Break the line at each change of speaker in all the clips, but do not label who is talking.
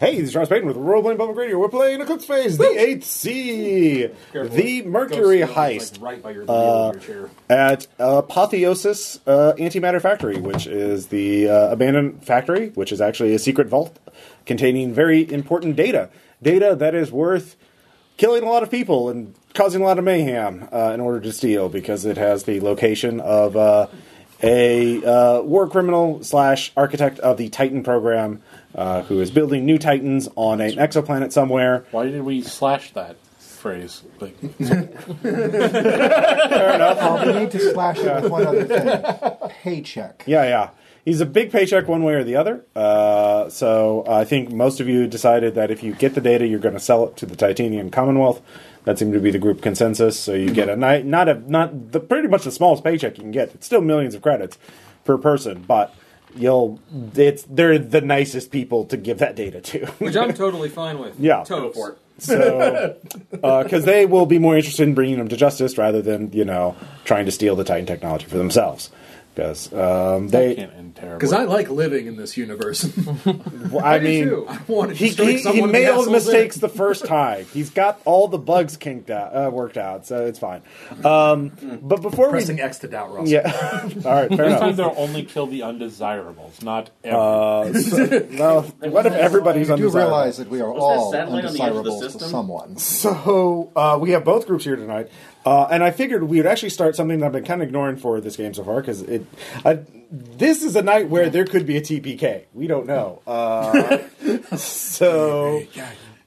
Hey, this is Ross Payton with Role Playing Public Radio. We're playing a Cook's Phase, the 8C,
Careful,
the
it
Mercury
goes, like,
Heist
right by your, uh, your chair.
at Apotheosis uh, Antimatter Factory, which is the uh, abandoned factory, which is actually a secret vault containing very important data. Data that is worth killing a lot of people and causing a lot of mayhem uh, in order to steal because it has the location of uh, a uh, war criminal slash architect of the Titan program uh, who is building new Titans on an exoplanet somewhere.
Why did we slash that phrase? Like,
Well, Uh, we need to slash it with one other thing. Paycheck.
Yeah, yeah. He's a big paycheck one way or the other. Uh, so I think most of you decided that if you get the data, you're going to sell it to the Titanium Commonwealth. That seemed to be the group consensus. So you get a ni- not a not the pretty much the smallest paycheck you can get. It's still millions of credits per person, but you'll it's they're the nicest people to give that data to.
Which I'm totally fine with.
Yeah.
Totes. for it.
So, because Uh, they will be more interested in bringing them to justice rather than you know trying to steal the Titan technology for themselves. Because um,
that
they,
can't end terribly.
Because I like living in this universe.
I
do
mean,
too.
I want to
he,
destroy
he,
someone
he
and
made all the
assholes in it.
mistakes the first time. He's got all the bugs kinked out, uh, worked out, so it's fine. Um, but before
Pressing
we,
X to doubt Ross.
yeah, all right, fair
this time
enough.
they'll only kill the undesirables, not every.
No, what if everybody's
You do
undesirable?
realize that we are
that
all
satellite on the edge of the
undesirables to
system?
someone.
So uh, we have both groups here tonight, uh, and I figured we would actually start something that I've been kind of ignoring for this game so far because it. I, this is a night where there could be a TPK. We don't know. Uh, so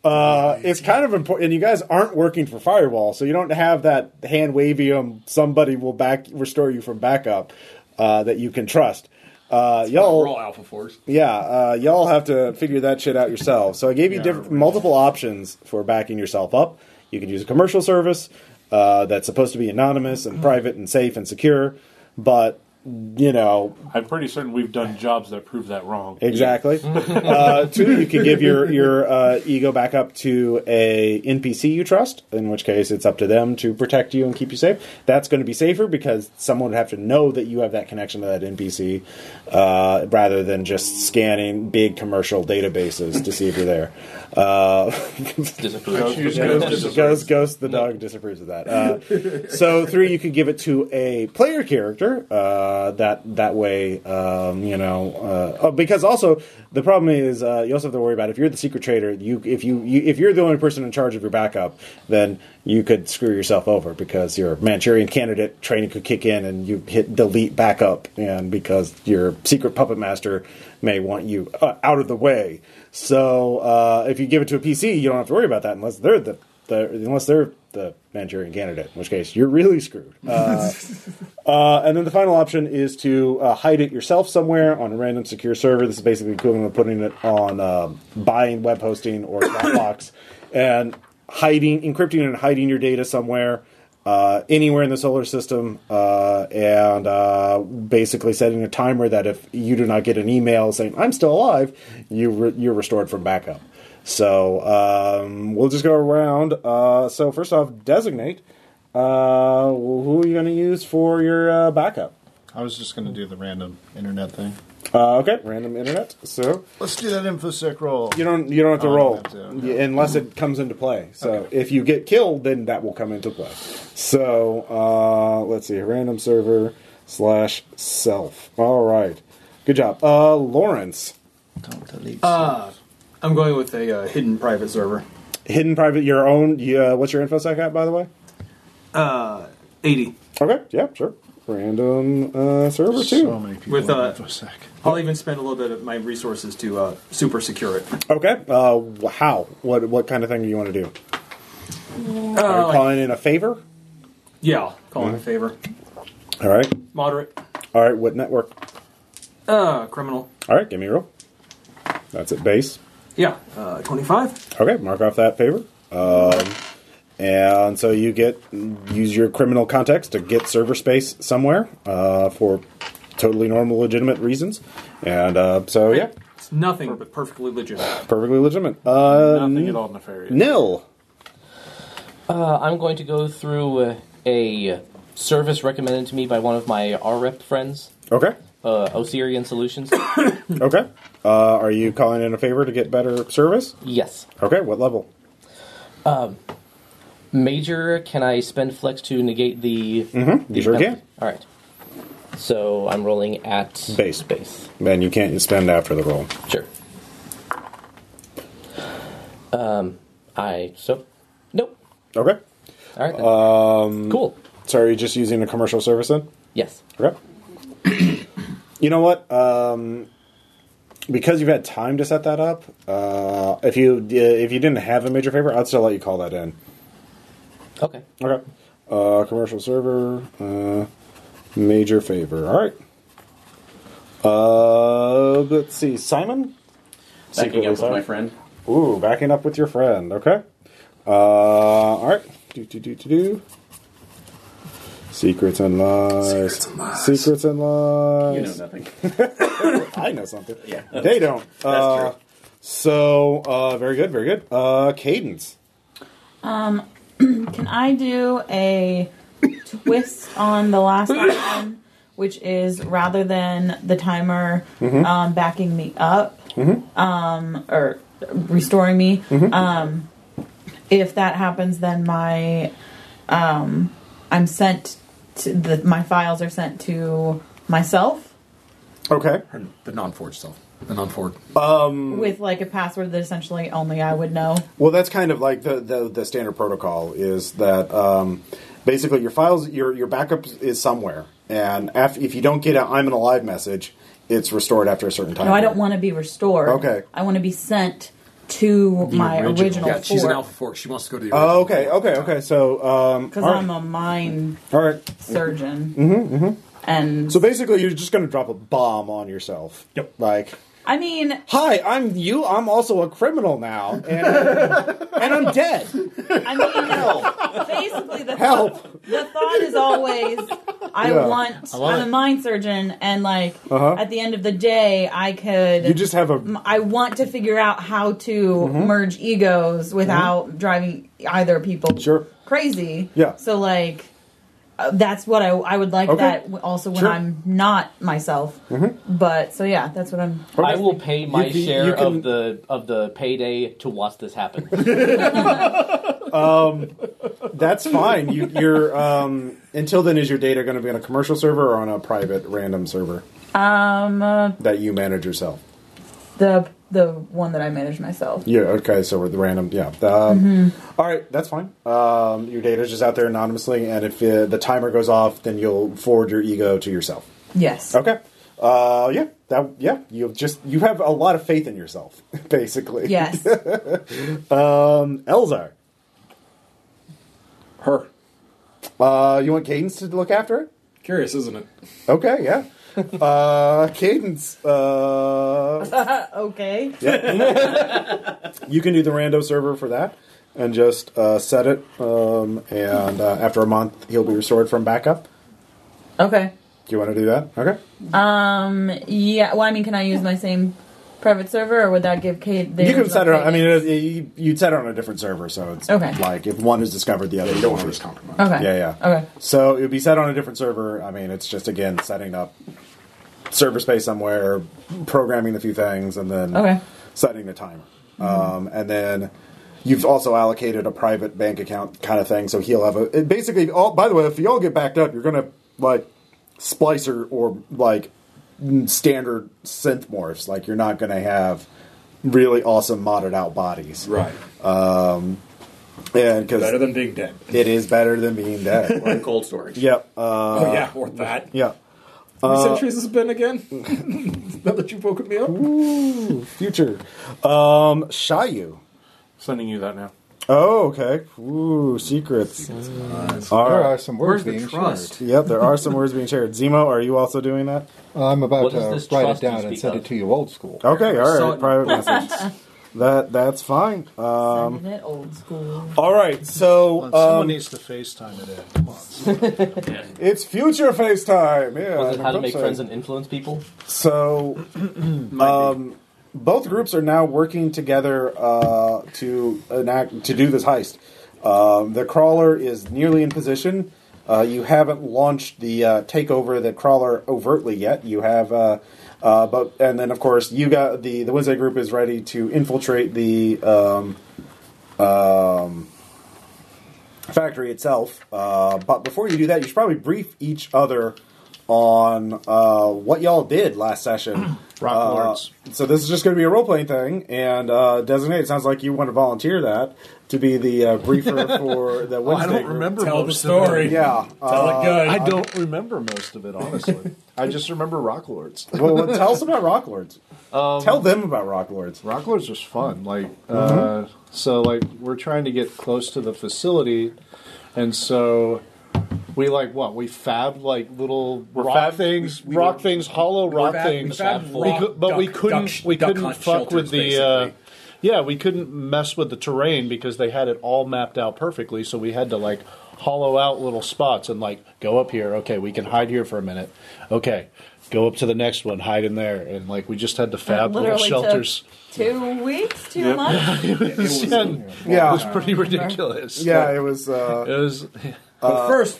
uh, it's kind of important, and you guys aren't working for Firewall, so you don't have that hand wavy um somebody will back restore you from backup uh, that you can trust. Uh, y'all,
We're all Alpha Force.
yeah, uh, y'all have to figure that shit out yourselves. So I gave you diff- multiple options for backing yourself up. You can use a commercial service uh, that's supposed to be anonymous and private and safe and secure, but you know
I'm pretty certain we've done jobs that prove that wrong.
exactly. uh, two, you can give your your uh, ego back up to a NPC you trust, in which case it's up to them to protect you and keep you safe. That's going to be safer because someone would have to know that you have that connection to that NPC, uh, rather than just scanning big commercial databases to see if you're there. Uh, Ghost, Ghost, Ghost the dog disapproves of that. Uh, so three, you could give it to a player character. Uh, that that way, um, you know, uh, oh, because also the problem is uh, you also have to worry about if you're the secret trader. You if you, you if you're the only person in charge of your backup, then you could screw yourself over because your Manchurian candidate training could kick in and you hit delete backup, and because your secret puppet master may want you uh, out of the way. So uh, if you give it to a PC, you don't have to worry about that unless they're the, the unless they're the Manchurian candidate, in which case you're really screwed. Uh, uh, and then the final option is to uh, hide it yourself somewhere on a random secure server. This is basically equivalent to putting it on um buying web hosting or Dropbox and hiding, encrypting, and hiding your data somewhere. Uh, anywhere in the solar system, uh, and uh, basically setting a timer that if you do not get an email saying "I'm still alive," you re- you're restored from backup. So um, we'll just go around. Uh, so first off, designate. Uh, who are you going to use for your uh, backup?
I was just going to do the random internet thing.
Uh, okay, random internet. So
Let's do that infosec roll.
you don't you don't have to
Oh, I
roll
don't have to,
y- unless it comes into play. So if you get killed, then that will come into play. So uh, let's see, random server slash self. All right, good job, uh, Lawrence.
Don't delete.
Uh, I'm going with a uh, hidden private server.
Hidden private, your own. you, Uh, what's your infosec at, by the way?
Uh, 80.
Okay, yeah, sure. Random uh, server too.
so many people
With,
with
uh,
infosec.
I'll even spend a little bit of my resources to uh, super secure it.
Okay. Uh, wh- how? What? What kind of thing do you want to do? Are you calling in a
Oh,
favor? Mm-hmm.
Yeah, uh, call in a favor.
All right.
Moderate.
All right. What network?
Uh, criminal.
All right. Give me a roll. That's at base.
Yeah, uh, 25.
Okay. Mark off that favor. Um, and so you get use your criminal context to get server space somewhere uh, for totally normal, legitimate reasons. And uh, so yeah,
It's nothing but perfectly legitimate.
perfectly legitimate. Uh,
Nothing at all nefarious.
nil.
Uh, I'm going to go through uh, a service recommended to me by one of my RREP friends.
Okay.
uh, Osirian Solutions.
Okay.
Hmm.
Uh, are you calling in a favor to get better service?
yes.
Okay. What level?
Um, Major, can I spend flex to negate the?
You Mm-hmm. sure can.
All right. So I'm rolling at
Base.
Base.
Then you can't spend after the roll.
Sure. Um, Um, I so nope.
Okay.
All right. Then. Um, cool.
So are you just using a commercial service then?
Yes.
Okay. you know what? Um, because you've had time to set that up, uh, if you uh, if you didn't have a major favor, I'd still let you call that in.
Okay.
Okay. Uh, commercial server, uh, major favor. All right. Uh, let's see, Simon.
Backing
Secretly
up with
sorry.
my friend.
Ooh, backing up with your friend. Okay. Uh, all right. Do do do do do. Secrets and lies.
Secrets and lies.
Secrets and lies.
You know nothing.
uh, I know something.
Yeah.
They don't. Uh,
true.
So, uh, very good, very good. Uh, cadence.
Um, Can I do a twist on the last one, which is rather than the timer um, backing me up
Mm-hmm.
um, or restoring me? Um, if that happens, then my um, I'm sent to the my files are sent to myself
Okay.
The non-forged self. The non-forged.
with like a password that essentially only I would know.
Um, Well, that's kind of like the, the, the standard protocol is that um, basically your files, your your backup is somewhere, and af if you don't get a I'm an alive message, it's restored after a certain time.
No, I don't want to be restored.
Okay.
I want to be sent to my original.
yeah, she's an
fort.
alpha fork. She wants to go to the original.
Oh, okay, okay, okay. So, um,
Because
all right.
I'm a mind
all right. Mm-hmm,
surgeon. And
So basically, you're just going to drop a bomb on yourself. Yep. Like.
I mean,
Hi, I'm you. I'm also a criminal now, and, and I'm dead.
I mean, basically the,
Help!
the thought is always, I
Yeah. Uh-huh.
want.
want
I'm
it.
a mind surgeon, and like at the end of the day, I could.
You just have a Mm-hmm.
I want to figure out how to merge egos without driving either people
Sure.
crazy.
Yeah.
So like, uh, that's what I I would like
Okay.
that w- also when
Sure. Mm-hmm.
I'm not myself. But so yeah, that's what I'm.
I will pay my
You can-
share
you can-
of the of the payday to watch this happen.
um, That's fine. You, you're um, until then. Is your data going to be on a commercial server or on a private random server
Um, uh,
that you manage yourself?
the the one that I manage myself.
Yeah. Okay. So with the random, yeah. Um,
Mm-hmm.
all right. That's fine. Um, your data's just out there anonymously, and if uh, the timer goes off, then you'll forward your ego to yourself.
Yes.
Okay. Uh, yeah. That. Yeah. You just you have a lot of faith in yourself, basically.
Yes.
Um, Elzar.
Her.
Uh, you want Cadence to look after it?
Curious, isn't it?
Okay. Yeah. Uh, Cadence. Uh.
okay.
you can do the rando server for that and just uh, set it um, and uh, after a month he'll be restored from backup
Okay.
do you want to do that okay
Um, Yeah. Well, I mean, can I use my same private server, or would that give Kate? The
you can set it on i mean it, you- you'd set it on a different server so it's
Okay.
like if one is discovered the other you don't want
It's compromised.
Okay.
yeah yeah
Okay.
so it would be set on a different server i mean it's just again setting up server space somewhere programming a few things and then
Okay.
setting the timer um, and then you've also allocated a private bank account kind of thing so he'll have a it basically all by the way if you all get backed up you're gonna like splicer or like standard synth morphs like you're not gonna have really awesome modded out bodies Um,
Right.
and
Better
because
than being dead.
it is better than being dead
Or in cold storage.
yep uh,
oh yeah, or that.
yeah
How
uh,
many centuries has it been again? now that you've woken me up.
future um shayu
Sending you that now.
Oh, okay. Ooh, secrets. All
There
right.
are some
Where's
words
the
being
trust?
Yep, there are some words being shared. Zemo, are you also doing that?
shared. I'm about
What is this
to write
trust
it down
you
and
speak
send
of?
it to you old school.
Okay, all
Saw
right.
it.
Private message. That that's fine. Uh,
Um, it old school.
all right. So
Someone
um,
needs to FaceTime it in. Come on.
it's future FaceTime. Yeah.
Was it
I'm
how to make
sorry.
friends and influence people?
So
Um,
both groups are now working together uh, to enact to do this heist. Um, the crawler is nearly in position. Uh, you haven't launched the uh, takeover of the crawler overtly yet. You have, uh, uh, but and then of course you got the the Wednesday group is ready to infiltrate the um, um, factory itself. Uh, but before you do that, you should probably brief each other on uh, what y'all did last session.
Rock
Uh,
Lords.
So this is just going to be a role playing thing, and uh, designate. It sounds like you want to volunteer that to be the uh, briefer for the Wednesday.
Oh, I don't
group.
remember
Tell the
most
story.
Of it.
Yeah. Uh,
Tell it good.
I don't remember most of it, honestly. I just remember Rock Lords. Um,
well, well, tell us about Rock Lords. tell them about Rock Lords. Mm-hmm.
Rock Lords was fun. Like, uh, so like we're trying to get close to the facility, and so we like what we fabbed like little rock
fab-
things, rock things, hollow rock
fab- we
things.
fabbed
We
rock
cou- but we
duck-
couldn't
duck sh-
we
duck
couldn't
hunt
fuck with
shelters,
the. Uh,
basically.
yeah, we couldn't mess with the terrain because they had it all mapped out perfectly. So we had to like hollow out little spots and like go up here. Okay, we can hide here for a minute. Okay, go up to the next one, hide in there, and like we just had to
It
fab little
literally took
shelters.
two weeks, two
Yep.
months.
Yeah.
It was pretty ridiculous.
Yeah, it was. Uh,
It was.
But first,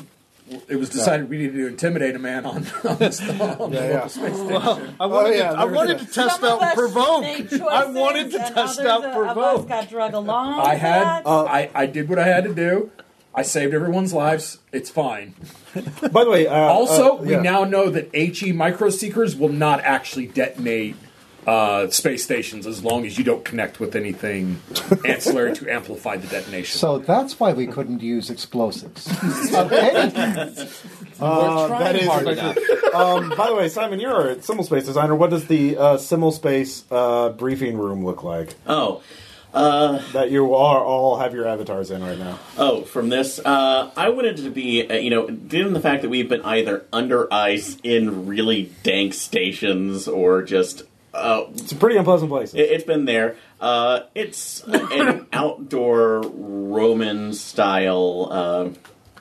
it was decided we needed to intimidate a man on, on this. On the
yeah. Oh,
I wanted,
yeah,
to, I
there-
wanted to test
Some of
out
us
provoke.
made
I wanted
choices,
to
and
test
others
out
of- Of us
provoke.
got drug along.
I
with
had,
that.
I, I did what I had to do. I saved everyone's lives. It's fine.
By the way, uh,
Also,
uh, yeah.
we now know that HE microseekers will not actually detonate uh, space stations as long as you don't connect with anything ancillary to amplify the detonation.
So that's why we couldn't use explosives. Of anything.
Uh, that is um, by the way, Simon, you're a Simul Space designer. What does the uh, Simul Space uh, briefing room look like
Oh,
that you are all have your avatars in right now?
oh, from this, uh, I wanted to be, uh, you know, given the fact that we've been either under ice in really dank stations or just. Uh,
It's a pretty unpleasant place.
it, it's been there. Uh, it's an outdoor Roman style. Uh,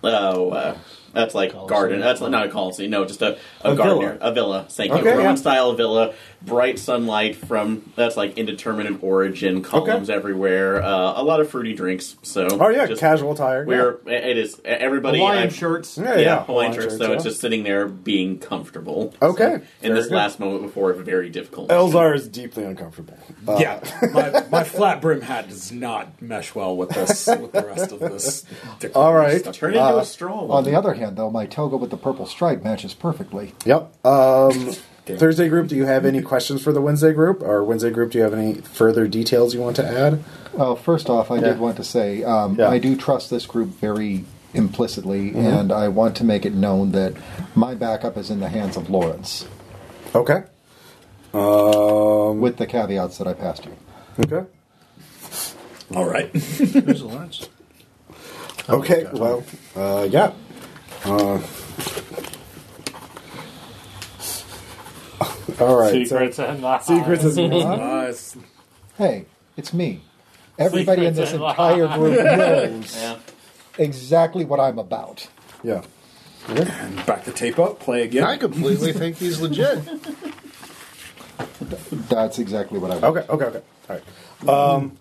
oh, uh, that's like garden. That's not a coliseum. No, just a, a,
A
garden
villa.
area. a villa. Thank you.
Okay,
Roman
yeah.
style villa. Bright sunlight from that's like indeterminate origin. Columns everywhere. Uh, a lot of fruity drinks. So
oh yeah,
just-
casual attire.
We're it is e, everybody
Hawaiian
I'm-
shirts.
yeah,
yeah,
yeah,
Hawaiian shirts. So
yeah.
it's just sitting there being comfortable.
Okay,
So, in
very
this
good.
last moment before a very difficult.
Elzar is deeply uncomfortable. Uh,
yeah, my, my flat brim hat does not mesh well with this with the rest of this.
All right.
Turn into a straw.
Uh, On the other hand, though, my toga with the purple stripe matches perfectly.
Yep. Um, Thursday group, do you have any questions for the Wednesday group? Or Wednesday group, do you have any further details you want to add?
Well, Oh, first off, I
Yeah.
did want to say um,
Yeah. Mm-hmm.
I do trust this group very implicitly, and I want to make it known that my backup is in the hands of Lawrence,
Okay. Um,
with the caveats that I passed you.
okay.
All right.
Who's Lawrence?
Okay, well, uh, yeah. Uh, all right.
Secrets and lies.
So, secrets is
Nice.
Hey, it's me. Everybody in
Secrets
this
and
entire group knows
Yeah.
exactly what I'm about.
yeah.
Back the tape up. Play again.
I completely think he's legit.
That's exactly what I want.
Okay. Okay. Okay. All right. Um,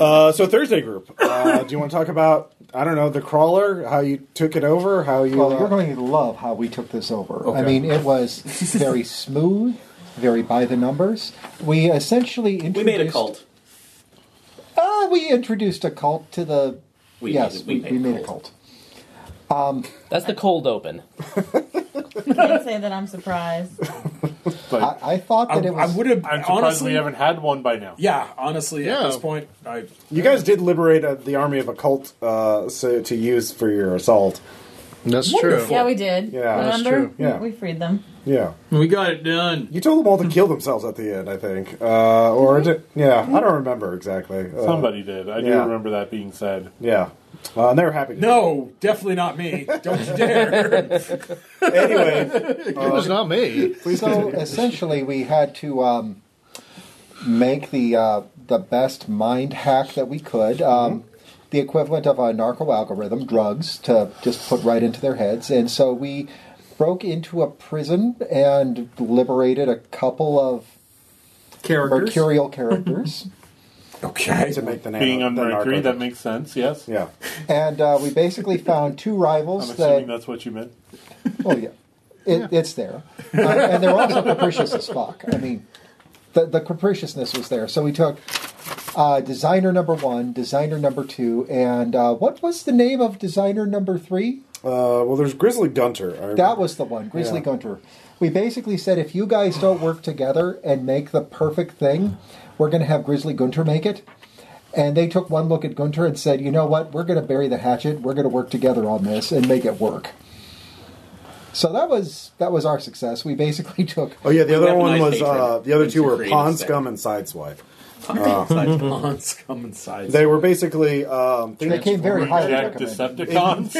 uh, so Thursday group. Uh, do you want to talk about I don't know the crawler? How you took it over? How you?
Well,
uh,
you're going to love how we took this over. I
Okay.
mean, it was very smooth, very by the numbers. We essentially introduced.
we made a cult.
Uh, we introduced a cult to the.
We
yes,
made- we
we,
made
we
a
made a Um,
cult.
cult.
That's the cold open.
Can't say that I'm surprised.
But
I, I thought
I,
that it was.
would have
I'm surprised
honestly.
we haven't had one by now.
yeah, honestly, at
Yeah.
this point, I
you guys did liberate uh, the army of a cult uh, so, to use for your assault.
That's true.
Yeah, we did.
Yeah, that's
Remember?
true.
Yeah.
We freed them.
Yeah.
We got it done.
You told them all to kill themselves at the end, I think, uh, or did, yeah, I don't remember exactly. Uh,
Somebody did. I do
yeah.
remember that being said.
Yeah. Uh, and they were happy. to
no, definitely not me. Don't you dare.
do it. Anyway,
It
uh,
was not me.
so essentially, we had to um, make the uh, the best mind hack that we could.
Mm-hmm.
Um, The equivalent of a narco algorithm, drugs to just put right into their heads, and so we broke into a prison and liberated a couple of
Characters.
mercurial characters.
Okay.
to make the nano.
Being on
the
Mercury,
narco-
that makes sense. Yes.
yeah.
And uh, we basically found two
I'm
rivals
assuming
that.
that's what you meant.
Oh yeah, it, it's there, uh, and they're also capricious as fuck. I mean, the the capriciousness was there. So we took uh, designer number one, designer number two, and uh, what was the name of designer number three?
Uh, well, there's Grizzly Gunter. I
That
remember.
was the one, Grizzly
Yeah.
Gunter. We basically said if you guys don't work together and make the perfect thing, we're going to have Grizzly Gunter make it. And they took one look at Gunter and said, you know what? We're going to bury the hatchet. We're going to work together on this and make it work. So that was that was our success. We basically took
Oh yeah, the
We
other one
weaponized
was
hatred
uh, the other two
into
were
creative
Pawn
sex.
Scum and Sideswipe. Uh,
Sideswipe.
Cons come inside.
They were basically um,
they
things,
came very highly
Jack
recommended.
Decepticons.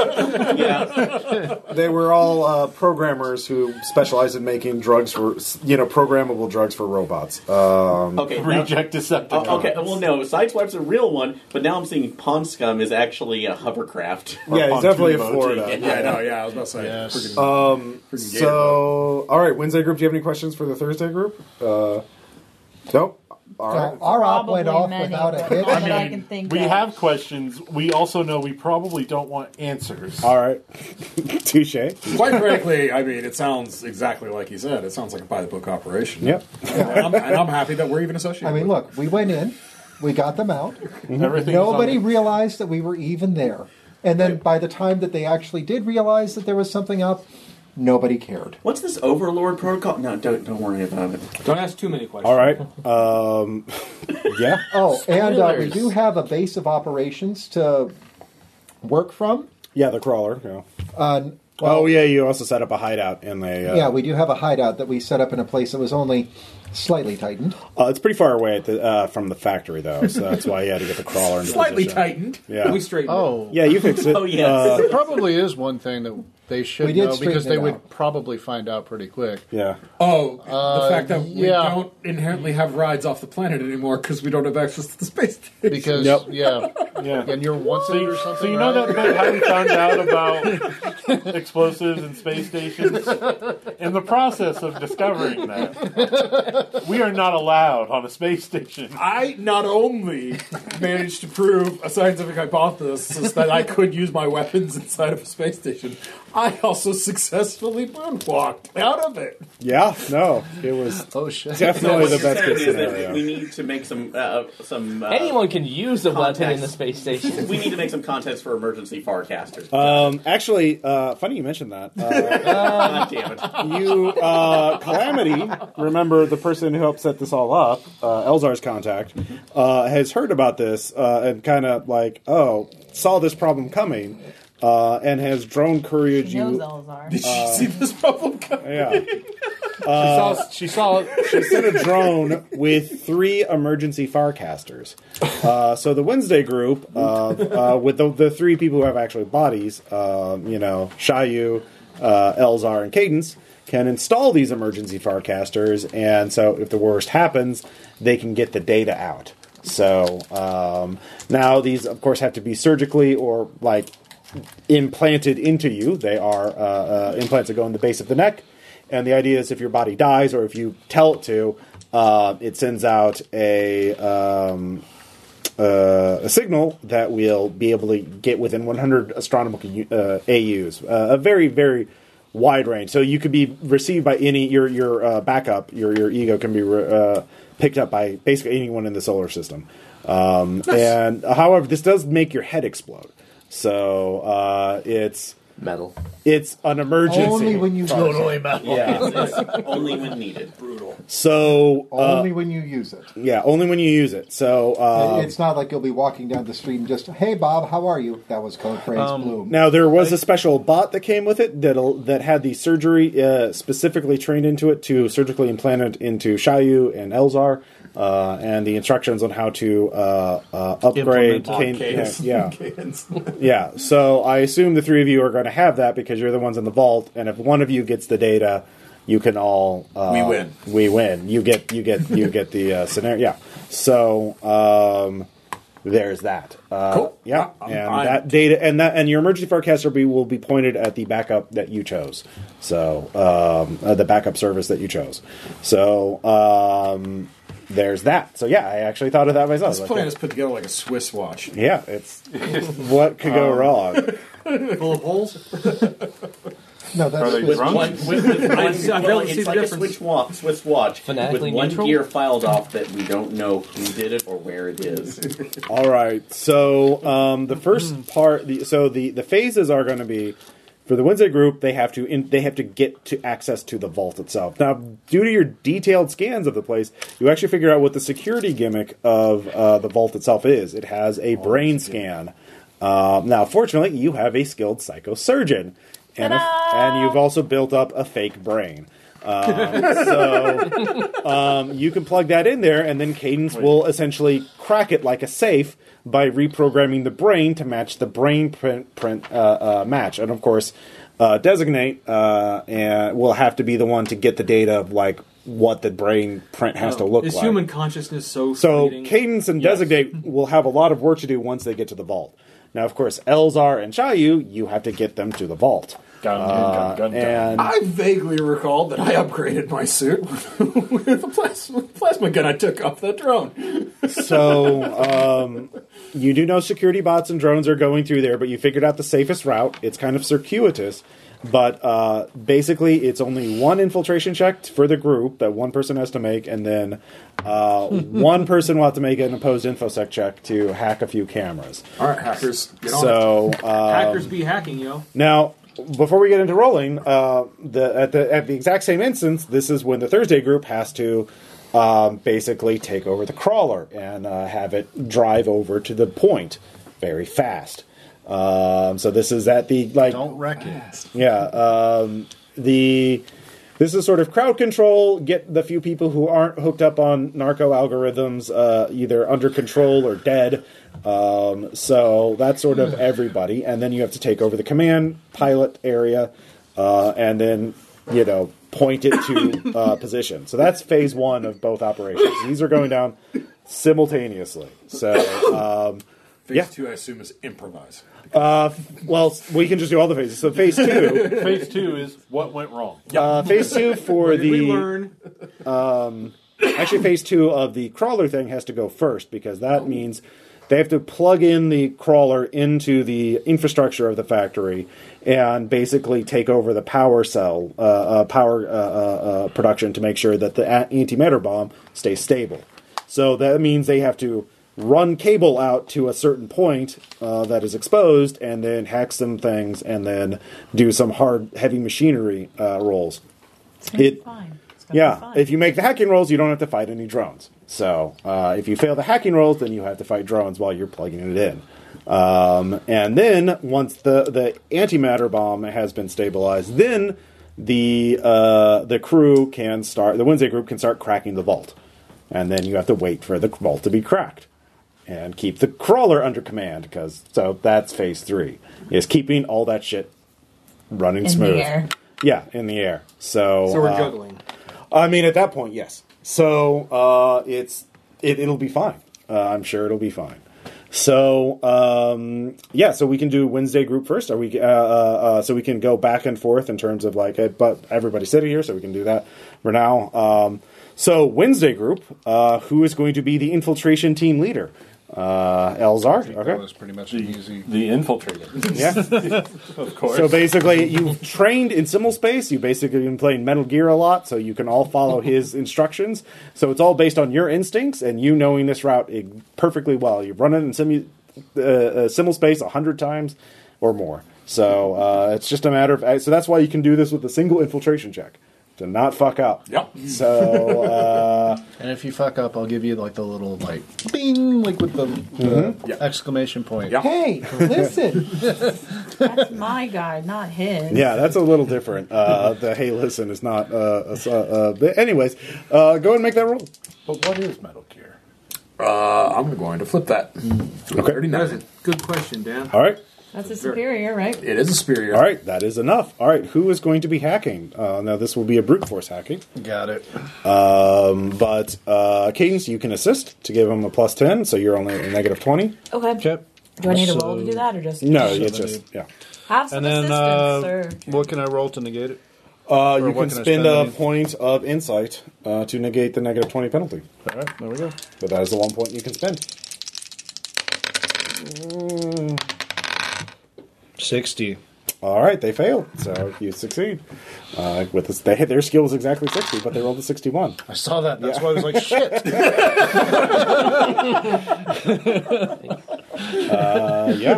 yeah.
they were all uh, programmers who specialized in making drugs for you know programmable drugs for robots. Um,
Okay. now-
Reject Decepticons.
Oh, okay. Well, no. Sideswipe's a real one, but now I'm seeing Pond Scum is actually a hovercraft.
yeah, he's
on
definitely in
Tubo,
Florida.
Yeah, I know. Yeah, I was about to say.
Yes.
um,
So, all right, Wednesday group. Do you have any questions for the Thursday group? Uh, nope. All
Uh,
right.
our op went
Probably
off
many,
without a
but
hit.
not
I mean,
that I can think
we
of.
have questions. We also know we probably don't want answers.
All right. Touche.
Quite frankly, I mean, it sounds exactly like he said. It sounds like a by the book operation.
Yep.
And I'm, and I'm happy that we're even associated.
I mean, look, we went in, we got them out.
Everything.
Nobody
Is on
realized that we were even there. And then by the time that they actually did realize that there was something up, nobody cared.
What's this Overlord protocol? No, don't don't worry about it.
Don't ask too many questions.
All right. Um, yeah.
Oh, and uh, we
Spoilers.
do have a base of operations to work from.
Yeah, the crawler. Yeah.
Uh,
oh yeah, you also set up a hideout in the. Uh,
yeah, we do have a hideout that we set up in a place that was only slightly tightened.
uh, it's pretty far away at the, uh, from the factory though, so that's why you had to get the crawler. Into
slightly
position.
tightened.
Yeah.
We straightened.
Oh,
yeah, you fixed it. Uh,
Oh yeah.
there probably is one thing that they
We
should
did
know because
straighten
they
it out.
would probably find out pretty quick.
yeah.
Oh, the fact that we
Uh, yeah.
don't inherently have rides off the planet anymore because we don't have access to the space station.
Because
Yep.
yeah,
Yeah.
and you're once
So
it
you,
or something.
so you know
right?
that bit how we found out about explosives and space stations? In the process of discovering that, we are not allowed on a space station.
I not only managed to prove a scientific hypothesis that I could use my weapons inside of a space station, I also successfully moonwalked out of it.
Yeah. No, it was
Oh shit!
definitely
What
the
you're
best
saying
case
is that we
scenario.
need to make some uh, some. Uh,
Anyone can use a weapon in
Contacts.
the space station.
We need to make some contest for emergency farcasters.
Um, actually, uh, funny you mentioned that. Uh,
God damn it!
you, uh, Calamity, remember the person who helped set this all up, uh, Elzar's contact, uh, has heard about this uh, and kind of like, oh, saw this problem coming, uh, and has drone couriered
Knows
you.
Elzar.
Did you see this problem coming?
Yeah, uh,
she saw. She saw
she sent a drone with three emergency farcasters. Uh, so the Wednesday group, uh, uh, with the, the three people who have actually bodies, um, you know, Shayu, uh, Elzar, and Cadence, can install these emergency farcasters, and so if the worst happens, they can get the data out. So um, now these, of course, have to be surgically or like implanted into you. They are uh, uh, implants that go in the base of the neck. And the idea is if your body dies or if you tell it to, uh, it sends out a, um, uh, a signal that will be able to get within 100 astronomical u- uh, AUs. Uh, a very, very wide range. So you could be received by any, your, your uh, backup, your, your ego can be re- uh, picked up by basically anyone in the solar system. Um, and however, this does make your head explode. So uh, it's
metal.
it's an emergency.
Only when you use it.
metal.
yeah.
Only when needed. Brutal.
So uh,
Only when you use it.
yeah, only when you use it. So uh,
it's not like you'll be walking down the street and just, hey, Bob, how are you? That was code phrase
Um,
Bloom.
now there was a special bot that came with it that that had the surgery uh, specifically trained into it to surgically implant it into Shayu and Elzar, uh, and the instructions on how to uh, uh, upgrade. Kane-
Implement
Cadence.
yeah, yeah.
Cadence.
Yeah, so I assume the three of you are going to have that because you're the ones in the vault, and if one of you gets the data, you can all uh,
We win.
We win. You get you get you get the uh, scenario. Yeah. So um, there's that. Uh,
Cool.
Yeah,
I'm-
and
I'm-
that data and that and your emergency forecaster be, will be pointed at the backup that you chose. So um, uh, the backup service that you chose. So um, there's that. So yeah, I actually thought of that myself.
This
Like,
plan is put together like a Swiss watch.
yeah, it's what could
Um,
go wrong.
Full of holes?
No, that's
Are they
Swiss.
drunk?
One, with, with one,
I see- I
well,
don't see
it's
the
like a
difference.
Swiss watch, Swiss watch with
Phonetically
one
neutral?
gear filed off that we don't know who did it or where it is.
All right. So um, the first part, the, so the the phases are going to be for the Wednesday group. They have to in, they have to get to access to the vault itself. Now, due to your detailed scans of the place, you actually figure out what the security gimmick of uh, the vault itself is. It has a brain scan. Um, now, fortunately, you have a skilled psychosurgeon, and, a,
Ta-da!
and you've also built up a fake brain. Um, so Um, you can plug that in there, and then Cadence will essentially crack it like a safe by reprogramming the brain to match the brain print, print uh, uh, match. And of course, uh, designate uh, and will have to be the one to get the data of like what the brain print has to look
Oh. Is
like.
human consciousness so
So
fleeting?
Cadence and Designate will have a lot of work to do once they get to the vault. Now, of course, Elzar and Shayu, you have to get them to the vault.
Gun,
Uh,
gun, gun, Ah, gun.
and
I vaguely recall that I upgraded my suit with the plasma, plasma gun I took off that drone.
so um, you do know security bots and drones are going through there, but you figured out the safest route. It's kind of circuitous, but uh, basically, it's only one infiltration check for the group that one person has to make, and then uh, one person will have to make an opposed infosec check to hack a few cameras.
All right, hackers, get on it.
So uh,
Hackers be hacking, yo.
now, before we get into rolling, uh, the at the at the exact same instance, this is when the Thursday group has to um, basically take over the crawler and uh, have it drive over to the point very fast. Um, so this is at the like
Don't wreck it.
yeah. Um, the this is sort of crowd control. Get the few people who aren't hooked up on narco algorithms uh, either under control or dead. Um, so that's sort of everybody, and then you have to take over the command pilot area, uh, and then you know point it to uh, position. So that's phase one of both operations. These are going down simultaneously. So. um,
Phase
yeah.
two, I assume, is improvise.
uh, Well, we can just do all the phases. So phase two,
Phase two is what went wrong.
uh, phase two for
Did we
the
learn?
Um, actually phase two of the crawler thing has to go first because that means they have to plug in the crawler into the infrastructure of the factory and basically take over the power cell uh, uh, power uh, uh, uh, production to make sure that the a- antimatter bomb stays stable. So that means they have to run cable out to a certain point uh, that is exposed and then hack some things and then do some hard heavy machinery uh, rolls.
It's gonna be
It-
fine. It's gonna be
Yeah,
fine.
if you make the hacking rolls, you don't have to fight any drones. So uh, if you fail the hacking rolls, then you have to fight drones while you're plugging it in. Um, and then once the the antimatter bomb has been stabilized, then the uh, the crew can start. The Wednesday group can start cracking the vault, and then you have to wait for the vault to be cracked and keep the crawler under command. Because so that's phase three is keeping all that shit running
in
smooth.
the air.
Yeah, in the air. So
So we're
uh,
juggling.
I mean, at that point, yes. So uh, it's it, it'll be fine. Uh, I'm sure it'll be fine. So um, yeah, so we can do Wednesday group first. Are we? Uh, uh, uh, so we can go back and forth in terms of like, eh, but everybody's sitting here, so we can do that for now. Um, so Wednesday group, uh, who is going to be the infiltration team leader? Uh, Elzar.
That
Okay.
was pretty much an easy.
The infiltrator,
Yeah.
of course.
So basically, you've trained in Simul Space. You've basically been playing Metal Gear a lot, so you can all follow his instructions. So it's all based on your instincts and you knowing this route eh, perfectly well. You've run it in Simu, uh, uh, Simul Space a hundred times or more. So uh, it's just a matter of. So that's why you can do this with a single infiltration check to not fuck up.
Yep.
So uh,
And if you fuck up, I'll give you like the little like bing, like with the, the exclamation point.
Yeah.
Hey, listen.
That's my guide, not his.
yeah, that's a little different. Uh, the hey, listen is not. Uh, a s- uh, uh, but anyways, uh, go and make that roll.
But what is Metal Gear?
Uh, I'm going to flip that.
Okay.
That is a good question, Dan.
Mm. All right.
That's a superior, right?
It is a superior.
All right, that is enough. All right, who is going to be hacking? Uh, now, this will be a brute force hacking,
Got it.
um, but uh, Cadence, you can assist to give him a plus 10, so you're only a negative 20.
Okay.
Yep.
Do I need a roll
So-
to do that, or just
No,
So
it's
they-
just, yeah.
have some
And then,
assistance,
uh,
sir?
what can I roll to negate it?
Uh,
Or
you can
what can I
spend
spend
a
it in?
point of insight uh, to negate the negative 20 penalty.
All right, there we go.
But that is the one point you can spend.
60.
All right, they failed, so you succeed. Uh, with this, they, their skill was exactly 60, but they rolled a 61.
I saw that. That's why I was like, shit.
Uh, yeah.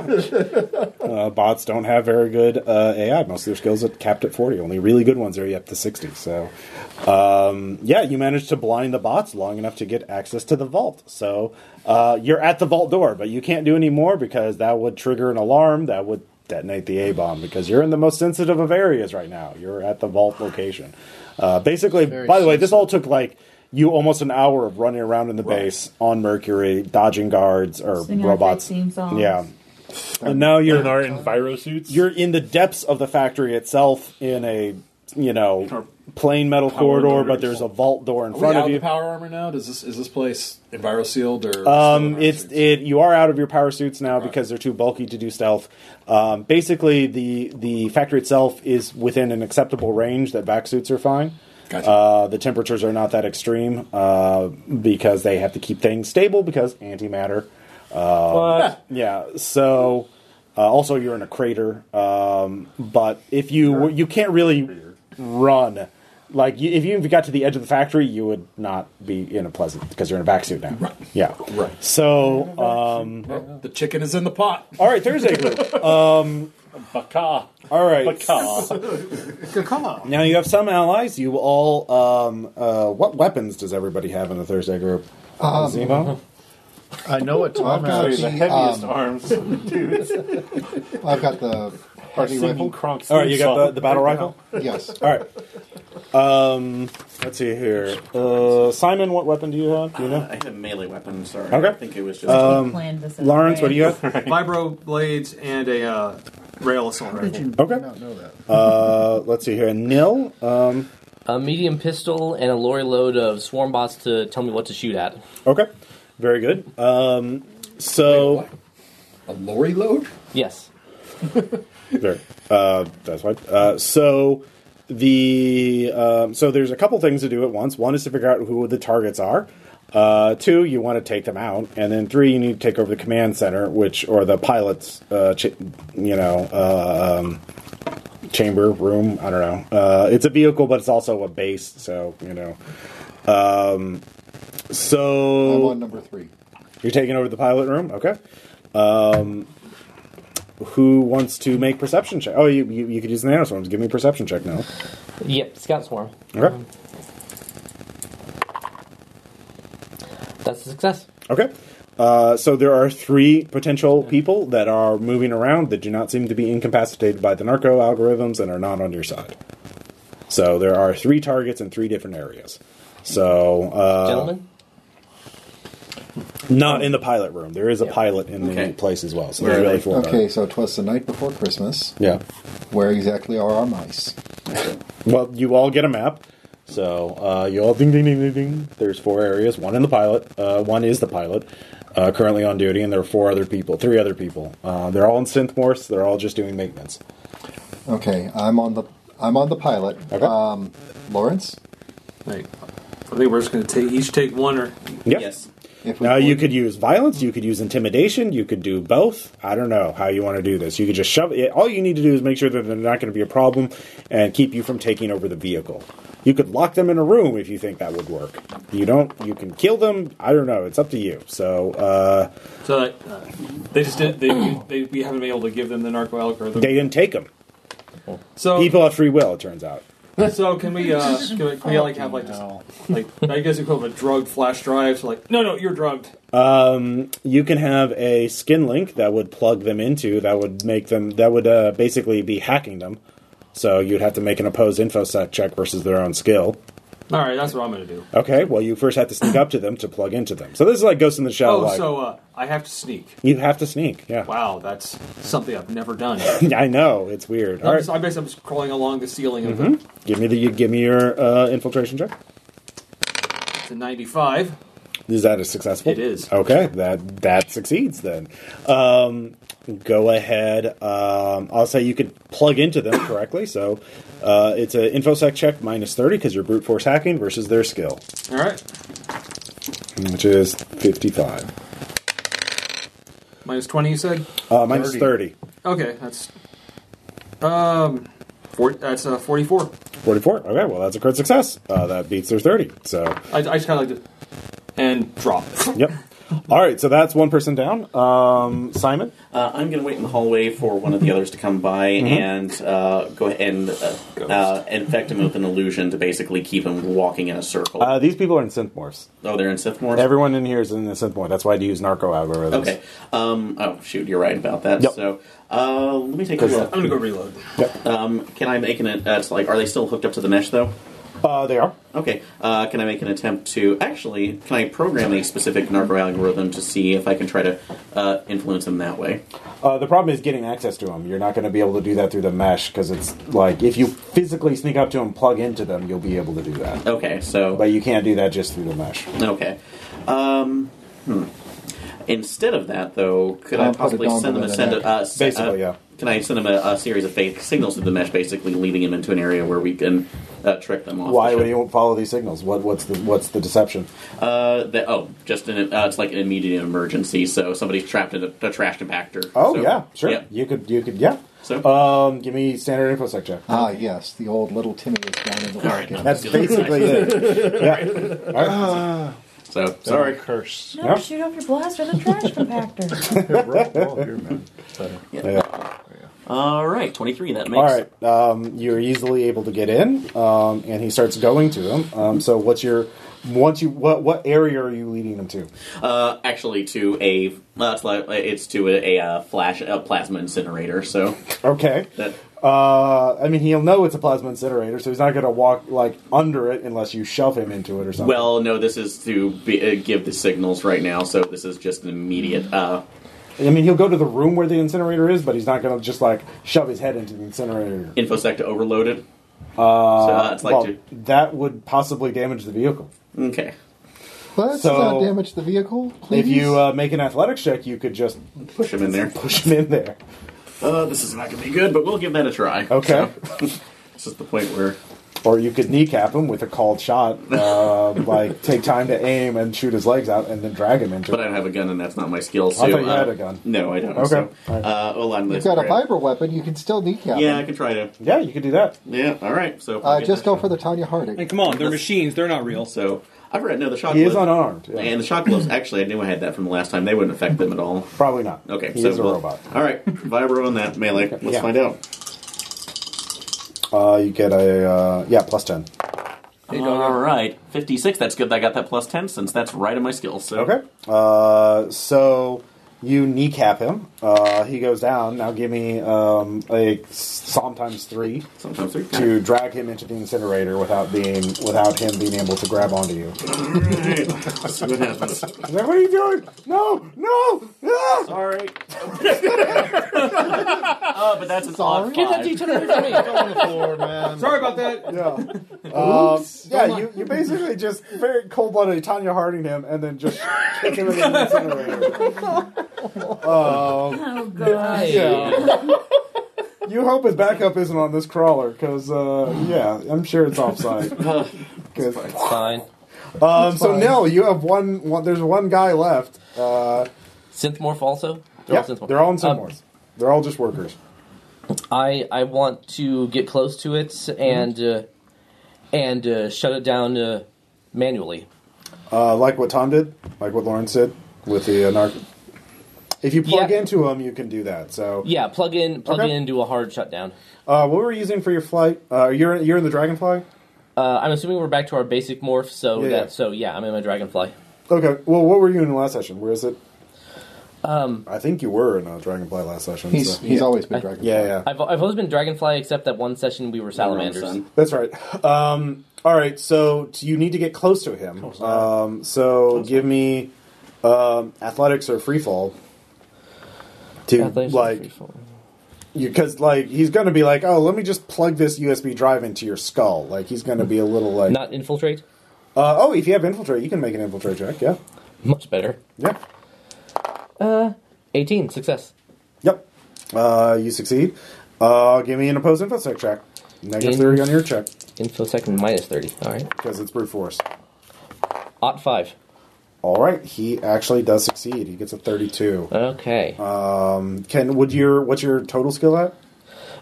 Uh, bots don't have very good uh, AI. Most of their skills are capped at 40. Only really good ones are up to 60. So, um, yeah, you managed to blind the bots long enough to get access to the vault. So, uh, you're at the vault door, but you can't do any more because that would trigger an alarm. That would detonate the A bomb because you're in the most sensitive of areas right now. You're at the vault location. Uh, basically, by the
Very
way, this all took like. You almost an hour of running around in the base on Mercury, dodging guards or
Singing
robots.
like theme songs.
Yeah. And now
in
you're
our enviro suits.
you're in the depths of the factory itself in a you know plain metal corridor, but
motors.
there's a vault door in
Are we
front
out
of
of
you.
the power armor now? Does this is this place enviro sealed or?
Um, it's it. You are out of your power suits now because they're too bulky to do stealth. Um, basically, the the factory itself is within an acceptable range that back suits are fine.
Gotcha.
Uh, the temperatures are not that extreme uh, because they have to keep things stable because antimatter. Uh, yeah. So uh, also you're in a crater, um, but if you were you can't really run. Like you, if you even got to the edge of the factory, you would not be in a pleasant because you're in a back suit now. Right. Yeah.
Right.
So, uh,
the chicken is in the pot.
all right, Thursday group. um,
Baka.
All right.
Baka.
Now you have some allies. You all. Um, uh, what weapons does everybody have in the Thursday group? Zemo?
I know what Tom
I've got
has.
The
the,
heaviest
um,
arms of the dudes
I've got the
are
heavy
singing
rifle.
Kronk's
All right, you
theme
got the,
song.
the battle rifle.
Yes.
All right. Um, let's see here. Uh, Simon, what weapon do you have? Do you know?
Uh, I had a melee weapon. Sorry,
Okay. Um,
I think it was just.
We planned this in
Lawrence, what do you
advance.
have?
Vibro blades and a uh, rail assault rifle.
Okay.
know that.
Uh, let's see here. Nil. Um,
A medium pistol and a lorry load of swarm bots to tell me what to shoot at.
okay. Very good. Um, so.
A lorry load.
Yes.
There. Uh, that's right. Uh, so the um, so there's a couple things to do at once. One is to figure out who the targets are. Uh, two, you want to take them out, and then three, you need to take over the command center, which or the pilot's uh, ch- you know uh, um, chamber room. I don't know. Uh, it's a vehicle, but it's also a base, so you know. Um, so
I'm on number three.
you're taking over the pilot room, okay? Um, who wants to make perception check? Oh, you you, you could use the nanoswarms. Give me a perception check now.
Yep, scout swarm.
Okay.
That's a success.
Okay. Uh, so there are three potential people that are moving around that do not seem to be incapacitated by the narco algorithms and are not on your side. So there are three targets in three different areas. So uh,
Gentlemen?
not in the pilot room. There is a pilot in the
Okay.
place as well. So
Where
there's
are
really
they?
four.
Okay, so 'twas the night before Christmas.
Yeah.
Where exactly are our mice?
Well, you all get a map. So uh, you all ding ding ding ding ding. There's four areas. One in the pilot. Uh, one is the pilot, uh, currently on duty, and there are four other people, three other people. Uh, they're all in synth morphs. They're all just doing maintenance.
Okay, I'm on the I'm on the pilot.
Okay.
Um, Lawrence,
Right. I think we're just going to take each take one or
Yeah.
Yes.
if
Now you
board-
could use violence. You could use intimidation. You could do both. I don't know how you want to do this. You could just shove it. All you need to do is make sure that they're not going to be a problem and keep you from taking over the vehicle. You could lock them in a room if you think that would work. You don't. You can kill them. I don't know. It's up to you. So. Uh,
so. Uh, they just didn't. They, they we haven't been able to give them the narco algorithm.
They didn't take them.
so
People have free will, it turns out.
So can we? Uh, can we, can we like have like just, like I guess we call it a drugged flash drive. So like no no you're drugged.
Um, You can have a skin link that would plug them into, that would make them, that would uh, basically be hacking them. So you'd have to make an opposed infosec check versus their own skill.
All right, that's what I'm gonna do.
Okay, well, you first have to sneak up to them to plug into them. So this is like Ghost in the Shell.
Oh,
like,
so uh, I have to sneak.
you have to sneak, yeah.
Wow, that's something I've never done.
I know, it's weird. All
I'm
right, Mm-hmm.
just, I guess I'm just crawling along the ceiling of the.
give me the, you give me your uh, infiltration check.
It's a 95.
Is that a successful?
It is.
Okay, that that succeeds then. Um, go ahead. Um, I'll say you could plug into them correctly. So uh, it's an infosec check minus thirty because you're brute force hacking versus their skill,
All right.
which is fifty five
Minus 20, you said?
uh, minus thirty.
Okay, that's. Um. Four, that's uh, 44.
44. Okay, well, that's a crit success. Uh, that beats their 30. So,
I, I just kind of like to. And drop.
yep. All right, so that's one person down. Um, Simon?
Uh, I'm going to wait in the hallway for one of the others to come by
Mm-hmm.
and uh, go ahead and uh, uh, infect him with an illusion to basically keep him walking in a circle.
Uh, these people are in synth morphs.
oh, they're in Sithmore.
Everyone in here is in the synth morph. That's why I use narco algorithms.
Okay. Um, oh, shoot, you're right about that.
Yep.
So uh, let me take a
I'm going to
look.
go reload.
Um, can I make an? Uh, it's like, are they still hooked up to the mesh though?
Uh, they are.
Okay. Uh, can I make an attempt to actually? Can I program a specific narco algorithm to see if I can try to uh, influence him that way?
Uh, the problem is getting access to them. You're not going to be able to do that through the mesh because it's like if you physically sneak up to them, plug into them, you'll be able to do that.
Okay. So
But you can't do that just through the mesh.
Okay. Um, hmm. Instead of that, though, could
I'll
I
put a
possibly
dongle
send him a
in
send
there.
a, uh, se-
Basically,
uh,
yeah.
Can I send him a, a series of fake signals through the mesh, basically leading him into an area where we can uh, trick them off?
Why
the
would
ship?
you follow these signals? What, what's the what's the deception?
Uh, that, oh, just an, uh, it's like an immediate emergency. So somebody's trapped in a, a trash compactor.
Oh
So-
yeah, sure.
yeah.
You could you could yeah.
So-
um, give me standard infosec check.
Ah, yes, the old little Timmy is down in the
All right.
wagon.
That's basically it. Yeah. All right.
Ah.
So sorry.
curse.
No,
Yeah.
shoot off your blaster, the trash compactor.
You're roll- roll here, man.
All right, twenty three. That makes
All right, um, you're easily able to get in, um, and he starts going to him. Um, so, what's your once you what what area are you leading them to?
Uh, actually, to a uh, it's, like, it's to a, a uh, flash a plasma incinerator. So
Okay,
that
uh, I mean he'll know it's a plasma incinerator, so he's not going to walk like under it unless you shove him into it or something.
Well, no, this is to be, uh, give the signals right now, so this is just an immediate. Uh,
I mean he'll go to the room where the incinerator is, but he's not going to just like shove his head into the incinerator.
infosec to overload it. Uh, so uh, it's like
well,
to,
that would possibly damage the vehicle.
okay.
Let's
So-
not damage the vehicle, please.
If you uh, make an athletics check, you could just
Push him in there.
push him in there.
Uh, this is not going to be good, but we'll give that a try.
Okay.
This is the point where.
Or you could kneecap him with a called shot, uh, like take time to aim and shoot his legs out, and then drag him into
But I
it.
don't have a gun, and that's not my skill. So,
I thought you
uh,
had a gun.
No, I don't.
Okay.
So,
All right.
uh, well, I'm
You've got a viper weapon, you can still kneecap
Yeah, I
him.
can try to.
Yeah, you could do that.
Yeah, all right. So
Uh, just go for the Tanya
And
Harding.
come on, they're machines. They're not real.
So I forgot. No, the shot.
He
gloves,
is unarmed. yeah.
And the shot gloves. Actually, I knew I had that from the last time. They wouldn't affect them at all.
Probably not.
Okay,
he
so
is a
we'll-
robot.
All right, vibro on that melee. Let's
Yeah.
find out.
Uh, you get a uh, yeah plus ten.
All right, 56. That's good. that I got that plus 10 since that's right in my skill. So
Okay. Uh, so you kneecap him. Uh, he goes down. Now give me um, a psalm times three
sometimes three.
to drag him into the incinerator without being without him being able to grab onto you.
See what happens.
He's like, what are you doing? No, no, Ah! no!
Sorry. Oh, but that's an odd
Get that
five.
D10 for me.
Sorry about that.
Yeah. Um, yeah, you, you basically just very cold blooded Tanya Harding him and then just kick him in the incinerator. Um,
Oh god.
yeah. You hope his backup isn't on this crawler because, uh, yeah, I'm sure it's offside. 'Cause-
Fine.
um, so, Nell, you have one, one, there's one guy left. Uh,
Synthmorph also.
yeah,
synthmorph.
they're all in
Um,
Seymour's. they're all just workers.
I I want to get close to it and uh, and uh, shut it down uh, manually.
Uh, like what Tom did, like what Lawrence did with the uh, narc. If you plug
Yeah.
into him, you can do that. So,
Yeah, plug in plug
Okay.
in into a hard shutdown.
Uh, what were you using for your flight? Uh, you're you're in the dragonfly.
Uh, I'm assuming we're back to our basic morph, so
Yeah,
that
yeah.
so yeah, I'm in my dragonfly.
Okay. Well, what were you in the last session? Where is it? Um, I think you were in a dragonfly last session.
He's
so-
he's always been dragon.
yeah, yeah.
I've I've always been dragonfly except that one session we were salamanders.
That's right. Um, all right. So t- you need to get close to him. Um, so give me um, athletics or free fall. To
Athletics and
like
free fall.
because like he's gonna be like oh let me just plug this USB drive into your skull like he's gonna be a little like
not infiltrate.
uh, oh if you have infiltrate you can make an infiltrate check yeah
Much better.
Yep.
Uh, 18, success.
Yep. Uh, you succeed. Uh, give me an opposed infosec check. Negative
In-
30 on your check
Info second minus 30. All right.
because it's brute force.
Ot 5.
All right, he actually does succeed. He gets a 32.
Okay.
Um, Ken, would your what's your total skill at?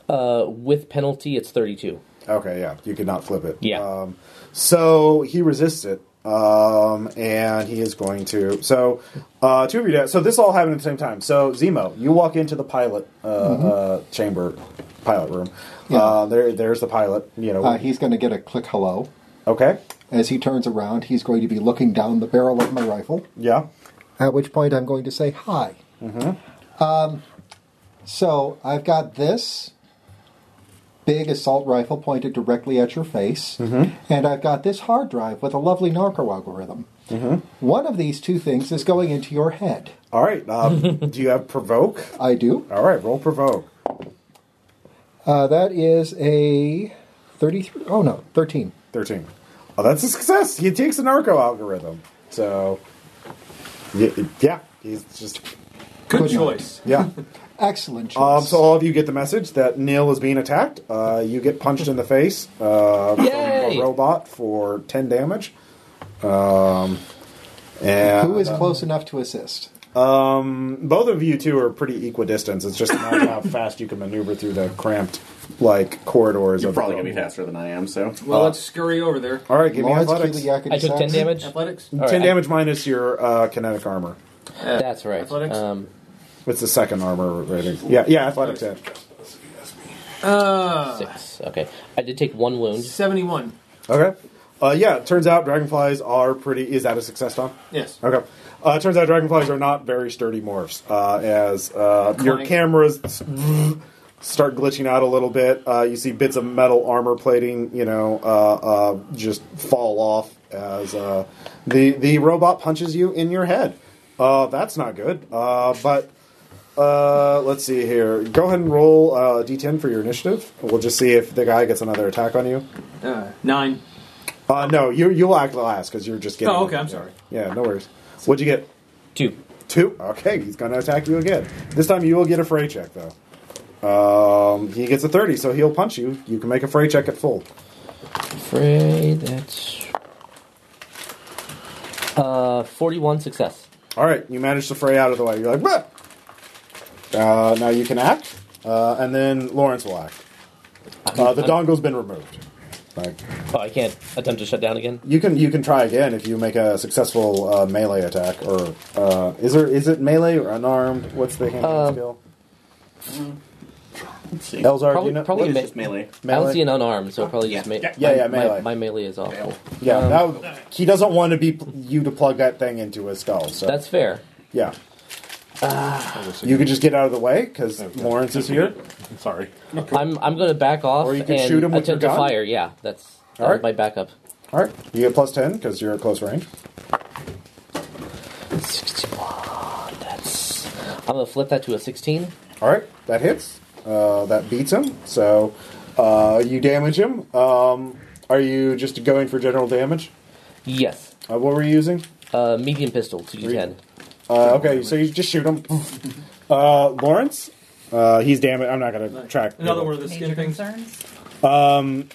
Uh, with penalty, it's 32.
Okay, yeah, you could not flip it.
Yeah.
Um, so he resists it, um, and he is going to. So uh, two of you. da- So this all happened at the same time. So Zemo, you walk into the pilot uh, uh, chamber, pilot room.
Mm-hmm. Yeah.
Uh, there, there's the pilot. You know.
Uh, he's going to get a click hello.
okay.
As he turns around, he's going to be looking down the barrel of my rifle,
Yeah.
at which point I'm going to say hi. Mm-hmm. Um, so I've got this big assault rifle pointed directly at your face,
Mm-hmm.
and I've got this hard drive with a lovely narco algorithm. One of these two things is going into your head.
All right. Um, do you have provoke?
I do.
All right. Roll provoke.
Uh, that is a 33. Oh, no, 13.
13. Oh, that's a success. He takes the narco algorithm. So, y- yeah, he's just,
Good,
Good
choice.
yeah.
Excellent choice.
Um, so all of you get the message that Neil is being attacked. Uh, you get punched in the face uh, from a
Yay!
robot for 10 damage. Um, and
Who is
uh,
close enough to assist?
both of you two are pretty equidistant. It's just a matter of how fast you can maneuver through the cramped like corridors.
You're
of the
probably gonna be
building.
faster than I am, so.
Well, let's scurry over there.
Uh, All right, give
Lawrence
me athletics.
Kuliak and
I took 10
Saxon?
damage.
Athletics.
All right,
Ten
I-
damage minus your uh, kinetic armor.
That's right.
Athletics?
Um,
It's the second armor rating. Yeah, yeah, athletics. Yeah.
Uh,
six. Okay. I did take one wound.
seventy-one.
Okay. Uh, yeah, it turns out dragonflies are pretty. Is that a success, Tom?
Yes.
Okay. Uh, it turns out dragonflies are not very sturdy morphs. Uh, as uh, your
Clank.
cameras start glitching out a little bit, uh, you see bits of metal armor plating, you know, uh, uh, just fall off as uh, the the robot punches you in your head. Uh, that's not good. Uh, but uh, let's see here. Go ahead and roll uh, d10 for your initiative. We'll just see if the guy gets another attack on you.
Uh, nine.
Uh, no, you you'll act last because you're just getting.
Oh, okay, I'm sorry.
Yeah, no worries. What'd you get?
Two.
Two. Okay, he's going to attack you again. This time you will get a fray check though. Um, he gets a thirty, so he'll punch you. You can make a fray check at full.
Afraid that's. Uh, 41 success.
All right, you manage to fray out of the way. You're like, what? Uh, now you can act, uh, and then Lawrence will act. Uh, the dongle's been removed. Like,
Oh, I can't attempt to shut down again.
you can you can try again if you make a successful uh, melee attack or uh, is there is it melee or unarmed? What's the handling
Uh,
skill? Mm.
Let's see.
Elzar, do
Probably-
you know?
probably
What is
ma-
this melee?
I
Melee?
don't see an unarmed, so probably just melee.
Yeah, yeah, melee.
My, uh, my melee is awful. Um,
Yeah, that, he doesn't want to be you to plug that thing into his skull. So
That's Ah. fair.
yeah. you could just get out of the way because
Oh,
Lawrence is here.
Sorry.
I'm I'm gonna back off
Or you can
and
shoot him with
attempt
your
to
gun.
fire. Yeah, that's that
All
was
right.
my backup.
All right, you get plus ten because you're at close range.
Sixty-one. That's. I'm gonna flip that to a sixteen.
All right, that hits. Uh, that beats him. So uh, you damage him. Um, are you just going for general damage?
Yes.
Uh, what were you using?
Uh, medium pistol, two D ten.
Uh, okay, so you just shoot him. Uh, Lawrence, uh, he's damaged. I'm not going to track. Um,
Another one of the skin
Major
things.
concerns.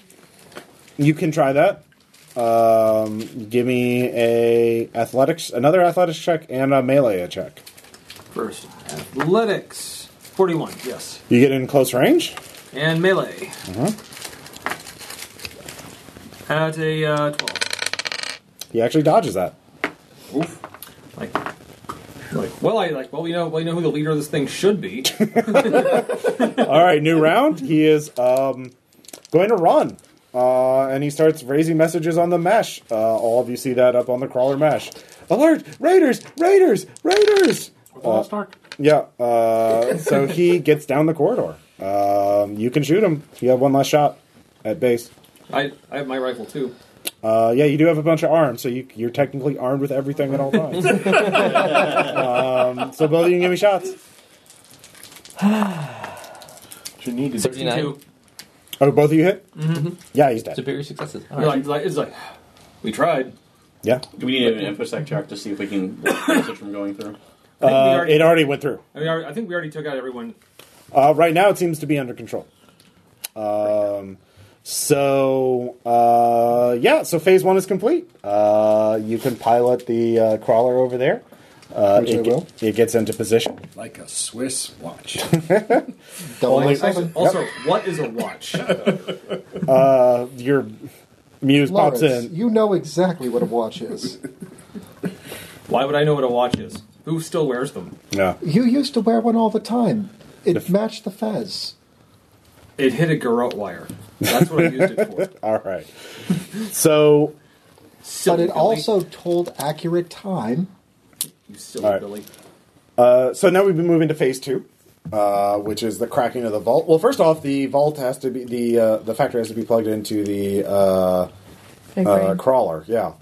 You can try that. Um, give me a athletics, another athletics check, and a melee check.
First, athletics. Forty-one. Yes.
You get in close range. Mm-hmm.
And melee. At a uh, twelve.
He actually dodges that.
Oof. Like, like, well, I like, well, you know, well, you know who the leader of this thing should be.
All right, new round. He is um, going to run, uh, and he starts raising messages on the mesh. Uh, all of you see that up on the crawler mesh. Alert! Raiders! Raiders! Raiders! Uh,
Lost Ark.
Yeah. Uh, so he gets down the corridor. Um, you can shoot him. You have one last shot at base.
I, I have my rifle too.
Uh, yeah, you do have a bunch of arms, so you, you're technically armed with everything at all times. um, so both of you can give me shots.
What you need to do.
Thirty nine.
Two.
Oh, both of you hit? Mm-hmm. Yeah, he's dead.
Superior successes. All
Uh,
You're
right.
like, like, it's like, we tried.
Yeah.
Do we need an infosec check to see if we can block the message from going through?
I think we
Uh,
already-
it already went through.
I, mean, I I think we already took out everyone.
Uh, right now, it seems to be under control. Um, so uh, yeah, so phase one is complete. Uh, you can pilot the uh, crawler over there. Uh,
Which I
it, ge-
will.
it gets into position.
Like a Swiss watch.
Double
Only-
seven.
Also, what is a watch?
Uh, your muse
Lawrence,
pops in.
you know exactly what a watch is.
Why would I know what a watch is? Who still wears them?
No.
you used to wear one all the time. It
The f-
matched the fez.
It hit a garrote wire. That's what I used it for.
All right. So
Silly
but it
Billy.
also told accurate time.
You silly
All right.
Billy.
Uh, so now we've been moving to phase two, uh, which is the cracking of the vault. Well, first off, the vault has to be the uh, the factory has to be plugged into the uh,
Big
uh,
brain.
crawler. Yeah.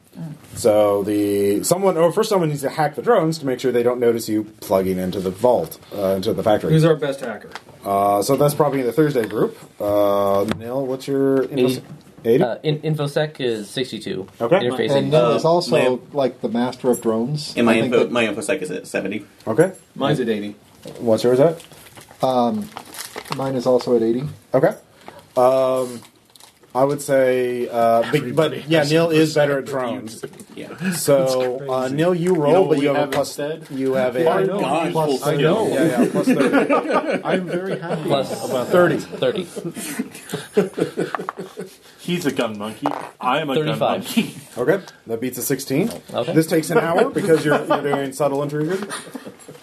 So the someone or first someone needs to hack the drones to make sure they don't notice you plugging into the vault uh, into the factory.
Who's our best hacker?
uh, so that's probably in the Thursday group. Uh, Nil, what's your
Eighty.
Eighty?
Uh, in, InfoSec is 62.
Okay.
Interfacing.
And Neil
uh,
is also
ma'am.
like the master of drones.
And my
I think
info,
that-
my infosec is at seventy.
okay.
Mine's at 80.
What's yours at?
Um, mine is also at 80.
Okay. Um, I would say, uh, big, but yeah, Neil is better at drones.
Yeah.
So, uh, Neil, you
You
roll,
know what
but
we
you have,
have
a plus.
instead?
You have a.
I know.
Plus-
I know.
Yeah, yeah, plus 30.
I'm very happy
Plus-
about that.
30.
30.
He's a gun monkey. I am a gun
35.
monkey.
Okay, that beats a 16.
Okay.
This takes an hour because you're, you're doing subtle intrusion.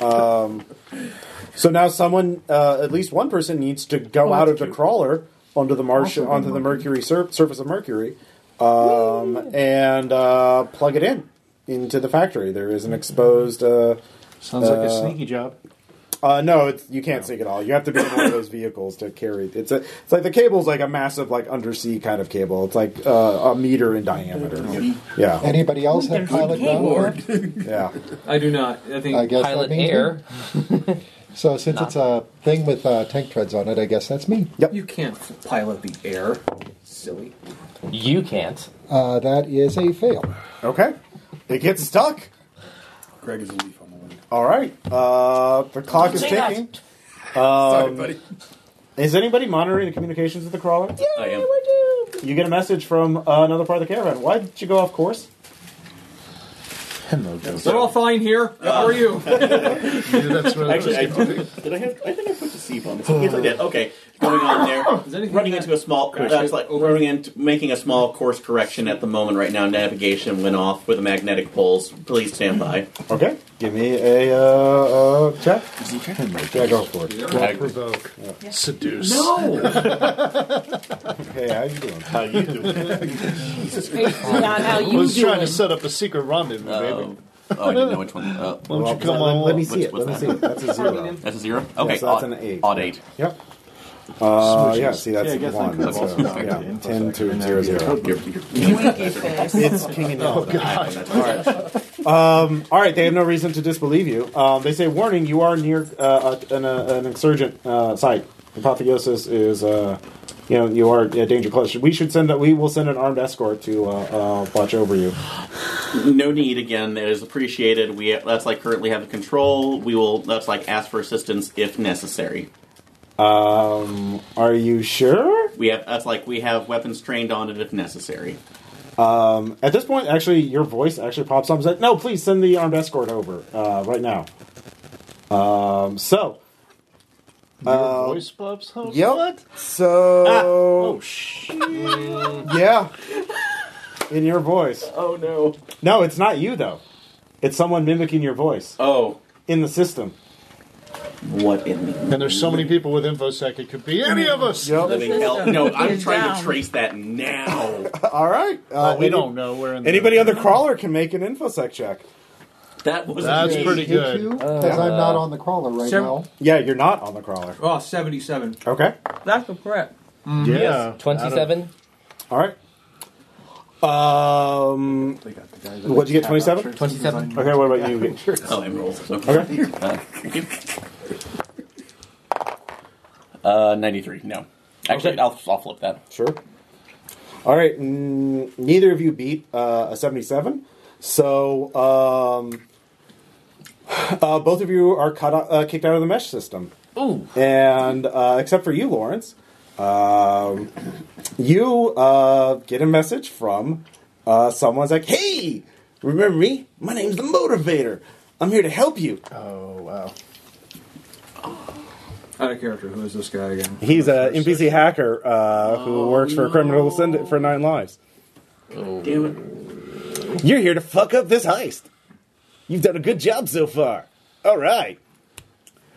Um, so now someone, uh, at least one person, needs to go out of the crawler onto the Martian,
Also
onto the Mercury sur- surface of Mercury, um, and uh, plug it in into the factory. There is an exposed. Uh,
Sounds like a sneaky job.
uh, no, it's, you can't sink it all. You have to be in one of those vehicles to carry. It's a, it's like the cable's like a massive like undersea kind of cable. It's like uh, a meter in diameter. Yeah,
Anybody else have pilot ground?
yeah.
I do not. I think
I guess
Pilot
that means
Air.
me. So since it's a thing with uh, tank treads on it, I guess that's me.
you can't f- pilot the air. Silly.
You can't.
Uh, that is a fail.
Okay, it gets stuck.
Greg is a leaf on the wind.
All right, uh, the clock is
Say that.
ticking. Um,
Sorry, buddy.
Is anybody monitoring the communications with the crawler? Yeah.
I am.
You get a message from uh, another part of the caravan. Why did you go off course?
Hello, Joe.
They're all fine here. How are you?
That's really
Actually, I did. I have? I think I put the C bomb. Yes, I did. Okay, going on
Is
there.
anything
Running
that-
into a small. That's like running into making a small course correction at the moment right now. Navigation went off with the magnetic poles. Please stand by.
Okay, give me a uh, uh, check. Yeah, go for it.
provoke, seduce.
no.
Hey, how you doing?
How you doing?
It's not how
I
you
was
do
trying to
it.
set up a secret rendezvous, baby.
Um, oh, I didn't know which one. Uh,
Why don't you come
let,
on?
let me
up?
see it.
what's
Let
that?
me see it. That's a zero.
that's a zero. Okay,
Yes, that's
odd-
an eight.
Odd eight.
Yep. Uh, yeah, see, that's
Yeah, I guess I
one.
could've
so,
also done
yeah,
it.
10 to 0, 0.
You're- you're-
Winky face.
It's King and
All
Yellow.
right.
Um, All right, they have no reason to disbelieve you. Um, they say, warning, you are near uh, a- an, uh, an insurgent uh, site. Apotheosis is, uh, you know, you are a danger close. We should send that. We will send an armed escort to uh, uh, watch over you.
No need again. That is appreciated. We that's like currently have the control. We will that's like ask for assistance if necessary.
Um, are you sure?
We have that's like we have weapons trained on it if necessary.
Um, At this point, actually, your voice actually pops up and says, "No, please send the armed escort over uh, right now." Um, so, uh,
Your voice pops up?
yep. So,
Oh, shit.
yeah, in your voice.
Oh no.
No, it's not you though. It's someone mimicking your voice
Oh,
in the system.
what in the
And there's so many people with InfoSec, it could be any of us.
living hell? No, I'm
is
trying to
down.
trace that now.
All right. Uh,
Oh, we
any-
don't know. We're in the-
Anybody on the crawler can make an infosec check.
That was
That's
me.
pretty good.
Because I'm not on the crawler right
Uh, Sure.
now.
Yeah, you're not on the crawler.
Oh, Mm-hmm. 77.
Okay.
That's the prep.
Yeah.
Yes. 27.
All right. Um,
They got the guys that-
what'd you get? Twenty-seven.
27.
Okay. What about you?
Oh, I'm rolls.
Okay.
Okay. Uh, ninety-three. No, actually, I'll, I'll flip that.
Sure. All right. mm, neither of you beat uh, a seventy-seven. So um, uh, both of you are cut, uh, kicked out of the mesh system.
Ooh.
And uh, except for you, Lawrence, um, you uh, get a message from uh, someone's like, "Hey, remember me? My name's the Motivator. I'm here to help you."
Oh wow.
Out of character. Who is this guy again?
He's a NPC hacker uh, who works for a criminal syndicate for Nine Lives.
Damn it.
You're here to fuck up this heist. You've done a good job so far. All right.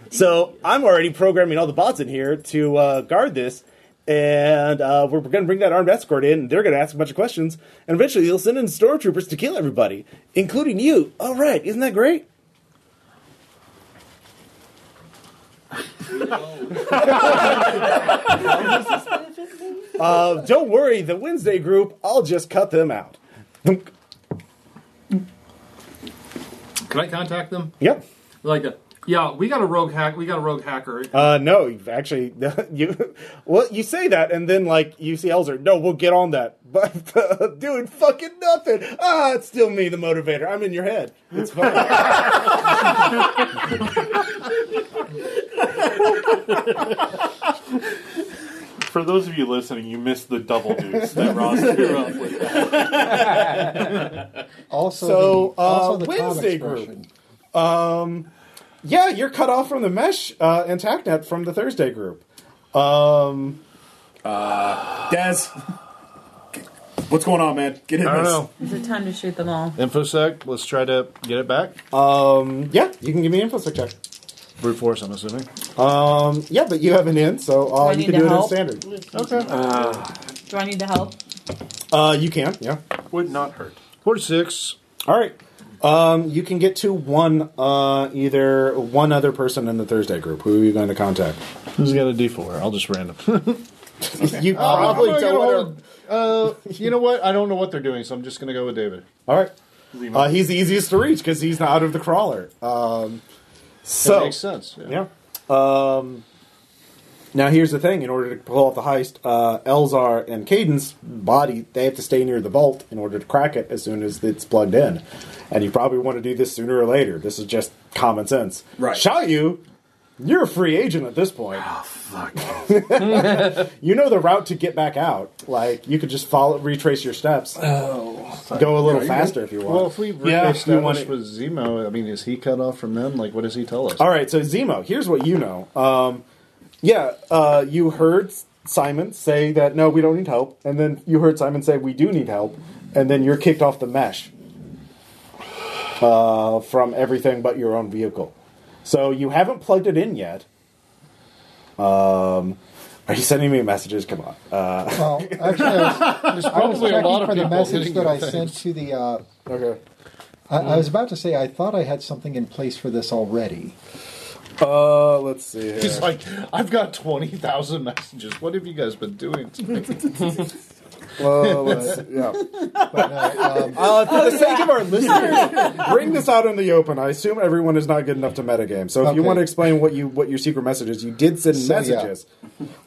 So I'm already programming all the bots in here to uh, guard this, and uh, we're going to bring that armed escort in. And they're going to ask a bunch of questions, and eventually they'll send in stormtroopers to kill everybody, including you. All right, isn't that great? uh, don't worry, the Wednesday group. I'll just cut them out.
Can I contact them?
Yep.
Like, a, yeah, we got a rogue hack. We got a rogue hacker.
Uh, no, you've actually, you well, you say that, and then like you see Elzer. No, we'll get on that, but uh, doing fucking nothing. Ah, it's still me, the motivator. I'm in your head. It's fine.
For those of you listening, you missed the double deuce that Ross threw up with.
Also,
So,
the, also
uh,
the
Wednesday
comics
group. Um,
version.
yeah, you're cut off from the mesh uh, and TacNet from the Thursday group. Um,
Des, what's going on, man? Get in
I don't
this.
know.
Is it time to shoot them all?
Infosec. Let's try to get it back.
um, yeah, you can give me an infosec check.
Brute force. I'm assuming.
Um, yeah, but you have an in, so
Do
uh,
I
you
need
can
to
do it in
help? Uh,
standard.
Do I need to help?
Uh, you can, yeah.
Would not hurt.
Forty-six.
All right. Um, you can get to one, uh, either one other person in the Thursday group. Who are you going to contact?
Who's got a D4? I'll just random.
You
I'm
Uh, probably
gonna get
don't.
a
wanna-
hold- uh, you know what? I don't know what they're doing, so I'm just going to go with David.
All right. Uh, he's the easiest to reach because he's out of the crawler. Um,
That
so
makes sense.
yeah. Um, now here's the thing: in order to pull off the heist, uh, Elzar and Cadence body they have to stay near the vault in order to crack it as soon as it's plugged in. And you probably want to do this sooner or later. This is just common sense.
Right.
Shall you? You're a free agent at this point. Oh fuck. you know the route to get back out. Like you could just follow, retrace your steps. Oh. Go a little faster if you want.
Well, if we
Yeah,
yeah,
if you want
establish
it-
with Zemo, I mean, is he cut off from them? Like, what does he tell us?
All right, so Zemo, here's what you know. Um, yeah, uh, you heard Simon say that no, we don't need help, and then you heard Simon say we do need help, and then you're kicked off the mesh uh, from everything but your own vehicle. So you haven't plugged it in yet. Um, are you sending me messages? Come on. Uh,
Well, actually, I was,
There's
I was
probably a
checking
lot of
for the
people
message
hitting
that
the
I
thing.
sent to the. Uh,
okay.
I, I was about to say I thought I had something in place for this already.
Uh, let's see. Here.
He's like, I've got 20,000 messages. What have you guys been doing to me? Oh,
Well, Uh, let's see. Yeah.
But, uh, um,
Uh, for the sake of our listeners, bring this out in the open. I assume everyone is not good enough to metagame. So if you
Okay.
want to explain what you what your secret message is, you did send
So, yeah.
messages.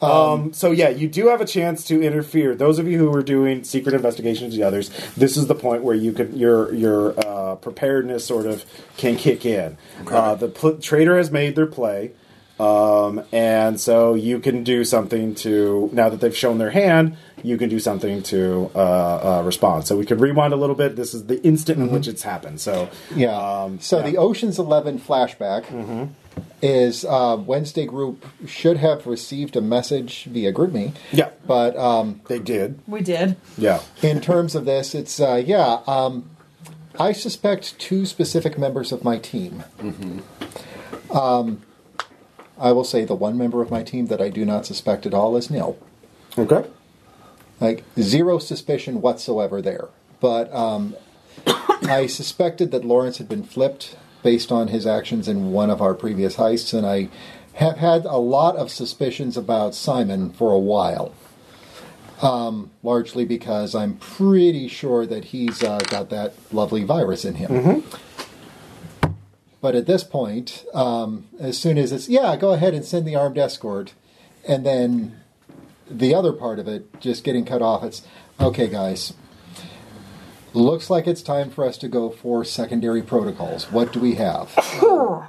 Um, so yeah, you do have a chance to interfere. Those of you who are doing secret investigations, the others, this is the point where you could your your uh, preparedness sort of can kick in. Uh, the pl- trader has made their play, um, and so you can do something to now that they've shown their hand, you can do something to uh, uh, respond. So we could rewind a little bit. This is the instant in which it's happened. So
yeah.
um,
so
yeah. Mm-hmm.
the Ocean's Eleven flashback is uh, Wednesday group should have received a message via GroupMe.
Yeah.
But um,
they did.
We did.
Yeah.
in terms of this, it's uh, yeah. Um, I suspect two specific members of my team. Um,
Mm-hmm.
I will say the one member of my team that I do not suspect at all is Nil.
Okay.
Like zero suspicion whatsoever there. But um, I suspected that Lawrence had been flipped based on his actions in one of our previous heists, and I have had a lot of suspicions about Simon for a while. Um, largely because I'm pretty sure that he's uh, got that lovely virus in him.
Mm-hmm.
But at this point, um, as soon as it's, yeah, go ahead and send the armed escort, and then the other part of it, just getting cut off, it's okay, guys. Looks like it's time for us to go for secondary protocols. What do we have?
All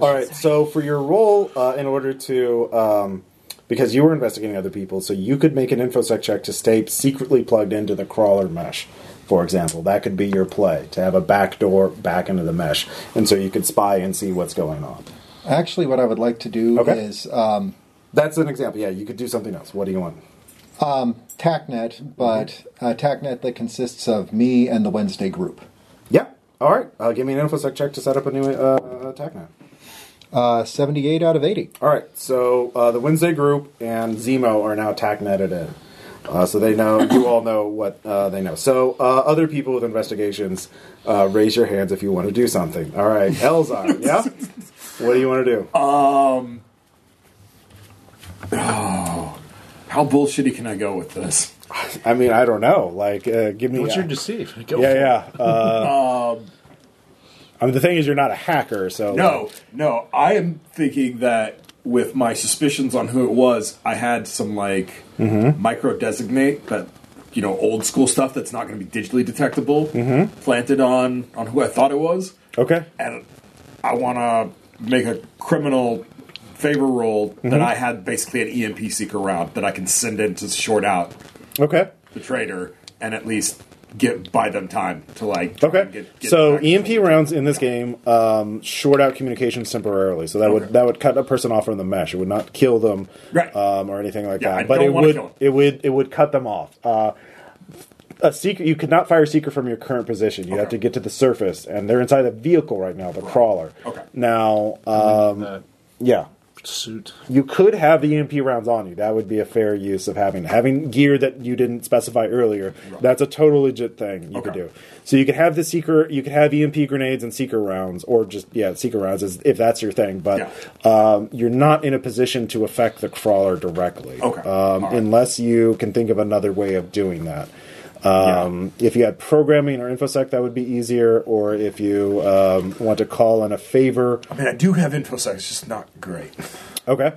right. So for your role, uh, in order to, um, because you were investigating other people, so you could make an infosec check to stay secretly plugged into the crawler mesh. For example, that could be your play to have a back door back into the mesh, and so you could spy and see what's going on.
Actually, what I would like to do
Okay.
is um,
That's an example. Yeah, you could do something else. What do you want?
Um,
Mm-hmm.
TACnet, but a TACnet that consists of me and the Wednesday group.
Yeah. All right. Uh, give me an infosec check to set up a new uh, attack now.
Uh, 78 out of 80.
All right, so uh, the Wednesday group and Zemo are now tack netted in, uh, so they know you all know what uh, they know. So uh, other people with investigations, uh, raise your hands if you want to do something. All right, Elzar, yeah, what do you want to do?
Um, How bullshitty can I go with this?
I mean, I don't know. Like, uh, give me.
What's
uh,
your deceive? Go for it.
yeah, yeah. Uh,
um,
I mean, the thing is, you're not a hacker, so
No, no. I am thinking that with my suspicions on who it was, I had some like
Mm-hmm.
micro designate that you know old school stuff that's not going to be digitally detectable
Mm-hmm.
planted on on who I thought it was,
Okay.
and I want to make a criminal favor roll
Mm-hmm.
that I had basically an EMP seeker round that I can send in to short out
Okay.
the traitor and at least get buy them time to like
Okay.
get- get
so
back.
EMP rounds in this game um, short out communications temporarily. So that would that would cut a person off from the mesh. It would not kill them,
Right.
um, or anything like
Yeah,
that.
I
but
don't
it
wanna
would
kill 'em.
it would it would cut them off. Uh, a secret you could not fire a secret from your current position. You have to get to the surface, and they're inside a vehicle right now, the crawler.
Okay.
Now, um,
That
yeah.
suit.
You could have the EMP rounds on you. That would be a fair use of having having gear that you didn't specify earlier. That's a total legit thing you could
Okay.
do. So you could have the seeker, you could have EMP grenades and seeker rounds, or just yeah, seeker rounds is, if that's your thing. But um, you're not in a position to affect the crawler directly,
Okay.
um,
All right.
unless you can think of another way of doing that. Um, If you had programming or infosec, that would be easier. Or if you um, want to call in a favor,
I mean I do have infosec, it's just not great.
Okay.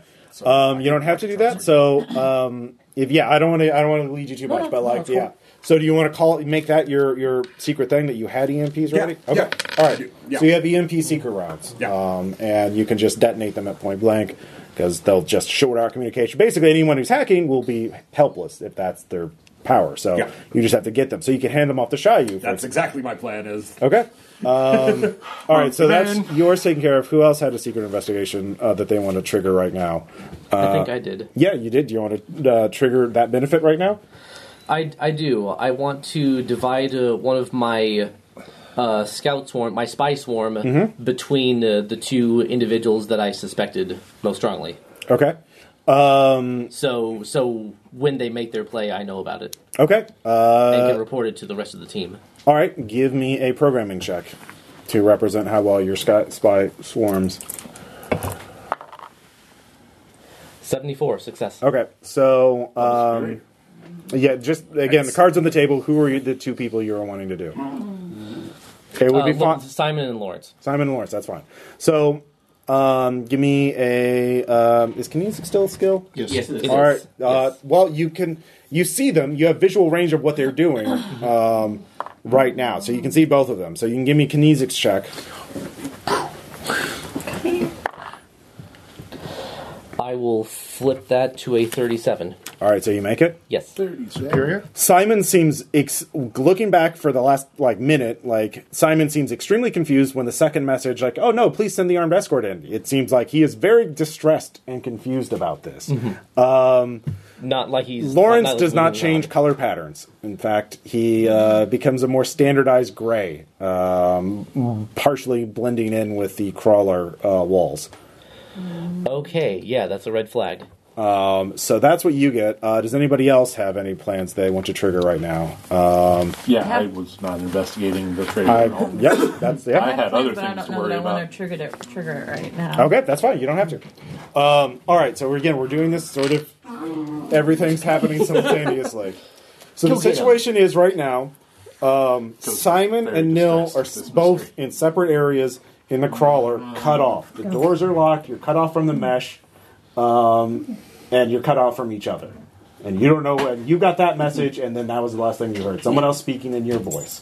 Um, you don't have to do that. So um, if yeah, I don't want to. I don't want to lead you too much, but like yeah. So do you want to call make that your your secret thing that you had EMPs
Yeah,
ready?
yeah.
Okay. All
I do,
right.
yeah.
So you have E EMP secret rounds.
Yeah.
Um, and you can just detonate them at point blank because they'll just short our communication. Basically, anyone who's hacking will be helpless if that's their power. So
Yeah.
you just have to get them. So you can hand them off to Shayu.
That's exactly my plan is
Okay. Um, all right, so that's
Man.
yours taken care of. Who else had a secret investigation uh, that they want to trigger right now? Uh,
I think I did.
Yeah, you did. Do you want to uh, trigger that benefit right now?
I, I do. I want to divide uh, one of my uh, scout swarm, my spy swarm,
Mm-hmm.
between uh, the two individuals that I suspected most strongly.
Okay. Um,
So so when they make their play, I know about it
Okay. Uh,
and can report it to the rest of the team.
all right, give me a programming check to represent how well your sky, spy swarms.
Seventy four success.
Okay, so um, yeah, just again, the cards on the table. Who are you, the two people you are wanting to do? It would
Uh,
be
Lo-
fun.
Simon and Lawrence.
Simon and Lawrence. That's fine. So, um, give me a um, is kinesic still a skill?
Yes.
Yes, it is.
All right. Uh,
Yes.
well, you can you see them. You have visual range of what they're doing um, right now, so you can see both of them. So you can give me kinesics check.
I will flip that to a thirty seven.
All right, so you make it.
Yes.
Superior?
Simon seems ex- looking back for the last like minute. Like Simon seems extremely confused when the second message, like, "Oh no, please send the armed escort in." It seems like he is very distressed and confused about this.
Mm-hmm.
Um,
Not like he's
Lawrence
like
does not
moving
change
around.
color patterns. In fact, he uh, becomes a more standardized gray, um, partially blending in with the crawler uh, walls.
Okay, yeah, that's a red flag.
Um, So that's what you get. Uh, does anybody else have any plans they want to trigger right now? Uh,
Yeah, I was not investigating the traitor
I,
at all.
yep, that's yeah.
I had other
but I
things
don't
to
know
worry
that I
about.
want to trigger it, trigger it right now.
Okay, that's fine. You don't have to. Um, all right, so we're, again, we're doing this sort of everything's happening simultaneously. So the
Kill Tatum.
situation is right now um, Simon
very
and Nil
distressed
are
at this
both
mystery.
in separate areas in the crawler, cut off. The doors are locked, you're cut off from the mesh, um, and you're cut off from each other. And you don't know when you got that message, and then that was the last thing you heard. Someone else speaking in your voice.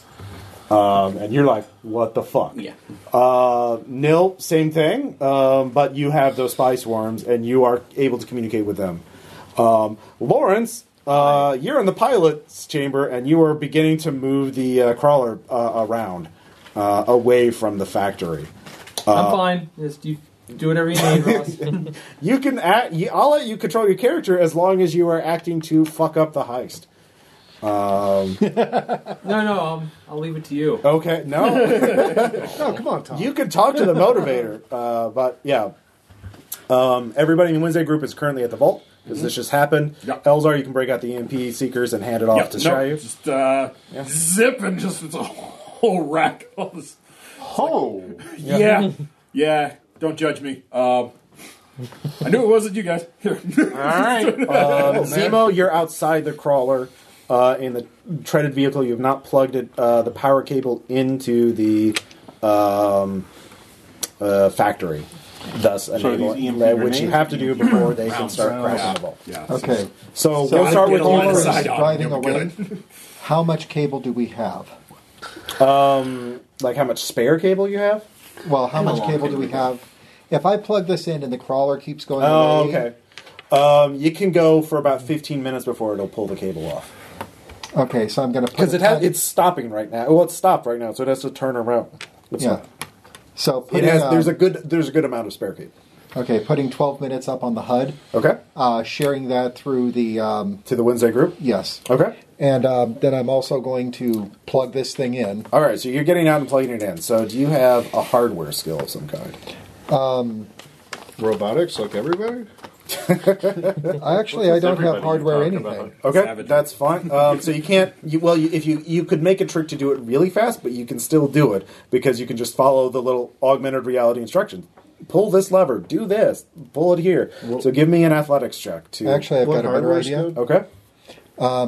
Um, and you're like, what the fuck?
Yeah.
Uh, Nil, same thing, um, but you have those spice worms and you are able to communicate with them. Um, Lawrence, uh, you're in the pilot's chamber and you are beginning to move the uh, crawler uh, around uh, away from the factory. Uh,
I'm fine. Just you do whatever you need, Ross.
You can act, you, I'll let you control your character as long as you are acting to fuck up the heist. Um,
no, no, I'll, Um, I'll leave it to you.
Okay, no.
Oh,
No, come on, Tom.
You can talk to the motivator, uh, but yeah. Um, everybody in the Wednesday group is currently at the vault because this just happened.
Yep.
Elzar, you can break out the EMP seekers and hand it off
Yep,
to
nope,
Shayu.
Just uh, zip and just it's a whole rack. of All this.
Oh,
Yeah. yeah, Don't judge me. Um, I knew it wasn't you guys. Here.
All right,
Oh,
um, Zemo, you're outside the crawler uh, in the treaded vehicle. You have not plugged it, uh, the power cable into the um, uh, factory, thus
E
enabling
EMP
that, which you
grenades
have to do before they can start crashing the vault.
yeah.
Okay.
So,
So
we'll start
I'd
with
get a lot of
Lawrence.
side
Lawrence
on.
driving
Here we go.
away. How much cable do we have?
Um, like how much spare cable you have.
Well, how
a
much
long
cable do
cable.
we have? If I plug this in and the crawler keeps going
Oh,
away,
okay. Um, you can go for about 15 minutes before it'll pull the cable off
okay, so I'm going to put
because it
it
has
under-
it's stopping right now. Well, it's stopped right now, so it has to turn around. It's
yeah. So
It
putting,
has.
uh,
There's a good. There's a good amount of spare cable.
okay, putting 12 minutes up on the HUD,
Okay.
uh, sharing that through the um,
To the Wednesday group.
yes,
Okay.
and um, then I'm also going to plug this thing in.
All right. So you're getting out and plugging it in. So do you have a hardware skill of some kind?
Robotics, like everybody.
I actually I don't have
everybody
hardware
talking
anything.
about?
Okay,
Savage.
that's fine. Um, so you can't. You, well, you, if you you could make a trick to do it really fast, but you can still do it because you can just follow the little augmented reality instructions. Pull this lever. Do this. Pull it here. so give me an athletics check. To
Actually, I've
What
got a better
hardware
idea. Um,
skill?
okay,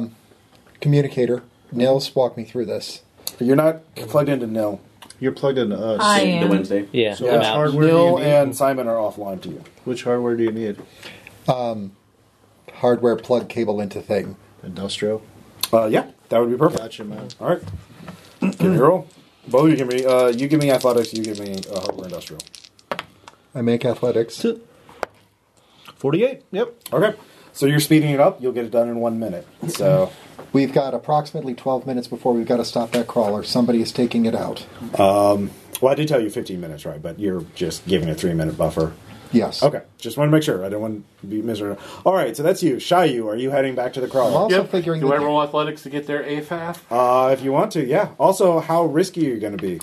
Communicator, Nils, walk me through this.
you're not plugged into nil.
You're plugged into us.
I
the
am.
Wednesday.
Yeah,
So
I'm
which
out.
hardware do you
Nil
need?
and Simon are offline to you.
which hardware do you need?
Um, Hardware plug cable into thing.
Industrial.
Uh, yeah, that would be perfect.
Gotcha, man.
All right, give me a roll. Both of you give me. Uh, you give me athletics. You give me uh, hardware industrial.
I make athletics.
Forty-eight. Yep.
Okay, so you're speeding it up. You'll get it done in one minute. So.
We've got approximately 12 minutes before we've got to stop that crawler. Somebody is taking it out.
Well, I did tell you 15 minutes, right? But you're just giving a three minute buffer.
Yes.
Okay, just want to make sure. I don't want to be miserable. All right, so that's you. Shayu, are you heading back to the
I'm
crawler?
also
yep.
figuring
Do I
that
roll athletics to get there AFAF?
Uh, if you want to, yeah. Also, how risky are you going to be?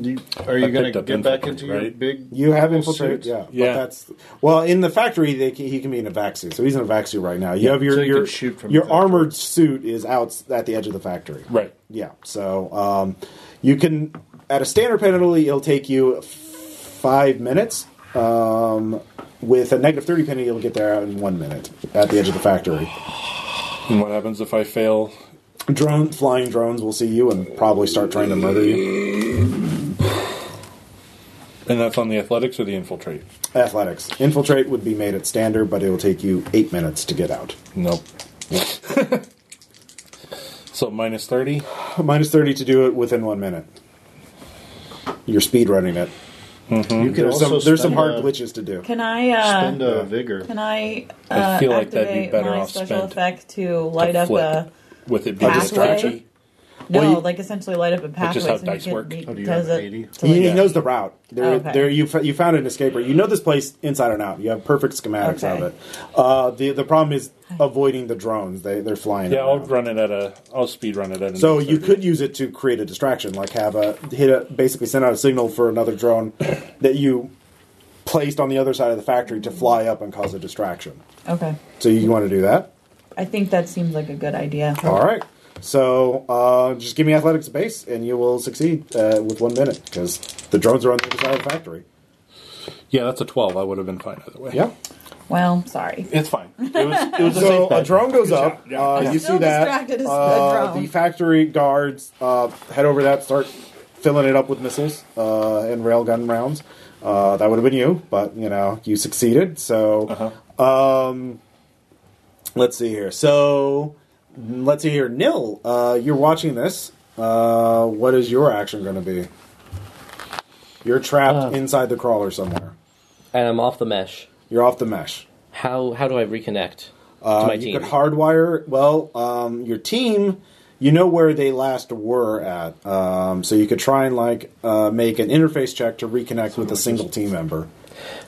You, are you
I
going
picked
to
up
get back
infantry,
into your
right?
big?
You have
Well,
infiltrated,
suits.
yeah. But
Yeah.
that's well in the factory. They can, he can be in a vaccine, so he's in a vaccine right now. You have your
so he
your
can shoot from the
your
factory.
armored suit is out at the edge of the factory.
Right.
Yeah. So um, you can at a standard penalty, it'll take you f- five minutes. Um, with a negative thirty penalty, you'll get there out in one minute at the edge of the factory.
And what happens if I fail?
Drone flying drones will see you and probably start trying to murder you.
And that's on the athletics or the infiltrate?
Athletics infiltrate would be made at standard, but it will take you eight minutes to get out.
Nope. so minus 30?
Minus 30 to do it within one minute. You're speed running it.
Mm-hmm.
You can
There's
also
some, there's some
spend
hard
a-
glitches to do.
Can I? Uh,
Spend a vigor.
Can I? Uh,
I feel like that'd be
activate
better
my
off
special
spent
effect to light up
flip.
a
With it being
pathway.
distraction?
No,
Well, you-
like essentially light up a pathway.
is how
so he
dice
can-
work.
he
Oh, do you
does
have
it
80?
to,
He,
like- Oh,
he knows the route. There,
Okay.
there you, f- you found an escape route. You know this place inside and out. You have perfect schematics
Okay.
of it. Uh, the the problem is avoiding the drones. They they're flying.
Yeah, I'll
around.
run it at a. I'll speed run it at a.
So you could use it to create a distraction, like have a hit a basically send out a signal for another drone that you placed on the other side of the factory to fly up and cause a distraction.
Okay,
So you want to do that?
I think that seems like a good idea.
All right. So uh, just give me athletics base, and you will succeed uh, with one minute because the drones are on the other side of the factory.
Yeah, that's a 12. I would have been fine either way.
Yeah.
Well, sorry.
It's fine. It was, it was a
So
safe
a
uh,
bet.
drone goes up.
Yeah.
Uh,
I'm
you
still
see that?
distracted as the
Uh,
drone.
the factory guards uh, head over that, start filling it up with missiles uh, and railgun rounds. Uh, that would have been you, but you know you
Uh-huh.
succeeded. So, um, let's see here. So let's see here, Nil. Uh, you're watching this. Uh, what is your action going to be? You're trapped
Uh.
inside the crawler somewhere.
and I'm off the mesh.
You're off the mesh.
How how do I reconnect
Uh,
to my
you
team?
could hardwire. Well, um, your team, you know where they last were at, um, so you could try and like uh, make an interface check to reconnect with a single team member.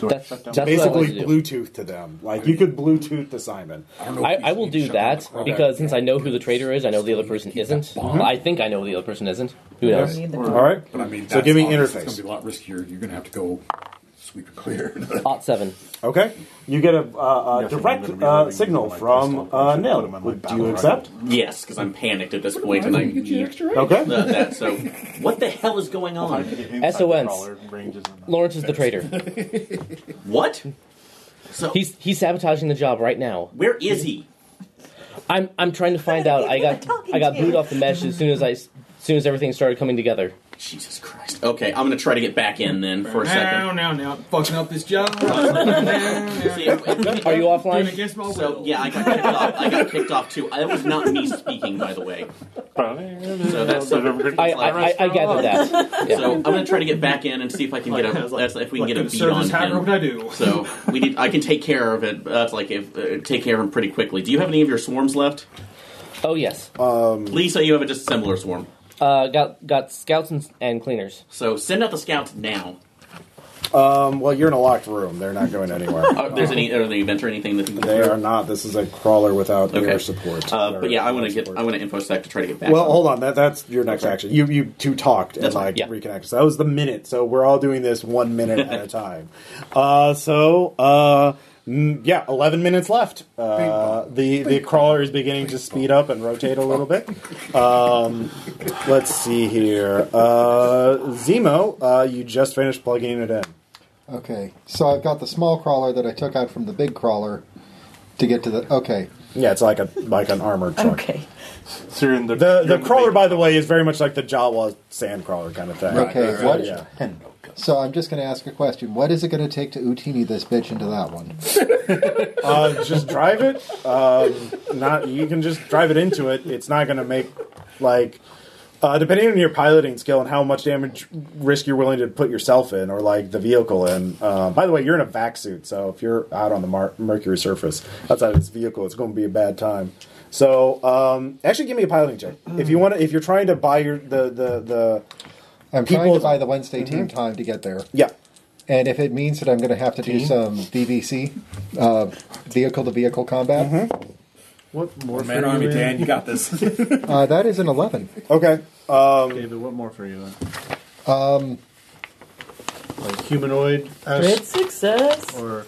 that's that's what I
Basically,
want to do.
Bluetooth to them. Like you could Bluetooth to Simon.
I, I will do that because since I know who the traitor is, I know the other person isn't. Well, I think I know the other person isn't. Who
You
knows?
need the
All right.
But I mean,
So give me
obvious.
interface.
It's gonna be a lot riskier. You're gonna have to go sweep and clear.
Ot seven.
Okay. You get a, uh, uh
Definitely
direct
gonna be
uh,
letting people
signal
like
from
desktop
uh,
version,
Nil.
put 'em in, like,
Would- Do
battle
you
rocket.
accept?
Yes, because I'm panicked at this point, and I
Get you
need
extra
Okay.
uh, that. So, what the hell is going on?
SONs. Lawrence is the traitor.
What? So
He's he's sabotaging the job right now.
where is he?
I'm I'm trying to find out. I got I got booed off the mesh as soon as I as soon as everything started coming together.
Jesus Christ. Okay, I'm gonna try to get back in then for a
Now,
second.
now, now, fucking up this job.
See, if- if-
Are you
Doing
offline?
against my will.
so yeah, I got kicked off. I got kicked off too. That was not me speaking, by the way. So that's
I I, I, I gathered that. Yeah.
So I'm gonna try to get back in and see if I can get
Like, I
a
was like,
that's if we can
like,
get a
the
beat on
service hacker,
him.
What can I do?
So we need. I can take care of it. That's like if uh, take care of him pretty quickly. Do you have any of your swarms left,
Oh yes.
Um,
Lisa? You have a dissimilar swarm.
Uh, got got scouts and, and cleaners.
So send out the scouts now.
Um, well, you're in a locked room. They're not going anywhere.
Oh,
Uh, if there's any are they event or anything that you can
they are not. This is a crawler without
Okay.
air support.
Uh, but yeah, I want to get
Support.
I want to infosec to try to get back.
Well,
on.
hold on. That that's your next action. You you two talked and
That's fine,
like
yeah.
reconnected. So that was the minute. So we're all doing this one minute at a time. Uh, so uh, mm, yeah, eleven minutes left. Uh, the the crawler is beginning to speed up and rotate a little bit. Um, let's see here. Uh, Zemo, uh, you just finished plugging it in.
Okay, so I've got the small crawler that I took out from the big crawler to get to the. Okay,
Yeah, it's like a like an armored truck.
Okay.
So you're in the,
The
you're
the
in
crawler,
big-
by the way, is very much like the Jawa sand crawler kind of thing.
okay.
Yeah,
what?
yeah.
So I'm just going to ask a question. What is it going to take to Utini this bitch into that one?
Uh, just drive it. Um, not you can just drive it into it. It's not going to make like uh, depending on your piloting skill and how much damage risk you're willing to put yourself in, or like the vehicle in. Uh, by the way, you're in a vac suit, so if you're out on the mar- Mercury surface outside of this vehicle, it's going to be a bad time. So um, actually, give me a piloting check if you want. to If you're trying to buy your the the the
I'm trying to
People's-
buy the Wednesday
Mm-hmm.
team time to get there,
yeah.
and if it means that I'm going to have to do some VVC, uh, vehicle to vehicle combat,
Mm-hmm.
What more
Man Army Dan, you got this.
uh, that is an eleven.
Okay. um,
David, what more for you? Um, like humanoid
Great
esque
success.
or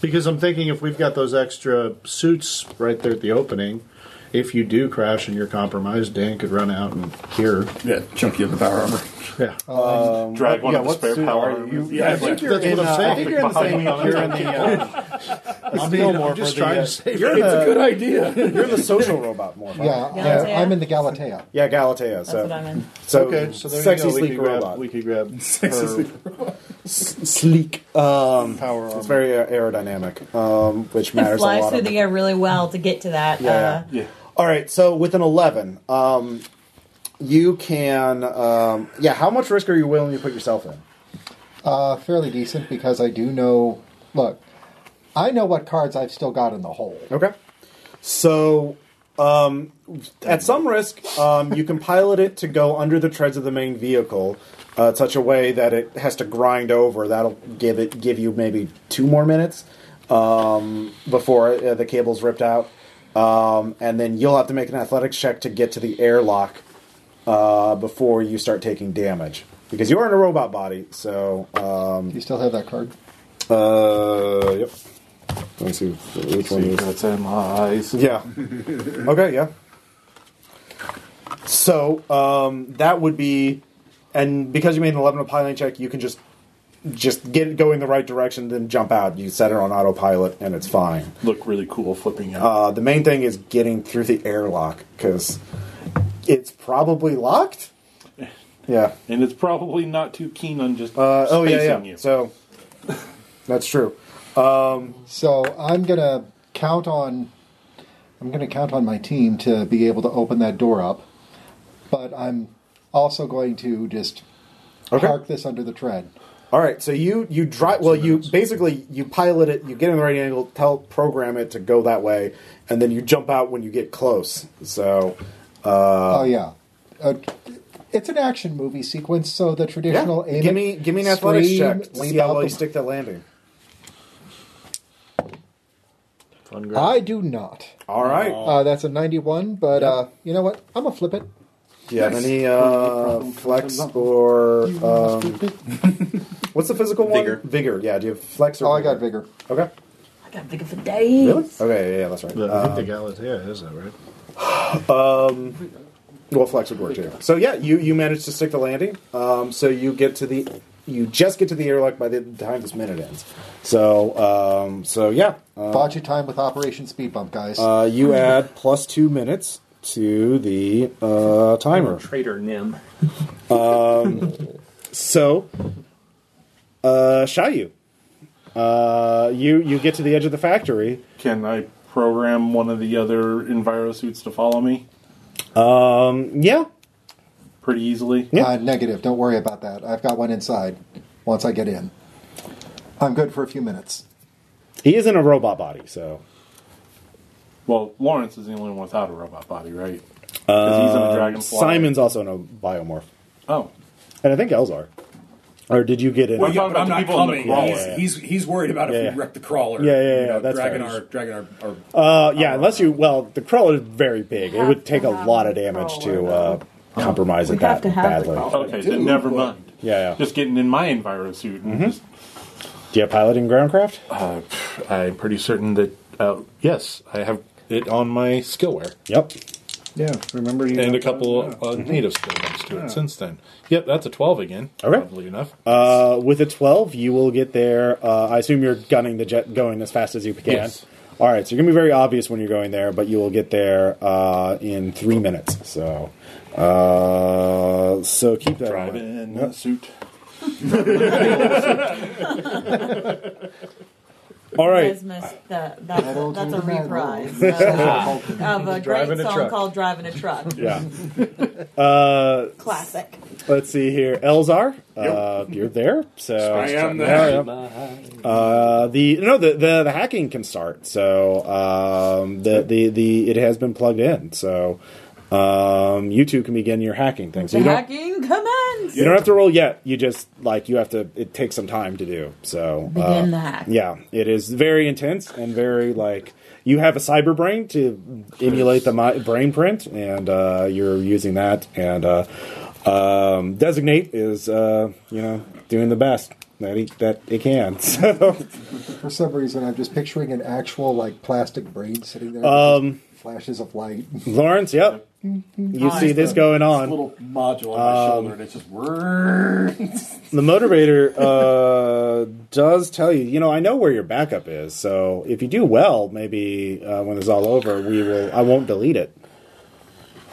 because I'm thinking if we've got those extra suits right there at the opening, if you do crash and you're compromised, Dan could run out and cure.
yeah, chunk you in the power armor.
Yeah,
drag one
Um,
of
yeah,
the
what
spare
suit
power.
are you?
armors.
Yeah, I think you're
that's
in.
what
Uh,
I'm
I
saying.
think you're in the same. You're in the. Uh,
I'm,
still more
I'm just
for the,
trying
uh,
to save
you're in
It's a
the,
good idea.
you're in the social robot more.
Yeah,
Bob.
Galatea?
I, I'm in the Galatea.
Yeah, Galatea.
That's
so,
what I'm in.
so,
Okay, so there
sexy
you go. We
sleek
could grab,
robot.
We could grab
Sexy
her
sleek
sleek. Um,
power armor.
it's very uh, aerodynamic, um, which
It
matters a
flies
lot.
through
on-
the air really well to get to that.
Yeah,
Uh,
yeah. All right, so with an eleven, um, you can. Um, yeah, how much risk are you willing to put yourself in?
Uh, fairly decent because I do know. Look, I know what cards I've still got in the hole.
Okay. So, um, at some risk, um, you can pilot it to go under the treads of the main vehicle, uh, in such a way that it has to grind over. That'll give it give you maybe two more minutes um, before uh, the cable's ripped out, um, and then you'll have to make an athletics check to get to the airlock uh, before you start taking damage because you are in a robot body. So, um,
You still have that card?
uh, yep. Let's see which one. it is.
Secrets and lies.
Yeah. okay, yeah. So, um, that would be and because you made an 11 piloting check, you can just just get it going the right direction then jump out. You set it on autopilot and it's fine.
Look really cool flipping out.
Uh, the main thing is getting through the airlock cuz it's probably locked.
Eh.
Yeah.
and it's probably not too keen on just
Uh, oh yeah, yeah.
spacing you.
So that's true. Um,
So I'm gonna count on I'm going to count on my team to be able to open that door up, but I'm also going to just
Okay.
park this under the tread.
All right, so you you drive well. You basically you pilot it. You get in the right angle. Tell program it to go that way, and then you jump out when you get close. So
oh yeah, uh, it's an action movie sequence, so the
yeah,
traditional aim.
give
it,
me give me an athletics
scream,
check. To
leap
see how
out
well
the-
you stick that landing.
Fun girl.
I do not.
All right.
Oh.
Uh, that's a 91, but uh, you know what? I'm gonna flip it.
Do you have any uh, flex or um, what's the physical one?
Vigor.
Vigor. Yeah. Do you have flex or?
Oh, I got vigor.
Okay.
I got big for days.
Really? Okay. Yeah. yeah, That's right.
The- I
Uh,
think the gal is yeah, is that right?
um, Well, flex would work too. So yeah, you you managed to stick the landing. Um, so you get to the you just get to the airlock by the time this minute ends. So um, so yeah, uh,
Bought you time with Operation Speed Bump, guys.
uh, you add plus two minutes to the uh, timer. Um,
Traitor Nim.
So uh, Shayu, uh, you you get to the edge of the factory.
Can I program one of the other envirosuits to follow me
Um, Yeah.
pretty easily?
yeah.
Uh, negative. Don't worry about that. I've got one inside. Once I get in, I'm good for a few minutes.
He is in a robot body, so
Well, Lawrence is the only one without a robot body, right? Because he's
Uh,
on a dragonfly.
Simon's also in a biomorph,
Oh,
and I think Elzar. Or did you get in?
Well,
yeah,
talking
but
about
I'm
the
not
people in the
coming.
crawler.
He's, he's he's worried about if
Yeah, yeah.
we wreck the crawler.
Yeah, yeah,
You
yeah,
know,
that's
dragging
fair.
our dragging our. our
Uh, yeah, unless you well, the crawler is very big. It would take a lot of damage to uh, compromise
We
it that
have to have the
badly.
crawler.
okay, then never mind.
Yeah, yeah.
Just getting in my envirosuit. And just,
Do you have piloting groundcraft?
uh, pff, I'm pretty certain that, uh, yes, I have it on my skillware.
Yep.
Yeah. Remember you.
and a couple uh, native skill ones to it since then. Yep, that's a 12 again.
Okay.
Probably enough.
Uh, with a twelve, you will get there. Uh, I assume you're gunning the jet, going as fast as you can.
Yes.
All right, so you're gonna be very obvious when you're going there, but you will get there uh, in three minutes. So, uh, so keep that in mind.
Driving a suit.
uh,
All
You
right,
guys missed that. That's,
old
that's a
Hulk man,
reprise
old-
of,
Hulk
of a
Driving
great
a
song
truck.
called "Driving a Truck."
yeah. uh,
Classic.
let's see here, Elzar, uh, you're there. So
I am the
Yeah, yeah. Uh, the no the, the the hacking can start. So um, the the the it has been plugged in. So um, you two can begin your hacking thing. So
The
you don't
hacking commence.
you don't have to roll yet. You just like you have to. It takes some time to do. So uh,
Begin the hack.
yeah, it is very intense and very like you have a cyber brain to emulate the mi- brain print, and uh, you're using that. And uh, um, designate is uh, you know doing the best that he, that it can. So.
For some reason, I'm just picturing an actual like plastic braid sitting there. Um. Flashes of light.
Lawrence, yep. You see this going
This
on. Um,
little module on my shoulder, and it's just.
The motivator uh, does tell you, you know, I know where your backup is, so if you do well, maybe uh, when it's all over, we will. I won't delete it.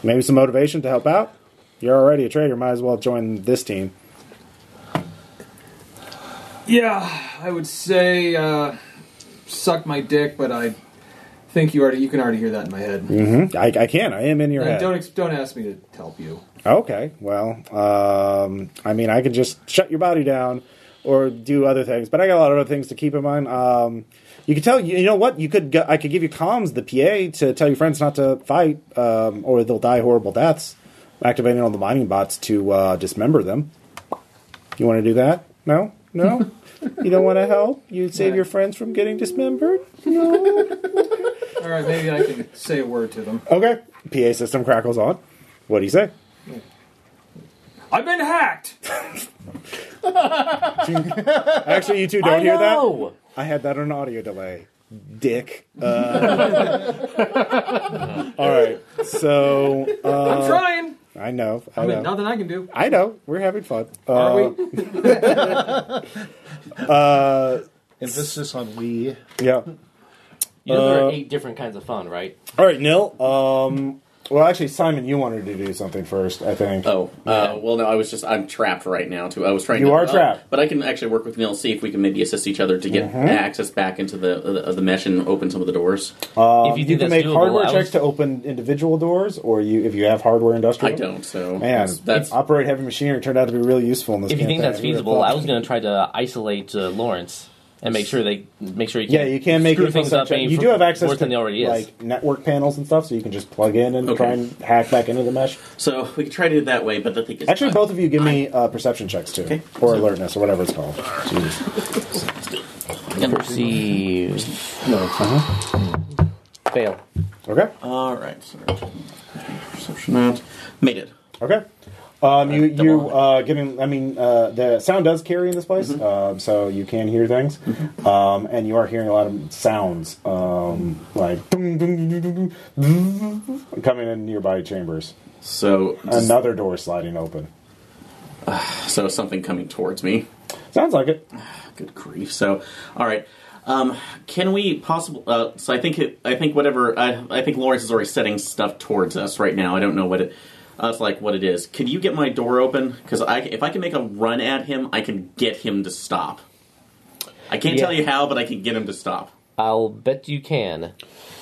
Maybe some motivation to help out. You're already a trader. Might as well join this team.
Yeah, I would say uh, suck my dick, but I think you already you can already hear that in my head.
Mm-hmm. I, I can. I am in your
And
head.
don't ex- don't ask me to help you.
Okay. Well, um, I mean, I can just shut your body down or do other things, but I got a lot of other things to keep in mind. Um, you could tell you know what you could. Go, I could give you comms, the PA, to tell your friends not to fight, um, or they'll die horrible deaths. Activating all the mining bots to uh, dismember them. You want to do that? No, no. you don't want to help. You save your friends from getting dismembered.
All right, maybe I can say a word to them.
Okay. PA system crackles on. What do you say?
I've been hacked.
Actually, you two don't hear that. I had that on an audio delay. Dick. Uh, all right. So uh,
I'm trying.
I know. I
I mean,
know.
nothing I can do.
I know. We're having fun. Uh,
Are we?
Emphasis on we.
uh, yeah. Uh,
Uh, You know, there are eight different kinds of fun, right?
All right, Nil. Um, Well, actually, Simon, you wanted to do something first, I think.
Oh, uh, well, no, I was just, I'm trapped right now, too. I was trying
You
to.
are
uh,
trapped. Mm-hmm.
But I can actually work with Neil, see if we can maybe assist each other to get access back into the, uh, the mesh and open some of the doors.
Um,
If you
you,
think
can
that's
make
doable,
hardware
I was-
checks to open individual doors, or you if you have hardware
I
industrial.
don't, so.
Man,
that's- that's.
operate heavy machinery turned out to be really useful in this.
If you think
campaign.
that's
I really
feasible,
thought-
I was going to try to isolate uh, Lawrence and make sure they make sure he
Yeah,
can
you can make
screw
info
things up.
check.
any
You
fr-
do have access
worse
to
than he already is.
like network panels and stuff, so you can just plug in and
Okay.
try and hack back into the mesh.
So we can try to do it that way, but the thing is.
Actually,
I-
both of you give me uh, perception checks too,
Okay.
or alertness, or whatever it's called. Jeez.
Let's see. Fail.
Okay.
All right, so perception that made it.
Okay. Um, you you
double.
uh, getting? I mean, uh, the sound does carry in this place,
Mm-hmm.
um, so you can hear things, um, and you are hearing a lot of sounds, um, like dum, dum, dum, dum, dum, dum, coming in nearby chambers.
So,
Another door sliding open.
so something coming towards me.
Sounds like it.
Good grief! So, all right, um, can we possible? Uh, so I think it, I think whatever I, I think Lawrence is already setting stuff towards us right now. I don't know what it. That's like what it is. Can you get my door open? Because I, if I can make a run at him, I can get him to stop. I can't
Yeah.
tell you how, but I can get him to stop.
I'll bet you can.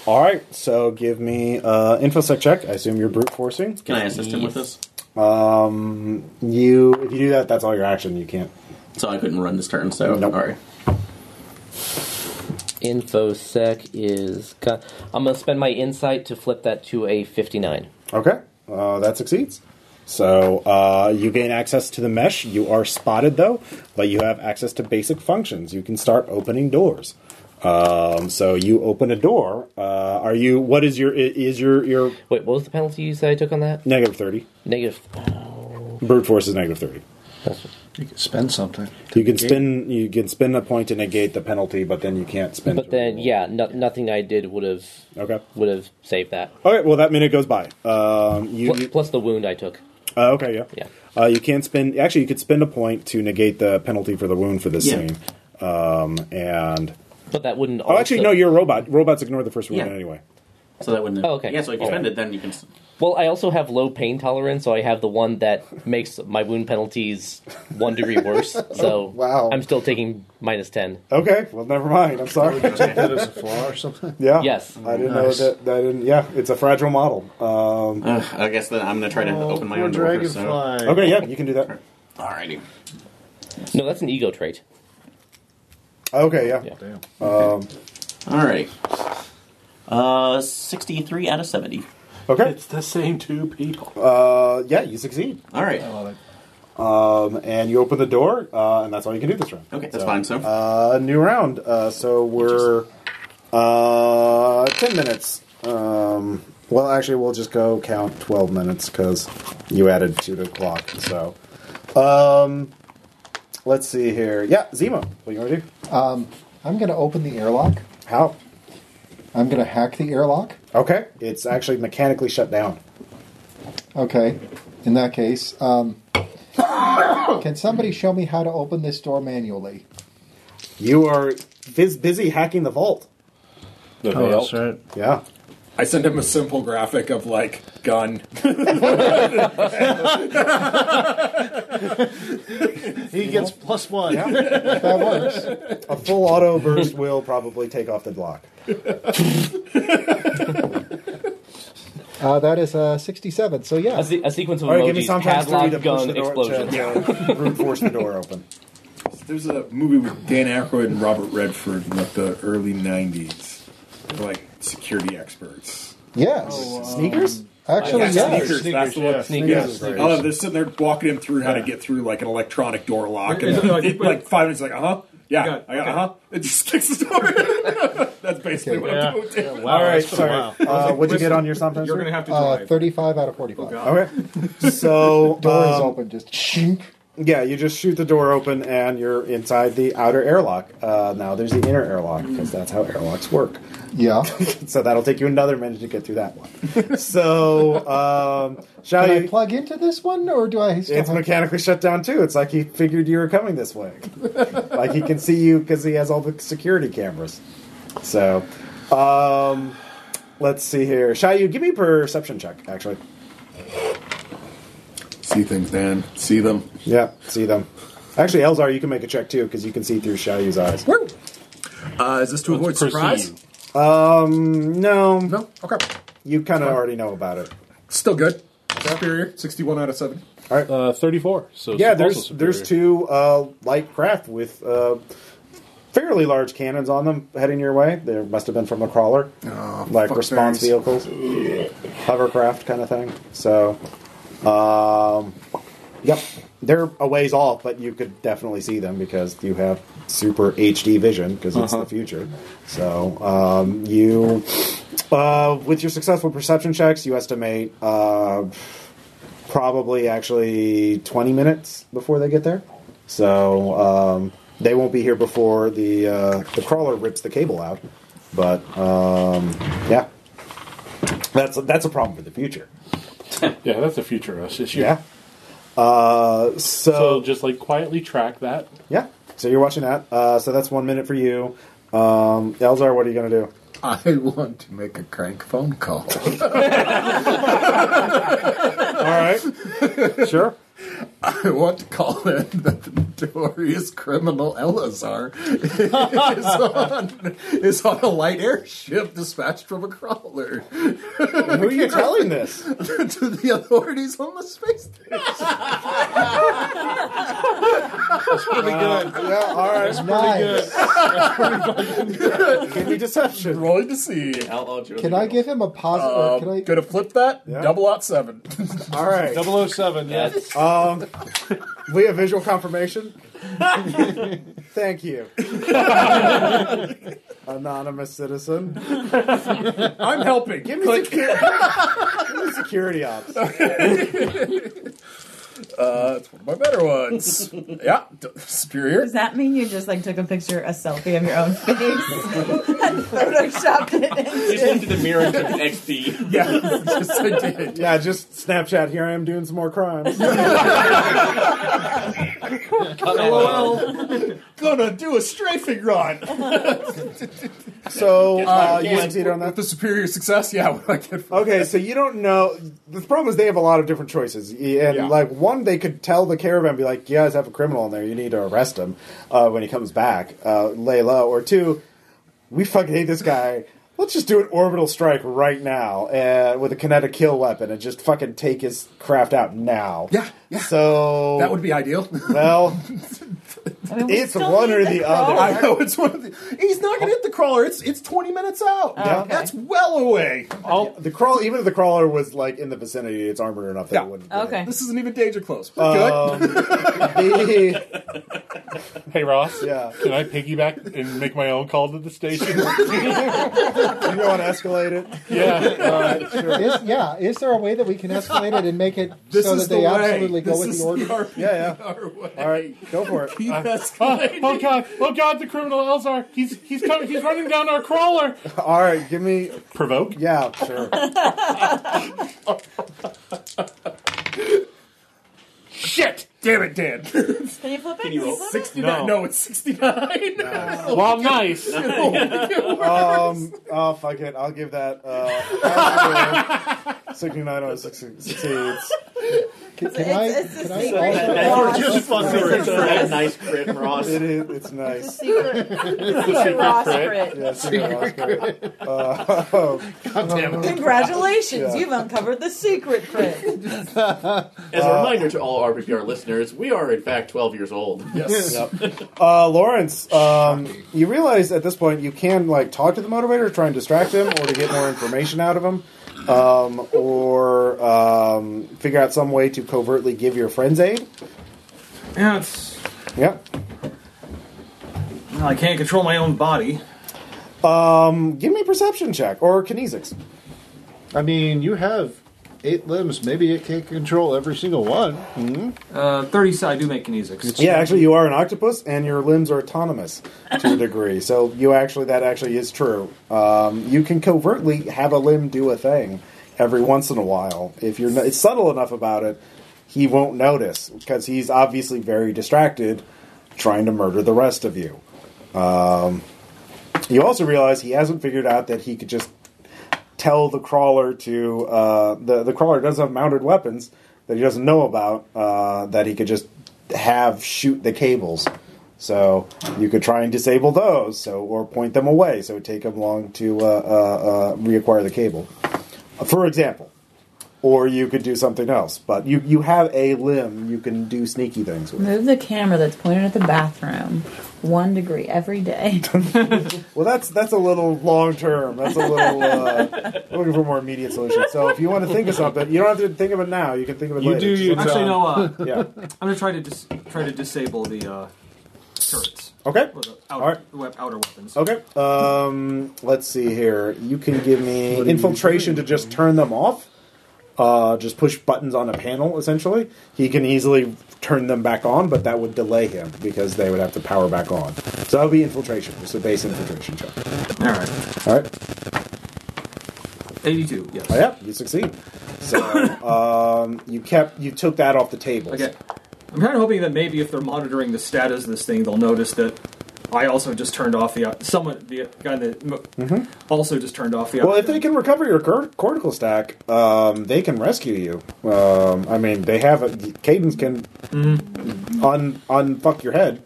All right, so give me uh, infosec check. I assume you're brute forcing. Um,
Can I assist him with this?
You, if you do that, that's all your action. You can't.
So I couldn't run this turn. So
Nope.
all right.
InfoSec is. co- I'm going to spend my insight to flip that to a 59.
Okay, uh, that succeeds. So uh, you gain access to the mesh. You are spotted though, but you have access to basic functions. You can start opening doors. Um, so you open a door. Uh, are you? What is your? i- Is your your
Wait, what was the penalty you said I took on that?
negative thirty?
Negative. oh.
Brute force is negative thirty.
You can spend something.
You can spin. You can spin a point to negate the penalty, but then you can't spin.
But
to
then,
remove.
yeah, no, nothing I did would have
Okay.
would have saved that.
Okay. Well, that minute goes by. Um, you,
Plus,
you-
plus the wound I took.
Uh, okay, yeah.
Yeah.
Uh, you can spend. Actually, you could spend a point to negate the penalty for the wound for this
Yeah.
scene. Um, and
But that wouldn't.
oh, actually, no, you're a robot. Robots ignore the first wound
Yeah.
anyway.
So that wouldn't.
Oh, okay.
Yeah. So if you
Yeah.
spend it, then you can. s-
Well, I also have low pain tolerance, so I have the one that makes my wound penalties one degree worse. So
wow.
I'm still taking minus ten.
Okay, well, never mind. I'm sorry.
Take that as a flaw or something.
yeah.
Yes.
I didn't
Nice.
know that. I didn't. Yeah, it's a fragile model. Um,
Uh, I guess then I'm gonna try to open my
Poor
own door. first,
dragonfly.
so-
okay, yeah, you can do that.
Alrighty.
No, that's an ego trait.
Okay, yeah.
Yeah.
Damn.
Um,
Alrighty. Uh, 63 out of 70.
Okay.
It's the same two people.
Uh, yeah, you succeed.
Alright.
Um, and you open the door, uh, and that's all you can do this round.
Okay, that's fine, so.
Uh, new round. Uh, so we're uh, ten minutes. Um, well, actually, we'll just go count twelve minutes because you added two to the clock. So, um, let's see here. Yeah, Zemo, what you want to do?
Um, I'm going to open the airlock.
How?
I'm going to hack the airlock.
Okay, it's actually mechanically shut down.
Okay. In that case, um, can somebody show me how to open this door manually?
You are biz- busy hacking the vault.
Oh, that's right.
Yeah.
I sent him a simple graphic of like gun.
He gets plus one.
Yeah.
That works.
A full auto burst will probably take off the block.
Uh, that is uh, 67. So yeah.
A, se- a sequence of
All right, give me
emojis:
some times three to
padlock, gun,
push the door
explosion.
to, to brute force the door open.
There's a movie with Dan Aykroyd and Robert Redford in like the early '90s. They're like security experts.
Yes.
Oh, Sneakers?
Actually,
Yeah,
yes.
sneakers, that's the one.
Sneakers.
Yeah.
Sneakers.
Oh, they're sitting there walking him through how to get through like an electronic door lock, and
Is it like-
it- like five minutes, like uh huh, yeah,
Got it.
I got uh huh. It just kicks the door. that's basically what
Yeah.
I'm doing.
Yeah, wow, All right, sorry. Wow.
Uh, what'd you get on your sometimes?
You're gonna have to
Uh,
drive.
35 out of 45.
Okay. So
Door is
um,
open. Just shink.
yeah, you just shoot the door open and you're inside the outer airlock. Uh, now there's the inner airlock because that's how airlocks work.
Yeah.
So that'll take you another minute to get through that one. so um, shall
Can I
you?
plug into this one, or do I still
It's
have
mechanically shut down too. It's like he figured you were coming this way. like he can see you because he has all the security cameras. So, um, Let's see here. Shayu, give me a perception check, actually.
See things, Dan. See them.
Yeah, see them. Actually, Elzar, you can make a check too because you can see through Shayu's eyes.
Uh, is this to avoid surprise?
Um, No,
No. Okay.
you kind of already know about it.
Still good. Superior. Sixty-one out of seventy.
Uh, 34. So
Yeah,
it's also
there's
superior.
there's two uh, light craft with uh, fairly large cannons on them heading your way. They must have been from the crawler, like
Oh, fuck
response
berries.
vehicles, hovercraft kind of thing. So, um, yep, they're a ways off, but you could definitely see them because you have super HD vision because it's
Uh-huh.
the future. So um, you, uh, with your successful perception checks, you estimate. Uh, probably actually 20 minutes before they get there. So um, they won't be here before the uh, the crawler rips the cable out. But um, yeah, that's that's a problem for the future.
Yeah, that's a future us issue.
Yeah. Uh,
So just like quietly track that.
yeah, so you're watching that. Uh, so that's one minute for you. Um, Elzar, what are you gonna do?
I want to make a crank phone call.
All right, sure.
I want to call in that the notorious criminal Elazar is on, is on a light airship dispatched from a crawler
Who are you telling this?
to the authorities on the space station.
Yeah, all right.
Nice.
Give me deception.
Rolling to see.
Can I give him a positive?
Um,
or can I?
Gonna flip that.
Yeah.
Double out seven.
All right.
007. Yeah.
Um, we have visual confirmation. Thank you, anonymous citizen.
I'm helping.
Give me,
Click.
secu- give me security ops.
Uh, it's one of my better ones. yeah. d- Superior.
Does that mean you just like took a picture, a selfie of your own face, and photoshopped it? In?
Just looked at the mirror and took an XD.
Yeah. yes, I did.
Yeah, just Snapchat. Here I am doing some more crimes.
Gonna do a strafing run.
So uh, you succeeded on
With
that.
the superior success, yeah. What do I get? For
Okay, so you don't know. The problem is they have a lot of different choices, and like one, they could tell the caravan, be like, "You guys have a criminal in there. You need to arrest him uh, when he comes back, uh, lay low." Or two, we fucking hate this guy. Let's just do an orbital strike right now uh, with a kinetic kill weapon and just fucking take his craft out now.
Yeah, yeah.
So
that would be ideal.
well.
I mean, we
It's
still
one
need
or the other.
crawler.
I know it's one of the. He's not gonna hit the crawler. It's it's twenty minutes out.
Oh.
Yeah. okay.
That's well away.
The crawl, even if the crawler was like in the vicinity, it's armored enough that
Yeah.
it wouldn't. be
Okay.
This isn't even danger close. We're
Um,
good.
The-
Hey Ross.
Yeah.
Can I piggyback and make my own call to the station?
you don't want to escalate it.
yeah.
Is, yeah, is there a way that we can escalate it and make it
This
so
is
that they
the way.
absolutely go
this
with
is
the order?
our,
Yeah, yeah.
our way.
All right, go for it.
Keep
Uh,
escalating.
oh god. Oh god. The criminal Elzar. He's he's coming. He's running down our crawler.
All right, give me.
Provoke.
Yeah, sure.
Shit! Damn it, Dan.
Can you flip it? Can you flip it?
69. No, it's 69.
Well, nice.
Um, oh fuck it, I'll give that. Uh, sixty-nine on six succeeds.
Can, can I?
It's, it's,
can
a
I
secret.
That's
also-
just fucking for that nice crit, Ross.
It is. It's nice.
It's a secret. It's a secret Ross crit.
Yeah, it's a good loss crit.
Uh,
Congratulations,
Yeah.
you've uncovered the secret crit.
As a reminder to all RPPR listeners, we are in fact 12 years old.
Yes.
Uh, Lawrence, um, you realize at this point you can like talk to the motivator, try and distract him, or to get more information out of him, um, or um, figure out some way to covertly give your friends aid.
Yeah, it's.
Yeah.
Well, I can't control my own body.
Um, give me a perception check or kinesics.
I mean, you have eight limbs. Maybe it can't control every single one.
Uh, 30, so I do make kinesics.
Hmm? Yeah, actually, you are an octopus, and your limbs are autonomous to a degree. So you actually, that actually is true. Um, you can covertly have a limb do a thing every once in a while if you're it's subtle enough about it. He won't notice because he's obviously very distracted, trying to murder the rest of you. Um, you also realize he hasn't figured out that he could just tell the crawler to uh, the the crawler does have mounted weapons that he doesn't know about uh, that he could just have shoot the cables. So you could try and disable those, so or point them away, so it take them long to uh, uh, uh, reacquire the cable. For example, or you could do something else. But you you have a limb you can do sneaky things with.
Move the camera that's pointed at the bathroom one degree every day.
Well, that's that's a little long term. That's a little uh, looking for more immediate solution. So if you want to think of something, you don't have to think of it now. You can think of it
You
later.
do you,
So-
Actually, no. Uh,
Yeah.
I'm gonna try to dis- try to disable the uh, turrets.
Okay.
Or the
All
outer,
right.
wep- outer weapons.
Okay. Um, let's see here. You can give me infiltration to just turn them off. Uh, just push buttons on a panel, essentially. He can easily turn them back on, but that would delay him because they would have to power back on. So that would be infiltration, just a base infiltration check.
All right.
All right.
82. Yes.
Oh, yeah, you succeed. So um, you kept you took that off the table.
Okay. I'm kind of hoping that maybe if they're monitoring the status of this thing, they'll notice that I also just turned off the someone the guy that mo- also just turned off the.
Mm-hmm. Well, if they can recover your cor- cortical stack, um, they can rescue you. Um, I mean, they have a cadence can un unfuck your head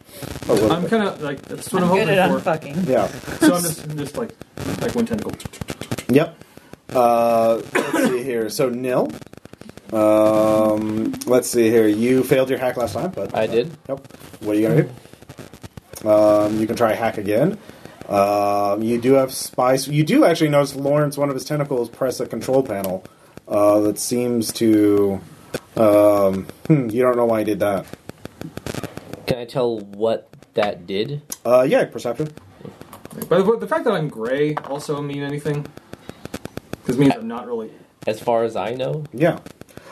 a little
Mm-hmm. I'm
bit.
kind of like that's what I'm,
I'm good
hoping
at
for.
unfucking.
yeah.
So I'm just, I'm just like like one tentacle.
Yep. Uh, let's see here. So nil. Um, let's see here. You failed your hack last time, but
I did.
Yep. What are you gonna do? Um, you can try hack again. Um, you do have spice. You do actually notice Lawrence. One of his tentacles press a control panel uh, that seems to. Um, hmm, you don't know why he did that.
Can I tell what that did?
Uh, yeah, perception.
But the, the fact that I'm gray also mean anything? Because means I'm not really.
As far as I know,
Yeah.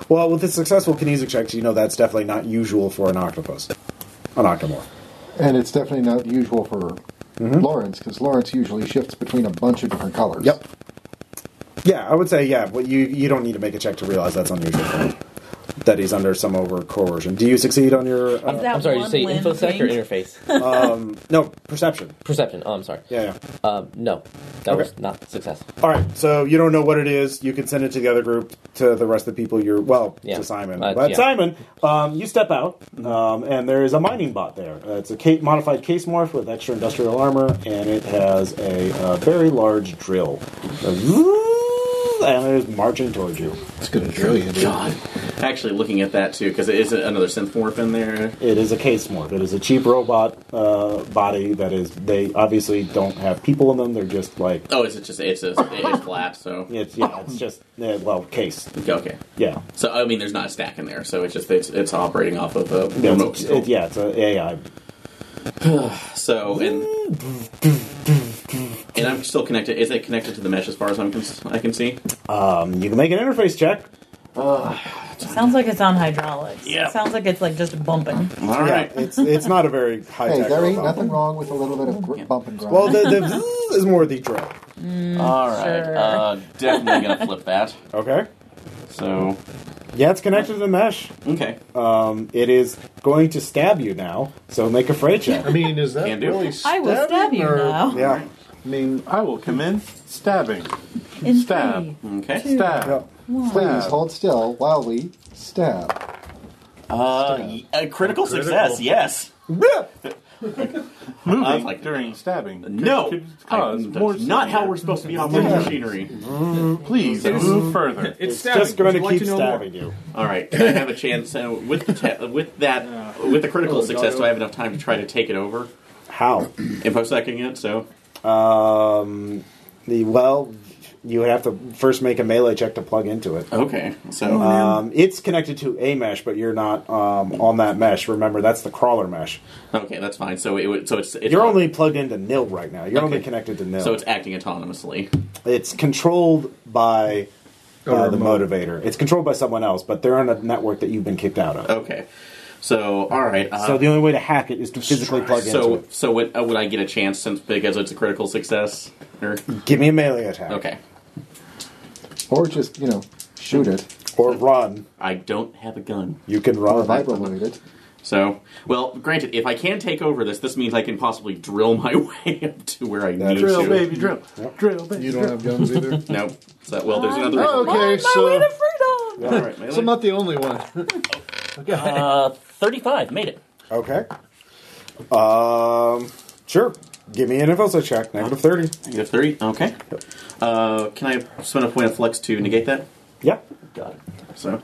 Well, with the successful kinesic checks, you know that's definitely not usual for an octopus, an octomorph.
And it's definitely not usual for
Mm-hmm.
Lawrence because Lawrence usually shifts between a bunch of different colors.
Yep. Yeah, I would say yeah. But you you don't need to make a check to realize that's unusual. For him, that he's under some over coercion. Do you succeed on your uh, Um,
That
I'm sorry. You
one
say
limb
infosec or
thing.
interface?
no Oh, perception?
Perception. Oh, I'm sorry.
Yeah, yeah.
Um, no, that
Okay.
was not success.
All right. So you don't know what it is. You can send it to the other group, to the rest of the people. You're well
Yeah.
to Simon,
Uh,
but
yeah.
Simon, um, you step out, um, and there is a mining bot there. Uh, it's a ca- modified case morph with extra industrial armor, and it has a uh, very large drill, and it is marching towards you.
It's going to drill you, dude.
God. Actually, looking at that too, because it is another synth morph in there.
It is a case morph. It is a cheap robot uh, body that is. They obviously don't have people in them. They're just like
Oh, is it just it's a, it's flat? So
it's yeah. It's just uh, well case.
okay.
Yeah.
So I mean, there's not a stack in there, so it's just it's, it's operating off of a
Yeah,
remote.
it's,
control.
it- yeah, it's a AI.
So and and I'm still connected. Is it connected to the mesh as far as I'm cons- I can see?
Um, you can make an interface check.
Sounds like it's on hydraulics.
Yeah.
Sounds like it's like just bumping.
All
yeah,
right.
it's it's not a very high
Hey,
tech.
there ain't nothing wrong with a little bit of gr- bump and grind.
Well, the, the is more the drill.
All right.
sure.
Uh, definitely gonna flip that.
Okay.
So
Yeah, it's connected to the mesh.
okay.
Um, it is going to stab you now. So make a fray check.
I mean, is that
Can do.
really
I will stab
stabbing,
you
or-
now.
Yeah.
I mean, I will commence stabbing.
In
Stab.
three.
Okay.
Stab.
Yep.
Please hold still while we stab.
Uh, y- a critical success. Yes. I was
Moving
like-
during stabbing. could-
No.
could
I-
cause more
that's not how we're supposed to be operating machinery.
stabbing. Please move further.
It's just going to
Would you like to
keep
know more?
stabbing you.
All right, I have a chance uh, with the te- with that
Uh,
with the
oh,
critical success. Do I have enough time to try to take it over?
How?
Infosecking it, so
Um, the well, you would have to first make a melee check to plug into it.
okay. So
Um, it's connected to a mesh, but you're not um, on that mesh. Remember, that's the crawler mesh.
okay, that's fine. So it would- so it's, it's
You're only plugged into nil right now. You're only
Okay.
connected to nil.
so it's acting autonomously.
it's controlled by uh, the motivator. It's controlled by someone else, but they're on a network that you've been kicked out of.
Okay, so all right. Uh,
So the only way to hack it is to physically plug into
so
it.
so would, uh, would I get a chance since because it's a critical success? Or,
Give me a melee attack,
okay,
Or just, you know, shoot it.
or run.
I don't have a gun.
You can
Or
run.
vibrolate it.
So, well, granted, if I can take over this, this means I can possibly drill my way up to where I need
drill,
to.
baby, drill, drill, baby. You don't have guns either.
No, so, well, there's another.
Oh,
reason.
okay,
so-
so
All right, melee.
So I'm not the only one.
Uh, 35, made it.
Okay. Um, sure. Give me an influence check. Negative thirty.
Negative 30, okay. Uh, can I spend a point of flex to negate that?
Yeah.
Got it. So.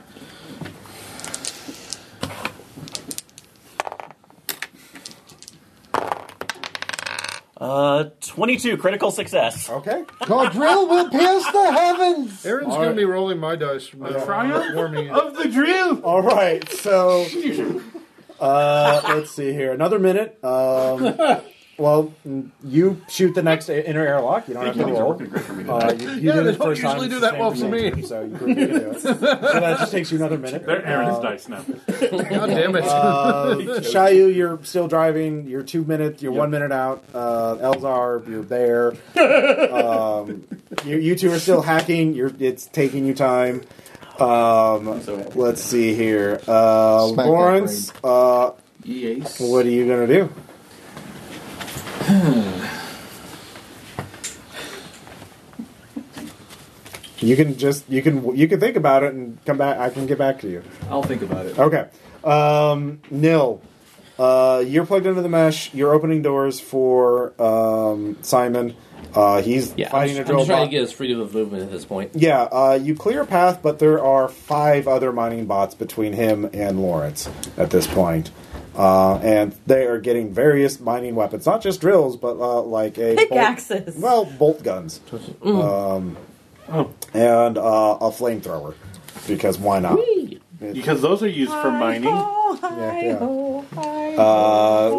Uh, 22, critical success.
Okay.
God, drill will pierce the heavens.
Aaron's
All
going
right.
to be rolling my dice from now on, warming it.
Of the drill!
All right. So, uh, let's see here. Another minute. Um, well, mm, you shoot the next i- inner airlock. You don't have to
Things are
roll.
working great for me
Uh,
today.
you, you
Yeah,
did
they
it the
don't
first time.
usually
It's
do
the
that
same
well
for
for
me,
me.
So you can do it. So that just takes you another minute.
They're Aaron's dice now.
God damn it.
Uh, Shayu, you're still driving. You're two minutes. You're one minute out. Uh, Elzar, you're there. um, you, you two are still hacking. You're it's taking you time. Um,
So-
let's see here, uh,
Smack that
Lawrence. Uh,
Yes.
what are you gonna do? You can just you can you can think about it and come back. I can get back to you.
I'll think about it.
Okay. Um, Nil, uh, you're plugged into the mesh. You're opening doors for um, Simon. Uh, he's
Yeah, I'm,
fighting
just,
a
I'm
drill
just trying to
bot.
get his freedom of movement at this point.
yeah, uh, you clear a path, but there are five other mining bots between him and Lawrence at this point. Uh, and they are getting various mining weapons, not just drills, but uh, like a bolt-
Pickaxes.
well, bolt guns,
Mm.
um, and uh, a flamethrower, because why not?
Because those are used for mining.
Hi-ho,
yeah.
hi-ho, hi-ho.
So
Uh,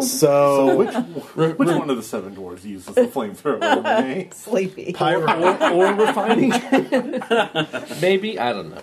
so
which which one of the seven dwarves uses the flamethrower? Renee?
Sleepy.
Or, or refining.
Maybe I don't know.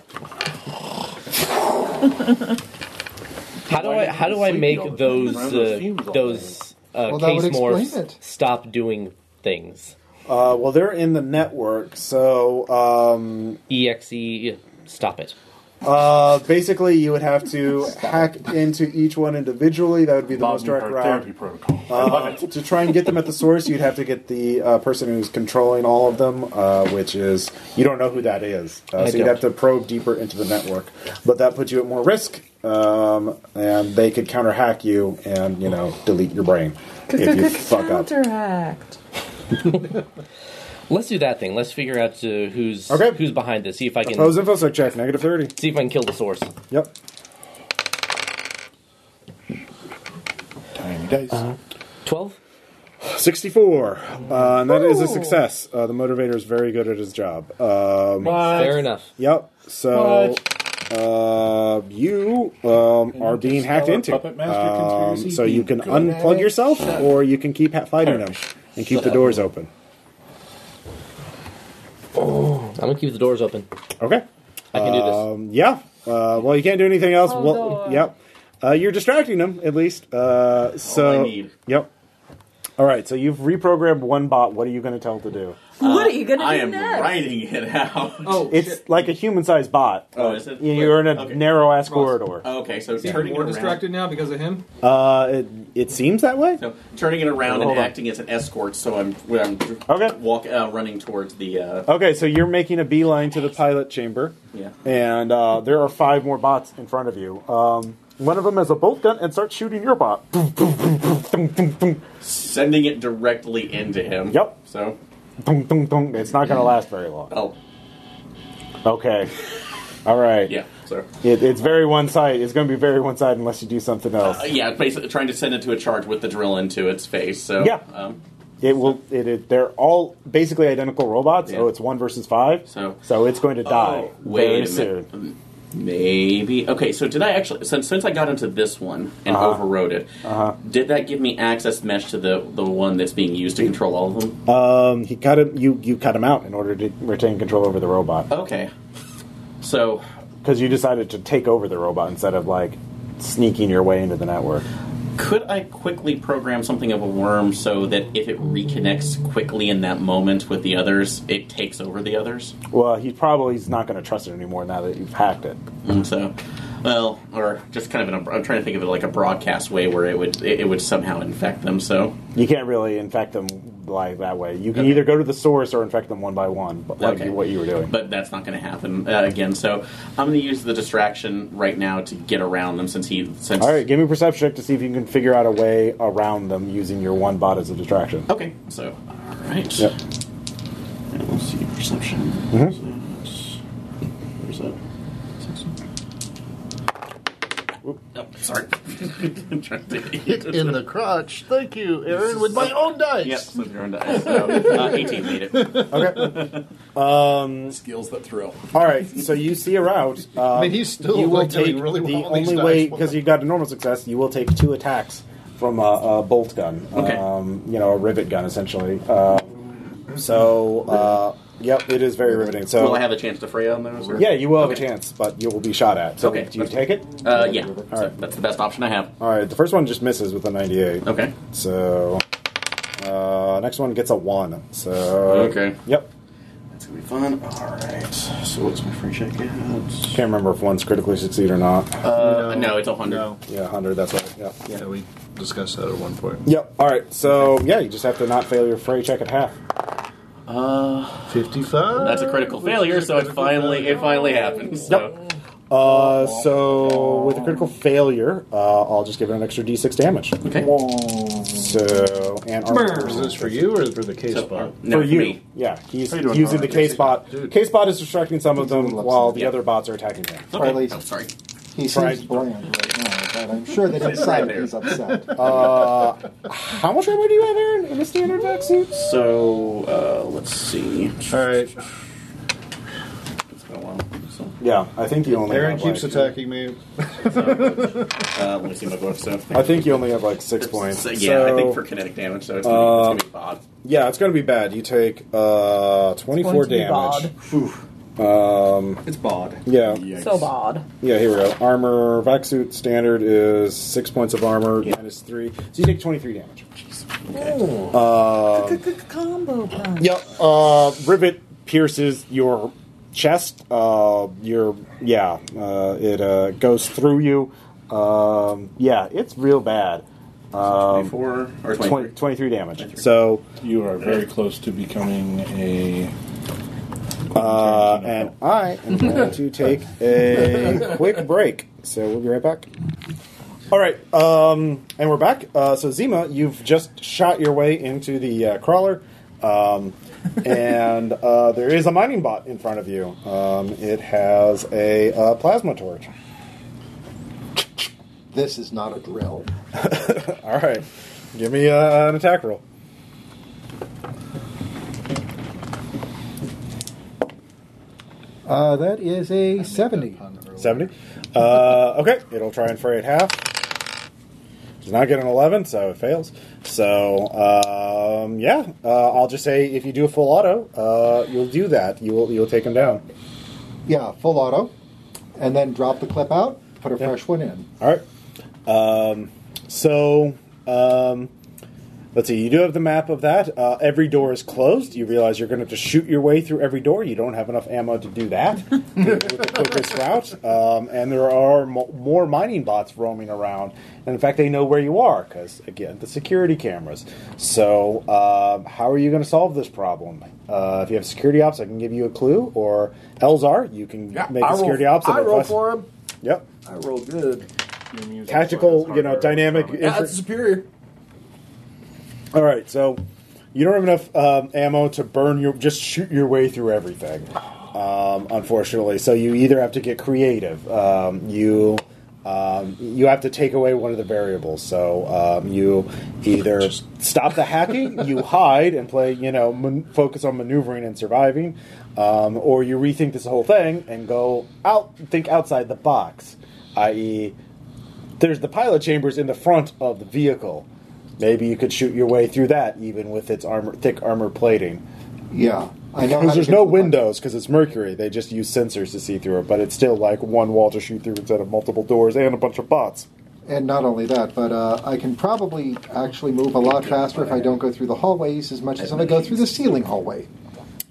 How do I how do I make those
time? Those
uh,
fumes all
those uh,
Well, that would
case morphs
explain it.
stop doing things?
Uh, well, they're in the network, so um,
Exe, E stop it.
uh, basically you would have to hack into each one individually. That would be the
Bob
most direct
Newhart
route.
therapy protocol.
Uh, to try and get them at the source, you'd have to get the uh, person who's controlling all of them, uh, which is you don't know who that is. Uh,
I
so you'd
don't.
have to probe deeper into the network, but that puts you at more risk, um, and they could counter hack you and you know delete your brain if you fuck up.
Counteract.
Let's do that thing. Let's figure out uh, who's
Okay.
who's behind this. See if I can
Oh, it was info sec check negative thirty.
see if I can kill the source.
Yep.
tiny dice.
Uh-huh. Twelve.
64. Uh, and that is a success. Uh, the motivator is very good at his job. Um,
Fair enough.
yep. So uh, you um, are being hacked
stellar
into.
puppet master
Um,
conspiracy
so you
being
can
good at
unplug
it.
yourself or you can keep ha- fighting them and keep the doors open.
I'm gonna keep the doors open.
Okay.
I can do this.
Um, yeah. Uh, well, you can't do anything else.
Hold
Well,
on.
yep. Uh, you're distracting them at least. Uh, so
I need.
yep. All right. So you've reprogrammed one bot. What are you going to tell it to do?
what are you gonna
Uh, I
do
am
next?
writing it out.
Oh,
It's
shit.
like a human-sized bot.
Oh, is it?
You're in a
Okay.
narrow ass
Ross.
corridor.
Okay, so
See, I'm
turning it
more
around,
distracted now because of him.
Uh, it, it seems that way.
so turning it around
Hold
and
on.
acting as an escort. So I'm, when I'm
Okay.
walk uh, running towards the. Uh,
Okay, so you're making a beeline to the pilot chamber,
Yeah.
and uh, there are five more bots in front of you. Um, one of them has a bolt gun and starts shooting your bot.
Sending it directly into him.
Yep.
So
Dunk, dunk, dunk. It's not going to last very long.
I'll
Okay. All right.
yeah. So
It, it's very one sided. It's going to be very one sided unless you do something else.
uh, yeah, basically trying to send it to a charge with the drill into its face. So
Yeah.
Um,
It will. It, it, they're all basically identical robots.
Yeah.
So it's one versus five.
So-
it's going to die
Oh, wait
very
a
soon.
minute. Maybe okay. So did I actually since since I got into this one and
Uh-huh.
overrode it? Did that give me access mesh to the the one that's being used to control all of them?
Um, he cut him. You you cut him out in order to retain control over the robot
okay. So
because you decided to take over the robot instead of like sneaking your way into the network.
could I quickly program something of a worm so that if it reconnects quickly in that moment with the others, it takes over the others?
Well, he probably is not going to trust it anymore now that you've hacked it.
And so Well, or just kind of in a, I'm trying to think of it like a broadcast way where it would it, it would somehow infect them. So
You can't really infect them like that way. You can either go to the source or infect them one by one, but like
Okay.
what you were doing.
But that's not going to happen uh, again. So I'm going to use the distraction right now to get around them since he since
All right, give me a perception check to see if you can figure out a way around them using your one bot as a distraction.
Okay, so all right.
Yep.
And we'll see perception.
Mhm.
Mm-hmm.
So that's- where's that? Whoop. Oh, sorry. I'm trying to
Hit in the crotch. Thank you, Aaron, with my own dice.
Yes, with your own dice. So, uh, 18 made it.
Okay. Um,
Skills that thrill.
All right, so you see a route. Uh,
I mean, he's still,
you will
like, doing
take
really well
the
on these
only
dice.
way because you got a normal success. You will take two attacks from a, a bolt gun.
Okay.
Um, you know, a rivet gun essentially. Uh, so, uh, yep, it is very riveting. So,
will I have a chance to fray on those? Or?
yeah, you will have
Okay.
a chance, but you will be shot at. So,
Okay,
do you
that's
take it?
Uh, yeah, So that's the best option I have.
All right, the first one just misses with a 98.
Okay.
So, uh, next one gets a 1. So,
Okay.
Yep.
That's gonna be fun. All right. So what's my free check? Out?
Can't remember if one's critically succeed or not.
Uh, no. it's a hundred.
Yeah, 100, that's right. Yep.
Yeah, we discussed that at one point.
Yep. All right. So, yeah, you just have to not fail your fray check at half.
Uh,
55.
that's a critical failure. So it finally, it finally happens. So.
Uh, so, with a critical failure, uh, I'll just give it an extra d6 damage.
Okay.
So, and armor
Is
piercing.
this for you or is it for the case bot?
No,
for you.
me.
Yeah, he's
How you doing,
using the
Mark?
case bot.
Dude.
Case bot is distracting some of them while the
Yeah.
other bots are attacking them.
Or at
Okay.
least-
Oh, sorry.
He
Right.
seems bland right now, but I'm sure that
It's
inside
right there.
he's upset.
Uh, how much armor do you have, Aaron, in a standard vac suit?
So uh, let's see.
All right.
It's been a while. So,
Yeah, I think you only.
Aaron
have,
keeps
like-
attacking me.
uh, let me see my glove stuff.
I think you only have like six points.
So, yeah, I
So, uh,
think for kinetic damage, so it's gonna, be it's gonna be bad.
yeah, it's going to be bad. You take uh twenty-four
Going to be
damage. Um,
It's bod.
Yeah,
Yikes.
So bad.
yeah. Here we go. Armor vac suit standard is six points of armor minus three, so you take twenty-three damage. Uh,
Combo punch.
Um, Yep. Uh, rivet pierces your chest. Uh, your yeah. Uh, it uh, goes through you. Um, yeah, it's real bad. Um,
Twenty-four or
20,
twenty-three.
23 damage. So,
You are very close to becoming a.
uh, and I am going to take a quick break. So we'll be right back. All right, um, and we're back. Uh, so Zima, you've just shot your way into the uh, crawler, um, and uh, there is a mining bot in front of you. Um, it has a uh, plasma torch.
This is not a drill.
All right, give me uh, an attack roll.
Uh, that is a 70.
70. Uh, okay, it'll try and fray at half. Does not get an 11, so it fails. So, um, yeah, uh, I'll just say if you do a full auto, uh, you'll do that. You will, you'll take him down.
Yeah, full auto. And then drop the clip out, put a fresh one in.
All right. Um, so, um, let's see. You do have the map of that. Uh, every door is closed. You realize you're going to have to shoot your way through every door. You don't have enough ammo to do that with the quickest route. Um, and there are mo- more mining bots roaming around. And in fact, they know where you are because, again, the security cameras. So, um, how are you going to solve this problem? Uh, if you have security ops, I can give you a clue. Or Elzar, you can make a security ops.
I roll
advice.
for him.
Yep
I roll good.
tactical, you know, dynamic.
Yeah,
infor-
that's superior.
All right, so you don't have enough um, ammo to burn your just shoot your way through everything, um, unfortunately. So you either have to get creative. Um, you um, you have to take away one of the variables. So um, you either stop the hacking, you hide and play, you know, man- focus on maneuvering and surviving, um, or you rethink this whole thing and go out think outside the box, e, i.e there's the pilot chambers in the front of the vehicle. Maybe you could shoot your way through that, even with its armor, thick armor plating.
Yeah. I know
Because
how to
there's
get
no
to the button.
windows, because it's Mercury. They just use sensors to see through it, but it's still like one wall to shoot through instead of multiple doors and a bunch of bots.
And not only that, but uh, I can probably actually move a lot faster if I don't go through the hallways as much as if I go through the ceiling hallway.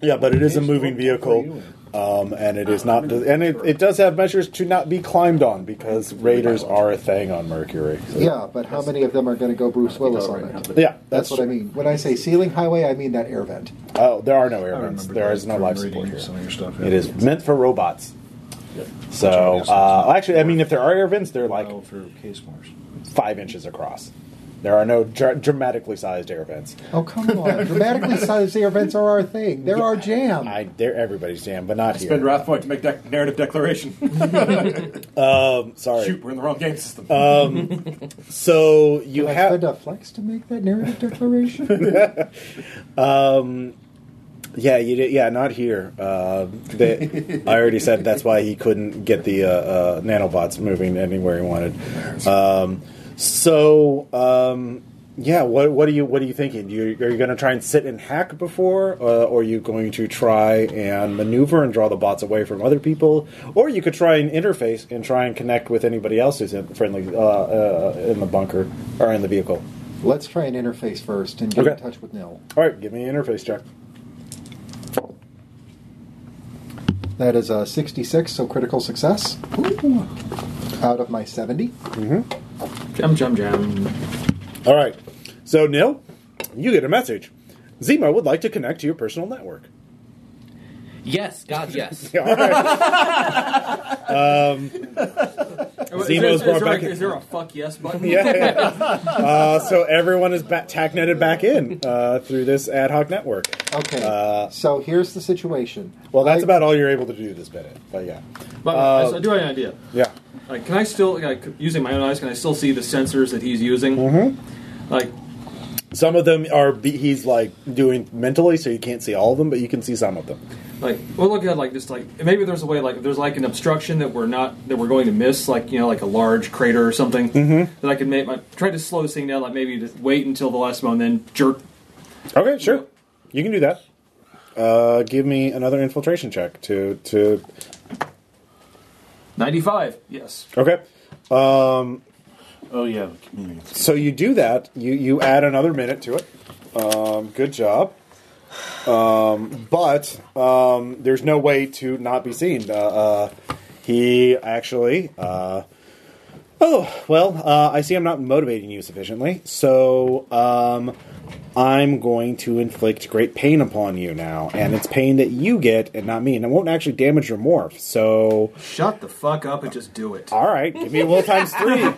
Yeah, but it is a moving vehicle. um, and it is not, and it, it does have measures to not be climbed on because raiders are a thing on Mercury. So-
Yeah, but how many of them are going to go Bruce Willis on it?
Yeah,
that's,
that's
what I mean. When I say ceiling highway, I mean that air vent.
Oh, there are no air vents. There is no life support here. It is meant for robots. So, uh, actually, I mean, if there are air vents, they're like five inches across. There are no dra- dramatically sized air vents.
Oh come on! Dramatically sized air vents are our thing. They're our jam.
I, they're everybody's jam, but not here.
Spend wrath point to make dec narrative declaration.
um, sorry.
Shoot, we're in the wrong game system.
Um, so you
I
have
spend a flex to make that narrative declaration.
um, yeah, you did, yeah, not here. Uh, they, I already said that's why he couldn't get the uh, uh, nanobots moving anywhere he wanted. Um, so um, yeah, what what are you what are you thinking? You, are you going to try and sit and hack before, uh, or are you going to try and maneuver and draw the bots away from other people, or you could try and interface and try and connect with anybody else who's in, friendly uh, uh, in the bunker or in the vehicle?
Let's try an interface first and get in
Okay.
touch with Nell.
All right, give me an interface check.
That is a 66, so critical success. Out of my 70.
Mm-hmm. Jam, jam, jam. All right. So, Neil, you get a message. Zima would like to connect to your personal network.
Yes, God, yes.
Um,
Is there-
Zemo's
is there
brought back.
a- Is there a fuck yes button?
yeah. Uh, so everyone is ba- tacknetted back in uh, through this ad hoc network.
Okay.
Uh,
so here's the situation.
Well, that's about all you're able to do this minute. But yeah.
But
Uh,
I do have an idea.
yeah.
Like, can I still like using my own eyes? Can I still see the sensors that he's using? Mm-hmm. Like,
Some of them are be- he's like doing mentally, so you can't see all of them, but you can see some of them.
like we'll look at like just like maybe there's a way like if there's like an obstruction that we're not that we're going to miss, like you know like a large crater or something
Mm-hmm.
that I can make my try to slow this thing down. Like maybe just wait until the last moment, and then jerk.
Okay, sure, you can do that. Uh, give me another infiltration check to to
Ninety five. Yes.
Okay. Um, oh yeah. So you do that. You you add another minute to it. Um, good job. Um, but um, there's no way to not be seen. Uh, uh, he actually. Uh, oh well, uh, I see. I'm not motivating you sufficiently, so um, I'm going to inflict great pain upon you now, and it's pain that you get and not me, and it won't actually damage your morph. So
Shut the fuck up and just do it.
All right, give me a will times three.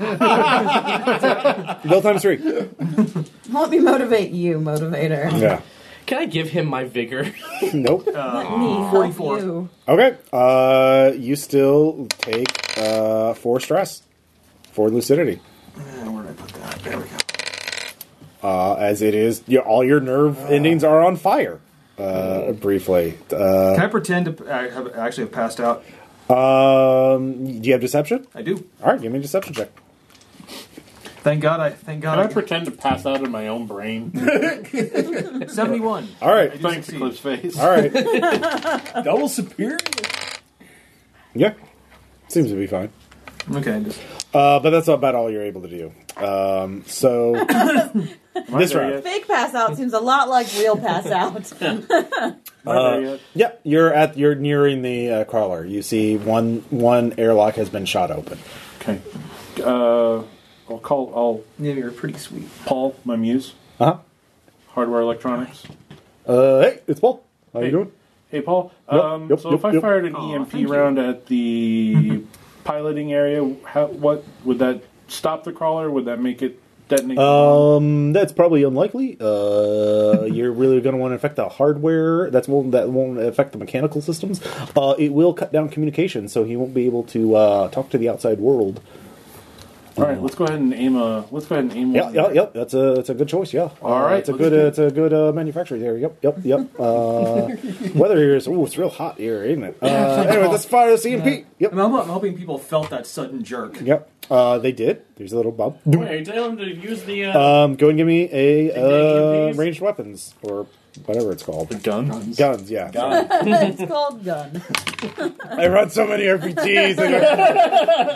Will times three.
Let me motivate you, motivator.
Yeah.
Can I give him my vigor?
Nope.
Uh,
Let me help
44.
you.
Okay. Uh, you still take uh, four stress for lucidity.
Ah,
Where did I put that? There we go.
Uh, as it is, you, all your nerve endings are on fire. Uh, briefly.
Can I
Uh,
pretend to I have, I actually have passed out?
um, do you have deception?
I do.
All right, give me a deception check.
Thank God I thank God
Can I
I
pretend to pass out in my own brain?
seventy one.
All right.
Thanks, Cliff's face.
All right.
Double superior.
Yeah. Seems to be fine.
Okay.
Uh, but that's about all you're able to do. Um, so this
there
round.
Fake pass out seems a lot like real pass out.
Uh, yeah, you're at you're nearing the uh, crawler. You see one one airlock has been shot open.
Okay. Uh, I'll call. I'll.
Yeah, you're pretty sweet.
Paul, my muse.
Uh huh.
Hardware electronics.
Uh, hey, it's Paul. How
Hey.
you doing?
Hey, Paul.
Yep,
um,
yep,
so
yep,
if I
yep.
fired an
Aw,
EMP
thank you.
round at the piloting area, how, what would that stop the crawler? Would that make it detonate?
Um, that's probably unlikely. Uh, you're really going to want to affect the hardware. That's won't that won't affect the mechanical systems. Uh, it will cut down communication, so he won't be able to uh, talk to the outside world.
All right, let's go ahead and aim a. Let's go ahead and aim.
Yeah,
one.
yeah, yep. That's a that's a good choice. Yeah.
Mm. All
Uh,
right,
It's a
let's
good.
do
Uh,
it.
it's a good uh, manufacturer there. Yep. Yep. Yep. Uh, weather here is. Oh, it's real hot here, isn't it? Uh, anyway, let's Uh, fire the CMP. Yep.
I'm, I'm hoping people felt that sudden jerk.
Yep. Uh, they did. There's a little bump.
Wait, tell him to use the. Uh,
Um, go and give me a
Dang
uh,
it, please.
ranged weapons or whatever it's called.
gun.
Guns. Guns. Yeah.
it's called gun.
I run so many RPGs. I don't-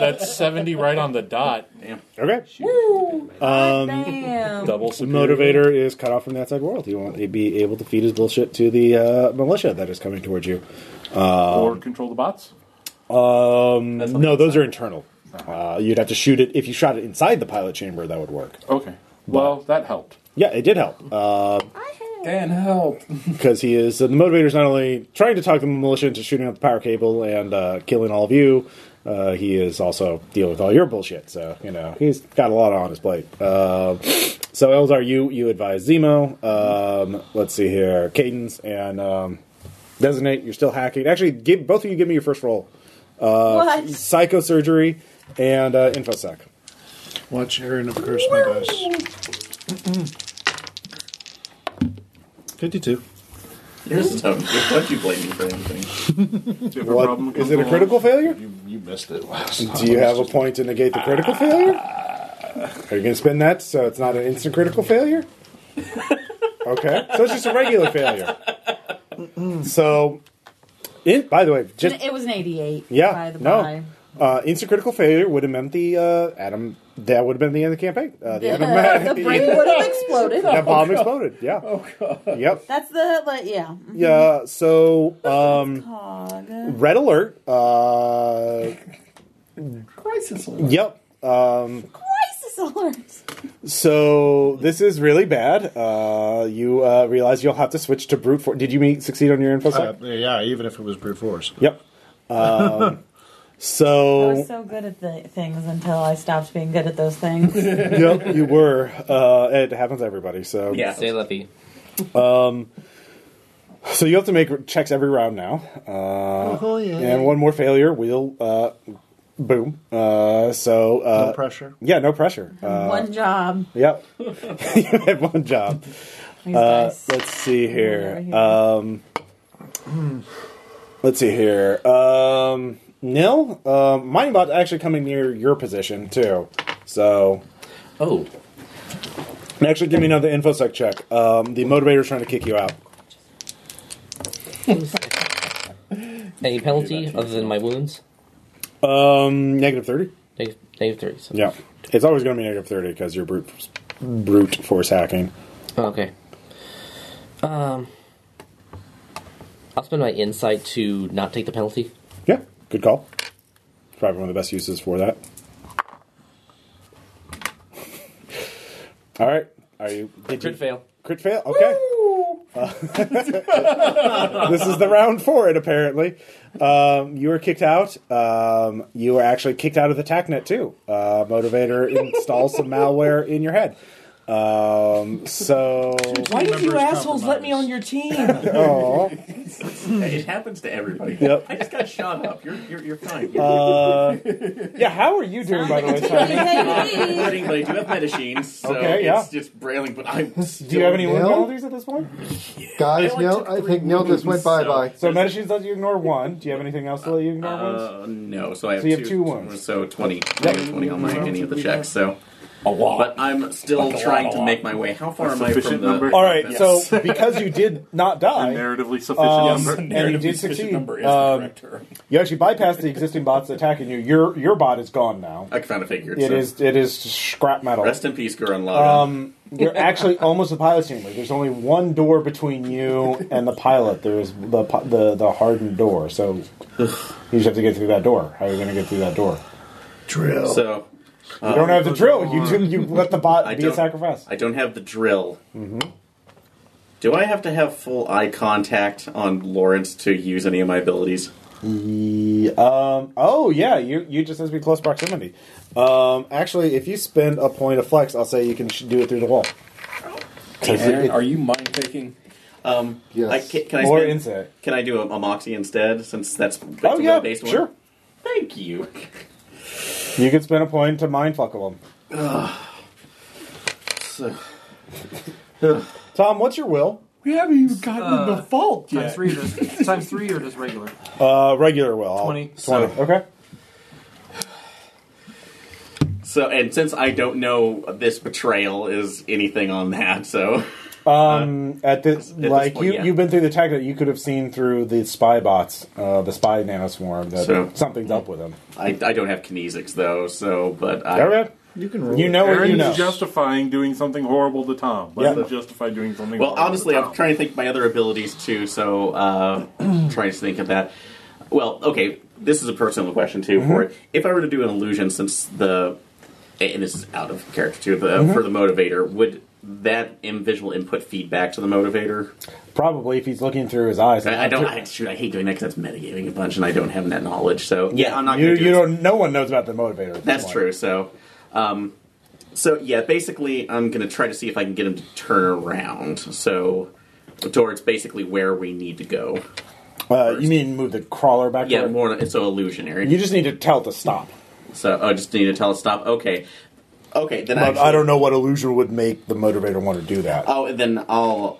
That's 70 right on the dot.
Damn.
Okay.
Woo!
Um,
Damn.
Double superior.
motivator is cut off from the outside world. He won't be able to feed his bullshit to the uh, militia that is coming towards you.
or control the bots.
Um, no, those are internal. Uh, you'd have to shoot it. If you shot it inside the pilot chamber, that would work.
Okay. Well, that helped.
Yeah, it did help. Uh,
Dan, help.
because he is uh, the motivator's not only trying to talk the militia into shooting up the power cable and uh, killing all of you uh, he is also dealing with all your bullshit so you know he's got a lot on his plate uh, so Eldar you you advise Zemo um, let's see here Cadence and um, Designate you're still hacking actually give both of you give me your first roll Uh,
what?
psychosurgery and uh, infosec
Watch Aaron of Curse my dice. 52.
Here's tough. Don't you blame me for anything?
Do you have a
What-
problem
is it a
controlling-
critical failure
You, you missed it last time.
do you have a point to negate the critical failure? Are you going to spin that so it's not an instant critical failure? Okay, so it's just a regular failure. So, in, by the way, just
it was an 88.
yeah,
By the
no,
by.
uh, instant critical failure would have meant the uh, atom that would have been the end of the campaign. Uh, the atom,
The, the brain would have exploded.
that bomb exploded. Yeah. Oh god. Yep.
That's the, like, yeah.
Yeah. So, um,
Cog.
red alert. Uh,
Crisis alert.
yep. um,
Crisis alert.
So this is really bad. Uh, you uh, realize you'll have to switch to brute force. Did you meet, succeed on your info
Uh,
sec?
yeah, even if it was brute force.
yep. Um,
I
so
was so good at the things until I stopped being good at those things.
yep, you were. Uh, it happens to everybody. So Um,
Yeah.
Say Leffy.
so you have to make checks every round now. Uh,
Oh, yeah.
And one more failure, we'll uh, boom. Uh, so uh,
No pressure.
Yeah, no pressure. Uh,
One job.
yep. you had one job.
These
Uh,
dice.
let's see
Over
here.
here.
Um, let's see here. Um, Nil, um, mine about actually coming near your position too. So,
Oh,
and actually, give me another infosec check. Um, the motivator's trying to kick you out.
any penalty other than my wounds?
Um, negative thirty.
Negative, negative three. So.
Yeah, it's always going to be negative thirty because you're brute brute force hacking.
Okay. Um, I'll spend my insight to not take the penalty.
Yeah, good call. It's probably one of the best uses for that. All right. Are you? Did you
Crit fail.
Crit fail. Okay. Uh, this is the round for it. Apparently, um, you were kicked out. Um, you were actually kicked out of the TACnet too. Uh, Motivator installs some malware in your head. Um, so
Why did you assholes let me on your team?
it happens to everybody.
Oh. Yep.
I just got shot up. You're you're, you're fine.
uh, yeah, how are you doing by the way? Simon?
Hey,
Recording, but I do have medicines, so
Okay, yeah.
it's just brailing. But I'm.
Do you have any wound
Neil?
penalties at this point?
Guys,
I only
Neil,
took
I
three
think Neil just
wounds,
went bye
so-
bye.
So medicines lets you ignore one. Do you have anything else to let you ignore ones?
Uh, no, so I have,
So you have
two,
two ones.
So 20, negative 20 on my any of the checks. So
A lot.
But I'm still
lot,
trying
a
to
lot.
make my way. How far
A
am I from
sufficient number?
the?
All right.
Yes.
So because you did not die,
Narratively sufficient
Um,
number.
and you
Narrative
did
suspicion
succeed.
Number is the
Um,
correct term.
you actually bypassed the existing bots attacking you. Your your bot is gone now.
I kind of figured.
It
so.
is it is scrap metal. Um,
Rest in peace, Gurren Lagann.
You're actually almost the pilot chamber. There's only one door between you and the pilot. There's the pi- the the hardened door. So you just have to get through that door. How are you going to get through that door?
Drill.
so
You don't have to drill. You do, you let the bot
Uh, I
be a
don't-
sacrifice. Mm-hmm.
I don't have the drill. Do I have to have full eye contact on Lawrence to use any of my abilities?
Yeah, um, oh yeah, you you just has to be close proximity. Um, actually, if you spend a point of flex, I'll say you can sh- do it through the wall
Aaron, are you mind taking?
Um,
Yes.
I, can, can I
or
spend-
insight.
Can I do a, a moxie instead, since that's that's
Oh
a
yeah,
based one?
sure.
Thank you.
You can spend a point to mindfuck them.
So,
Tom, what's your will?
We haven't even gotten the default
Times
yet.
Uh, three, or just, times three or just regular?
Uh, regular will. I'll-
Twenty.
Twenty. Okay.
So, and since I don't know this betrayal is anything on that, so
Um, at this,
uh, this
like
point,
you,
yeah.
you've been through the tech that you could have seen through the spy bots, uh, the spy nanoswarm. That
So-
something's up with them.
I, I don't have kinesics though. So, but I,
Okay.
You
can roll You it. know what you
Aaron's
know.
justifying doing something horrible to Tom. Let
Yeah.
him justify doing something.
Well,
horrible
honestly,
to
I'm trying to think of my other abilities too. So, uh, trying to think of that. Well, okay, this is a personal question too. For
Mm-hmm.
it. if I were to do an illusion, since the and this is out of character too, but, uh,
Mhm.
for the motivator, would that in visual input feedback to the motivator?
Probably if he's looking through his eyes.
I, I don't. I, shoot, I hate doing that because that's metagaming a bunch, and I don't have that knowledge. So, yeah, I'm not.
You,
gonna do
you
it.
don't. No one knows about the motivator. at this
That's
point.
true. So, um, so yeah, basically, I'm going to try to see if I can get him to turn around. So, towards basically where we need to go.
Uh, you mean move the crawler back?
Yeah,
toward-
more. It's so illusionary.
You just need to tell it to stop.
So oh, I just need to tell it stop. Okay, okay. Then
But
actually,
I don't know what illusion would make the motivator want to do that.
Oh, and then I'll.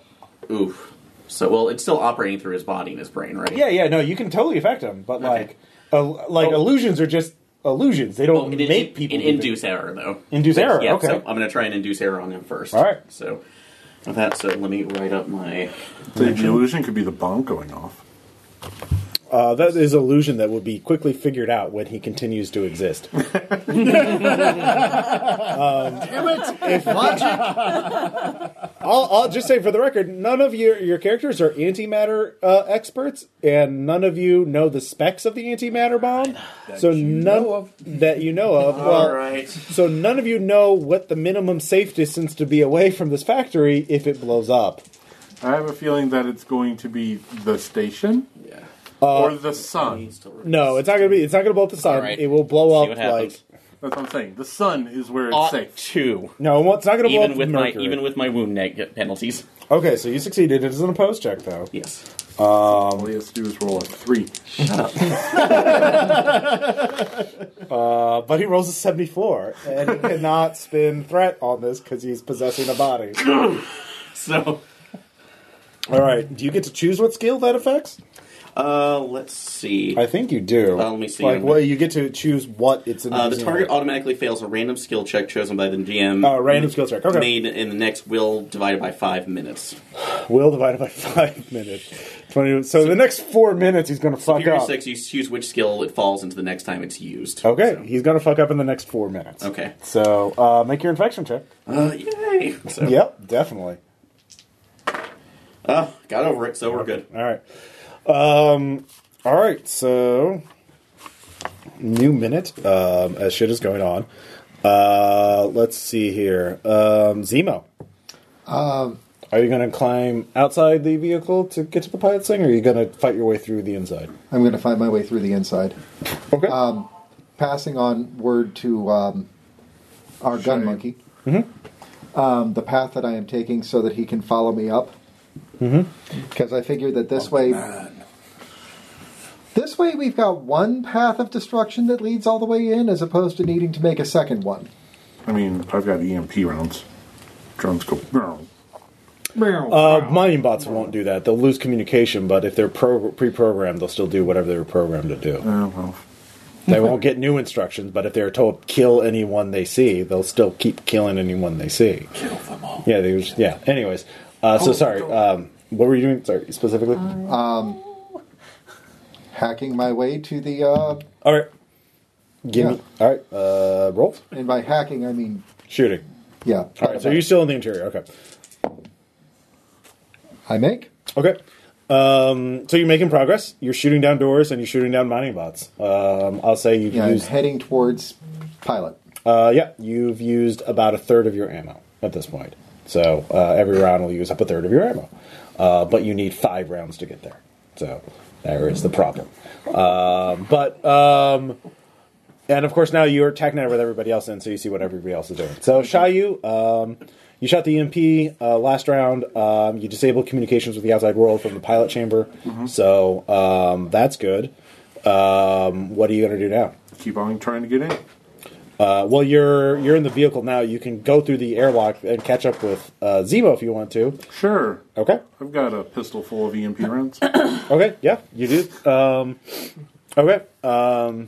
Oof. So well, it's still operating through his body and his brain, right?
Yeah, yeah, no, you can totally affect them, but like, uh, like illusions are just illusions. They don't
It- it-
make people
it
do things.
induce error though.
Induce
But,
error,
Yeah,
okay.
so I'm going to try and induce error on him first.
All right.
So with that, so let me write up my.
The illusion could be the bomb going off.
Uh, that is illusion that will be quickly figured out when he continues to exist.
Damn it!
If-
Logic.
I'll, I'll just say for the record, none of your your characters are antimatter uh, experts, and none of you know the specs of the antimatter bomb. so none of. that you know of.
All
well,
right.
So none of you know what the minimum safe distance to be away from this factory if it blows up.
I have a feeling that it's going to be the station. Yeah.
Uh,
or the sun.
No, it's not gonna be. It's not gonna blow up the sun.
right.
It will blow
what
up like
happens. That's what I'm saying. The sun is where it's
Ought
safe.
Two.
no. well, It's not gonna blow
Even
up
with my
Mercury.
even with my wound neg- penalties.
Okay, so you succeeded. It is an opposed check, though.
Yes.
Um, All
he has to do is roll a three.
Shut up. uh, but he rolls a 74, and he cannot spin threat on this because he's possessing a body.
so.
All right, do you get to choose what skill that affects?
Uh, let's see.
I think you do.
Uh, let me see.
Like, well, you get to choose what it's in
Uh, the target automatically fails a random skill check chosen by the GM.
Oh, random skill check, okay.
Made in the next will divided by five minutes.
Will divided by five minutes. 20, so, the next four minutes, he's going to fuck
Superior
up.
six, you choose which skill it falls into the next time it's used.
Okay, he's going to fuck up in the next four minutes.
Okay.
So uh, make your infection check.
Uh, yay! So,
Yep, definitely.
Uh, got over it, so we're good.
All right. Um, all right. So, new minute um, as shit is going on. Uh, let's see here. Um, Zemo,
Um,
are you going to climb outside the vehicle to get to the pilot's thing, or are you going to fight your way through the inside?
I'm going to find my way through the inside.
Okay.
Um, passing on word to um, our gun monkey
Mm-hmm.
um, the path that I am taking so that he can follow me up.
Mm-hmm.
Because I figured that
Oh,
this way. This way, we've got one path of destruction that leads all the way in, as opposed to needing to make a second one.
I mean, I've got EMP rounds. Drones go. "Meow."
Uh, mining bots won't do that. They'll lose communication, but if they're pro- pre-programmed, they'll still do whatever they were programmed to do. they won't get new instructions, but if they're told kill anyone they see, they'll still keep killing anyone they see. Kill them all. Yeah, they was, yeah. Anyways, uh, so
Oh,
sorry. Um, what were you doing? Sorry, specifically.
Um, hacking my way to the. Uh,
all right. Give me. All right. Uh, roll.
And by hacking, I mean
Shooting.
Yeah.
All right. So you're still in the interior. Okay.
I make.
Okay. Um, so you're making progress. You're shooting down doors and you're shooting down mining bots. Um, I'll say you've
yeah, I'm
used.
heading towards pilot.
Uh, yeah, you've used about a third of your ammo at this point. So uh, every round will use up a third of your ammo, uh, but you need five rounds to get there. So there is the problem. Um, but um, and of course now you're technet with everybody else in, so you see what everybody else is doing. So Shayu, um, you shot the EMP uh, last round. Um, you disabled communications with the outside world from the pilot chamber.
Mm-hmm.
So um, that's good. Um, what are you going to do now?
Keep on trying to get in.
Uh, well, you're you're in the vehicle now. You can go through the airlock and catch up with uh, Zemo if you want to.
Sure.
Okay.
I've got a pistol full of EMP rounds.
Okay. Yeah, you do. Um, okay. Um,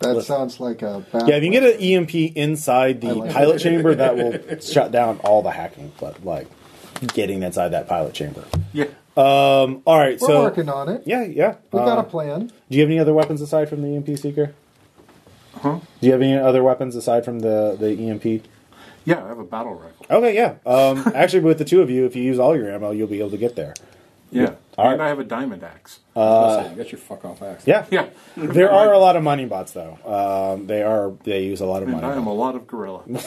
That sounds like a bad
Yeah, if you can get an EMP inside the
like
pilot
it.
chamber, that will shut down all the hacking, but like getting inside that pilot chamber.
Yeah.
Um, all right,
We're
so
working on it.
Yeah, yeah.
We got
Uh,
a plan.
Do you have any other weapons aside from the EMP seeker? Huh? Do you have any other weapons aside from the the EMP?
Yeah, I have a battle rifle.
Okay, yeah. Um, actually, with the two of you, if you use all your ammo, you'll be able to get there.
Yeah.
All right.
And I have a diamond axe.
Uh,
you got your fuck off axe.
Yeah,
Yeah.
There are a lot of money bots, though. Um, they are they use a lot of
And
money.
I am a lot of gorilla.
Never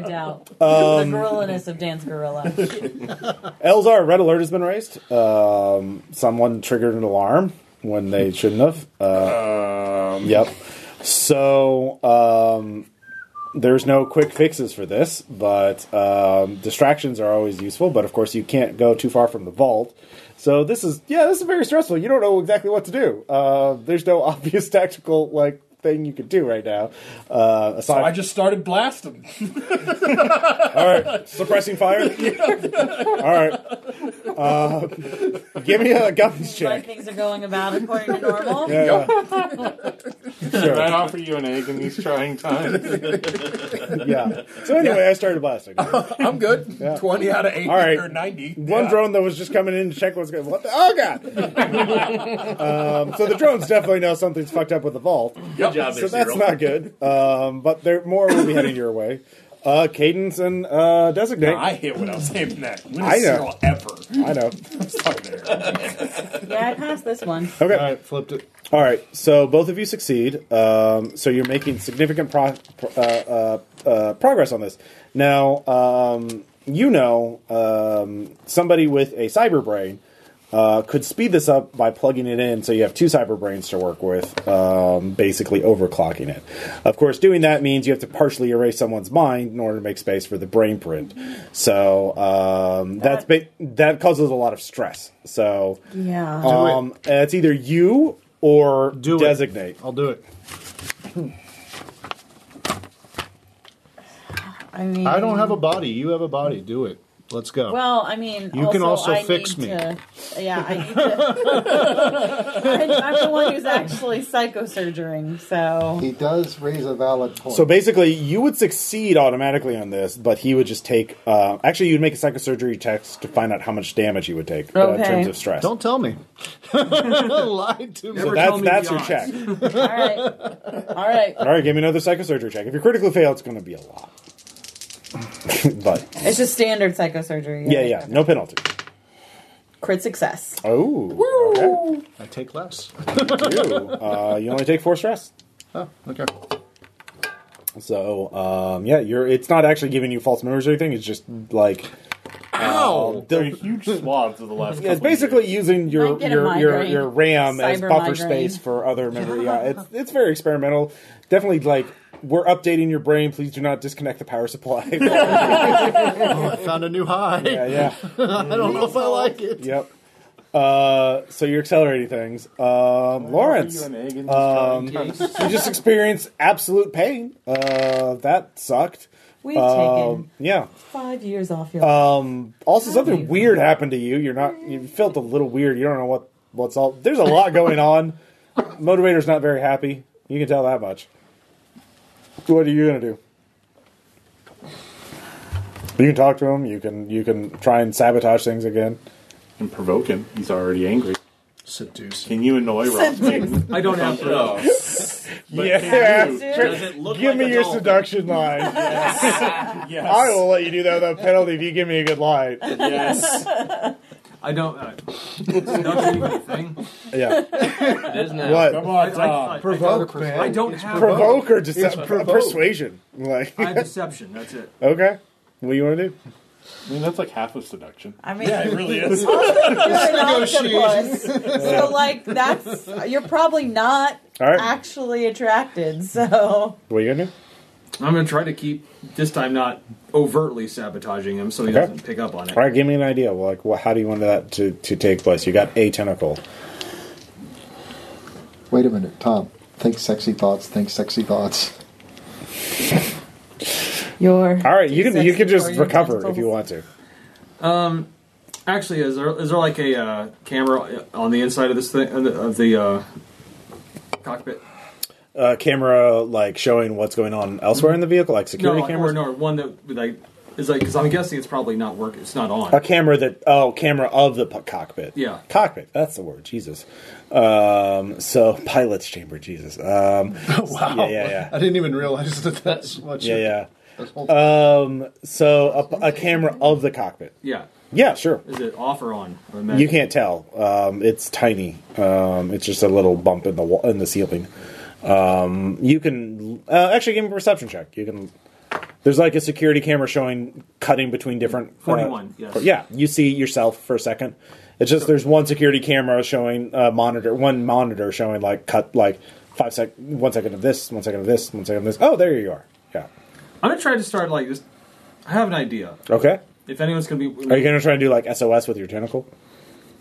doubt.
Um,
the gorillaness of Dan's gorilla.
Elzar, red alert has been raised. Um, someone triggered an alarm when they shouldn't have. Uh,
Um.
Yep. So um, there's no quick fixes for this, but um, distractions are always useful. But of course, you can't go too far from the vault. So this is yeah, this is very stressful. You don't know exactly what to do. Uh, there's no obvious tactical like thing you could do right now. Uh, aside
So I just started blasting.
all right, suppressing fire. All right, uh, give me a guns
Like
check.
things are going about according to normal.
Yeah.
Can I offer you an egg in these trying times?
Yeah. So anyway, I started blasting.
I'm good.
Yeah.
20 out of 80
All right.
or 90.
One drone that was just coming in to check what's going. What the? Oh god! um, so the drones definitely know something's fucked up with the vault.
Good job,
So
there,
that's
Cyril.
not good. Um, but there more will be heading your way. Uh, cadence and uh, designate.
No, I hit what I was aiming at. When I
I know.
know. Ever.
I know.
Yeah, I passed this one.
Okay.
All right, flipped it.
All right, so both of you succeed. Um, so you're making significant pro- pro- uh, uh, uh, progress on this. Now, um, you know um, somebody with a cyber brain uh, could speed this up by plugging it in, so you have two cyber brains to work with, um, basically overclocking it. Of course, doing that means you have to partially erase someone's mind in order to make space for the brain print. So um, that's ba- that causes a lot of stress. So
Yeah.
um, it's either you or designate.
I'll do it.
I mean,
I don't have a body. You have a body. Do it. Let's go.
Well, I mean,
You can also
I
fix
need
me.
To, yeah, I need to. I, I'm the one who's actually psychosurgering, so
He does raise a valid point.
So basically, you would succeed automatically on this, but he would just take. Uh, actually, you'd make a psychosurgery test to find out how much damage he would take uh, in
Okay.
terms of stress.
Don't tell me. Lied to me.
so that's that's your check.
all right, all right.
All right, give me another psychosurgery check. If you critically fail, it's going to be a lot. but
It's just standard psychosurgery.
yeah, yeah, no penalty.
Crit success.
Oh, okay.
I take less.
you. Uh, you only take four stress.
Oh, okay.
So um, yeah, you're. It's not actually giving you false memories or anything. It's just like
Ow!
There are
the,
Um, huge swaths of the last
Yeah,
couple
it's
of
basically using your
Might get a
your, your
migraine.
your RAM as
Cyber
buffer
migraine.
space for other memory. Yeah, it's it's very experimental. Definitely like we're updating your brain. Please do not disconnect the power supply. yeah,
Oh, I found a new high.
yeah,
I don't know if I like it.
yep. Uh, so you're accelerating things, um, Lawrence.
years. Offer you an egg in these
Um,
trying times?
you just experienced absolute pain. Uh, that sucked.
We've
Um,
taken
yeah.
five years off your.
Um, also, something
you-
weird happened to you. You're not. You felt a little weird. You don't know what what's all. There's a lot going on. Motivator's not very happy. You can tell that much. What are you gonna do? You can talk to him. You can you can try and sabotage things again.
And provoke him. He's already angry.
Seduce.
Can you annoy Rothstein?
I don't have to.
yeah,
Does it look
give
like
me
a
your
doll?
seduction line. I will let you do that without penalty if you give me a good line.
Yes.
I don't. Uh, not doing
Uh,
anything.
Yeah.
It is now.
What?
Come on,
I, I,
Tom.
I,
Provoke, man.
I don't have.
Provoke or deception? Persuasion. Like
I have deception. That's it.
okay. What do you want to do?
I mean, that's like half of seduction.
I mean,
It really is.
octopus. so like that's you're probably not
All right.
actually attracted. So
What are you gonna do?
I'm gonna try to keep this time not overtly sabotaging him, so he
Okay.
doesn't pick up on it.
All right, give me an idea. Well, Like, what, how do you want that to, to take place? You got a tentacle.
Wait a minute, Tom. Think sexy thoughts. Think sexy thoughts.
you're
All right, you can you can just
Sexy for your
recover if
tentacles.
you want to.
Um, Actually, is there is there like a uh, camera on the inside of this thing of the uh, cockpit.
Uh, camera like showing what's going on elsewhere in the vehicle, like security
no, like,
cameras.
Or, no, one that like is like because I'm guessing it's probably not working. It's not on.
A camera that oh, camera of the p- cockpit.
Yeah.
cockpit. That's the word. Jesus. Um, so pilot's chamber. Jesus. Um,
wow.
Yeah, yeah, yeah.
I didn't even realize that that's what. you-
Yeah, yeah. Um, so a, a camera of the cockpit.
Yeah.
Yeah, sure.
Is it off or on? I imagine.
You can't tell. Um, it's tiny. Um, it's just a little bump in the wall, in the ceiling. Um, you can uh, actually give me a perception check. You can. There's like a security camera showing cutting between different. uh,
41, yes.
Yeah, you see yourself for a second. It's just there's one security camera showing uh, monitor, one monitor showing like cut like five sec, one second of this, one second of this, one second of this. Oh, there you are. Yeah.
I'm gonna try to start like just. I have an idea.
Okay.
If anyone's gonna be,
Are you gonna try and do like SOS with your tentacle?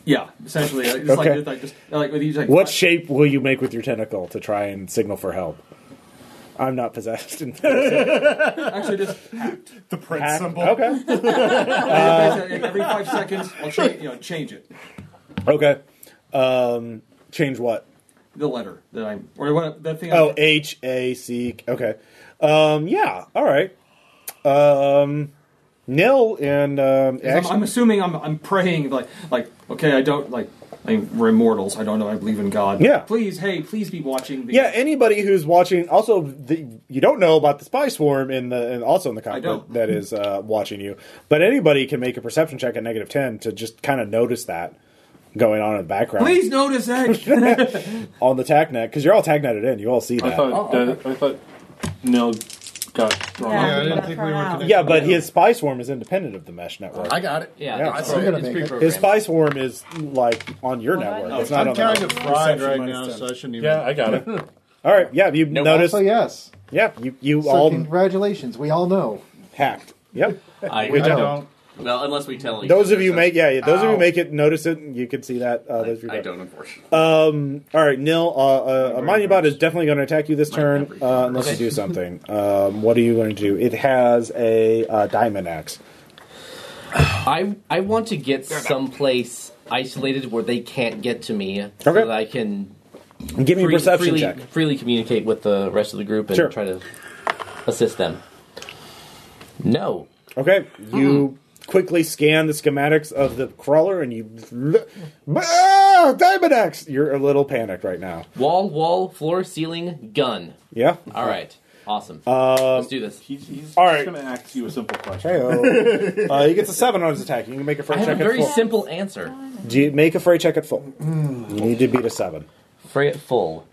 yeah, essentially, like, just
Okay.
like, like just like with each like
What shape will you make with your tentacle to try and signal for help? I'm not possessed.
Actually, just
the print
Hack.
symbol.
Okay. Uh,
Yeah, basically, every five seconds, I'll change, you know, change it.
okay. Um, change what?
The letter that I'm, or what that thing.
Oh,
I'm,
H A C. Okay. Um, yeah. All right. Um, nil and um,
I'm,
actually-
I'm assuming I'm, I'm praying like, like, okay, I don't like. I mean, we're immortals. I don't know. I believe in God.
Yeah.
Please, hey, please be watching. The,
yeah. Anybody who's watching, also the, you don't know about the spy swarm in the and also in the cockpit
don't.
that is uh, watching you, but anybody can make a perception check at negative ten to just kind of notice that going on in the background.
Please notice that.
on the tag net because you're all tag netted in. You all see
I
that.
thought I thought Nell got thrown
Oh, Yeah,
off.
Yeah, I didn't think we were connected.
yeah, but his spy swarm is independent of the mesh network.
I got it.
Yeah,
Yeah.
it's,
Oh, you're gonna
it's
make it.
pre-programmed.
His spy swarm is like on your network. it's not
I'm
on the
kind of
network.
fried
Perception
right
minus
now,
10.
so I shouldn't even.
Yeah, I got it.
Mm-hmm. All right. Yeah, you noticed.
So yes.
Yeah, you you
So
all
congratulations. We all know.
hacked. Yep.
I,
We
I
don't.
don't.
well, unless we tell each
Those
other,
of you
so-
make yeah, yeah those of you
Ow.
make it notice it. and You can see that. Uh, those of you Um,
I don't, unfortunately.
All right, Nil. Uh, uh, Amaniabot is definitely going to attack you this turn
memory.
uh, unless you do something. Um, what are you going to do? It has a uh, diamond axe.
I I want to get someplace isolated where they can't get to me, so
Okay.
that I can
Give me a
free-
perception
freely,
check.
freely communicate with the rest of the group and
Sure.
try to assist them. No,
Okay, you quickly scan the schematics of the crawler, and you look. Ah, Diamond X! You're a little panicked right now.
wall, wall, floor, ceiling, gun.
Yeah.
All right, awesome.
Uh,
Let's do this.
He's, he's
All right.
just going to ask you a simple question.
Heyo. uh, he gets a seven on his attack. You can make a
I
fray
have a
check at
very
full.
simple answer.
Do you make a fray check at full. You need to beat a seven.
Fray it full.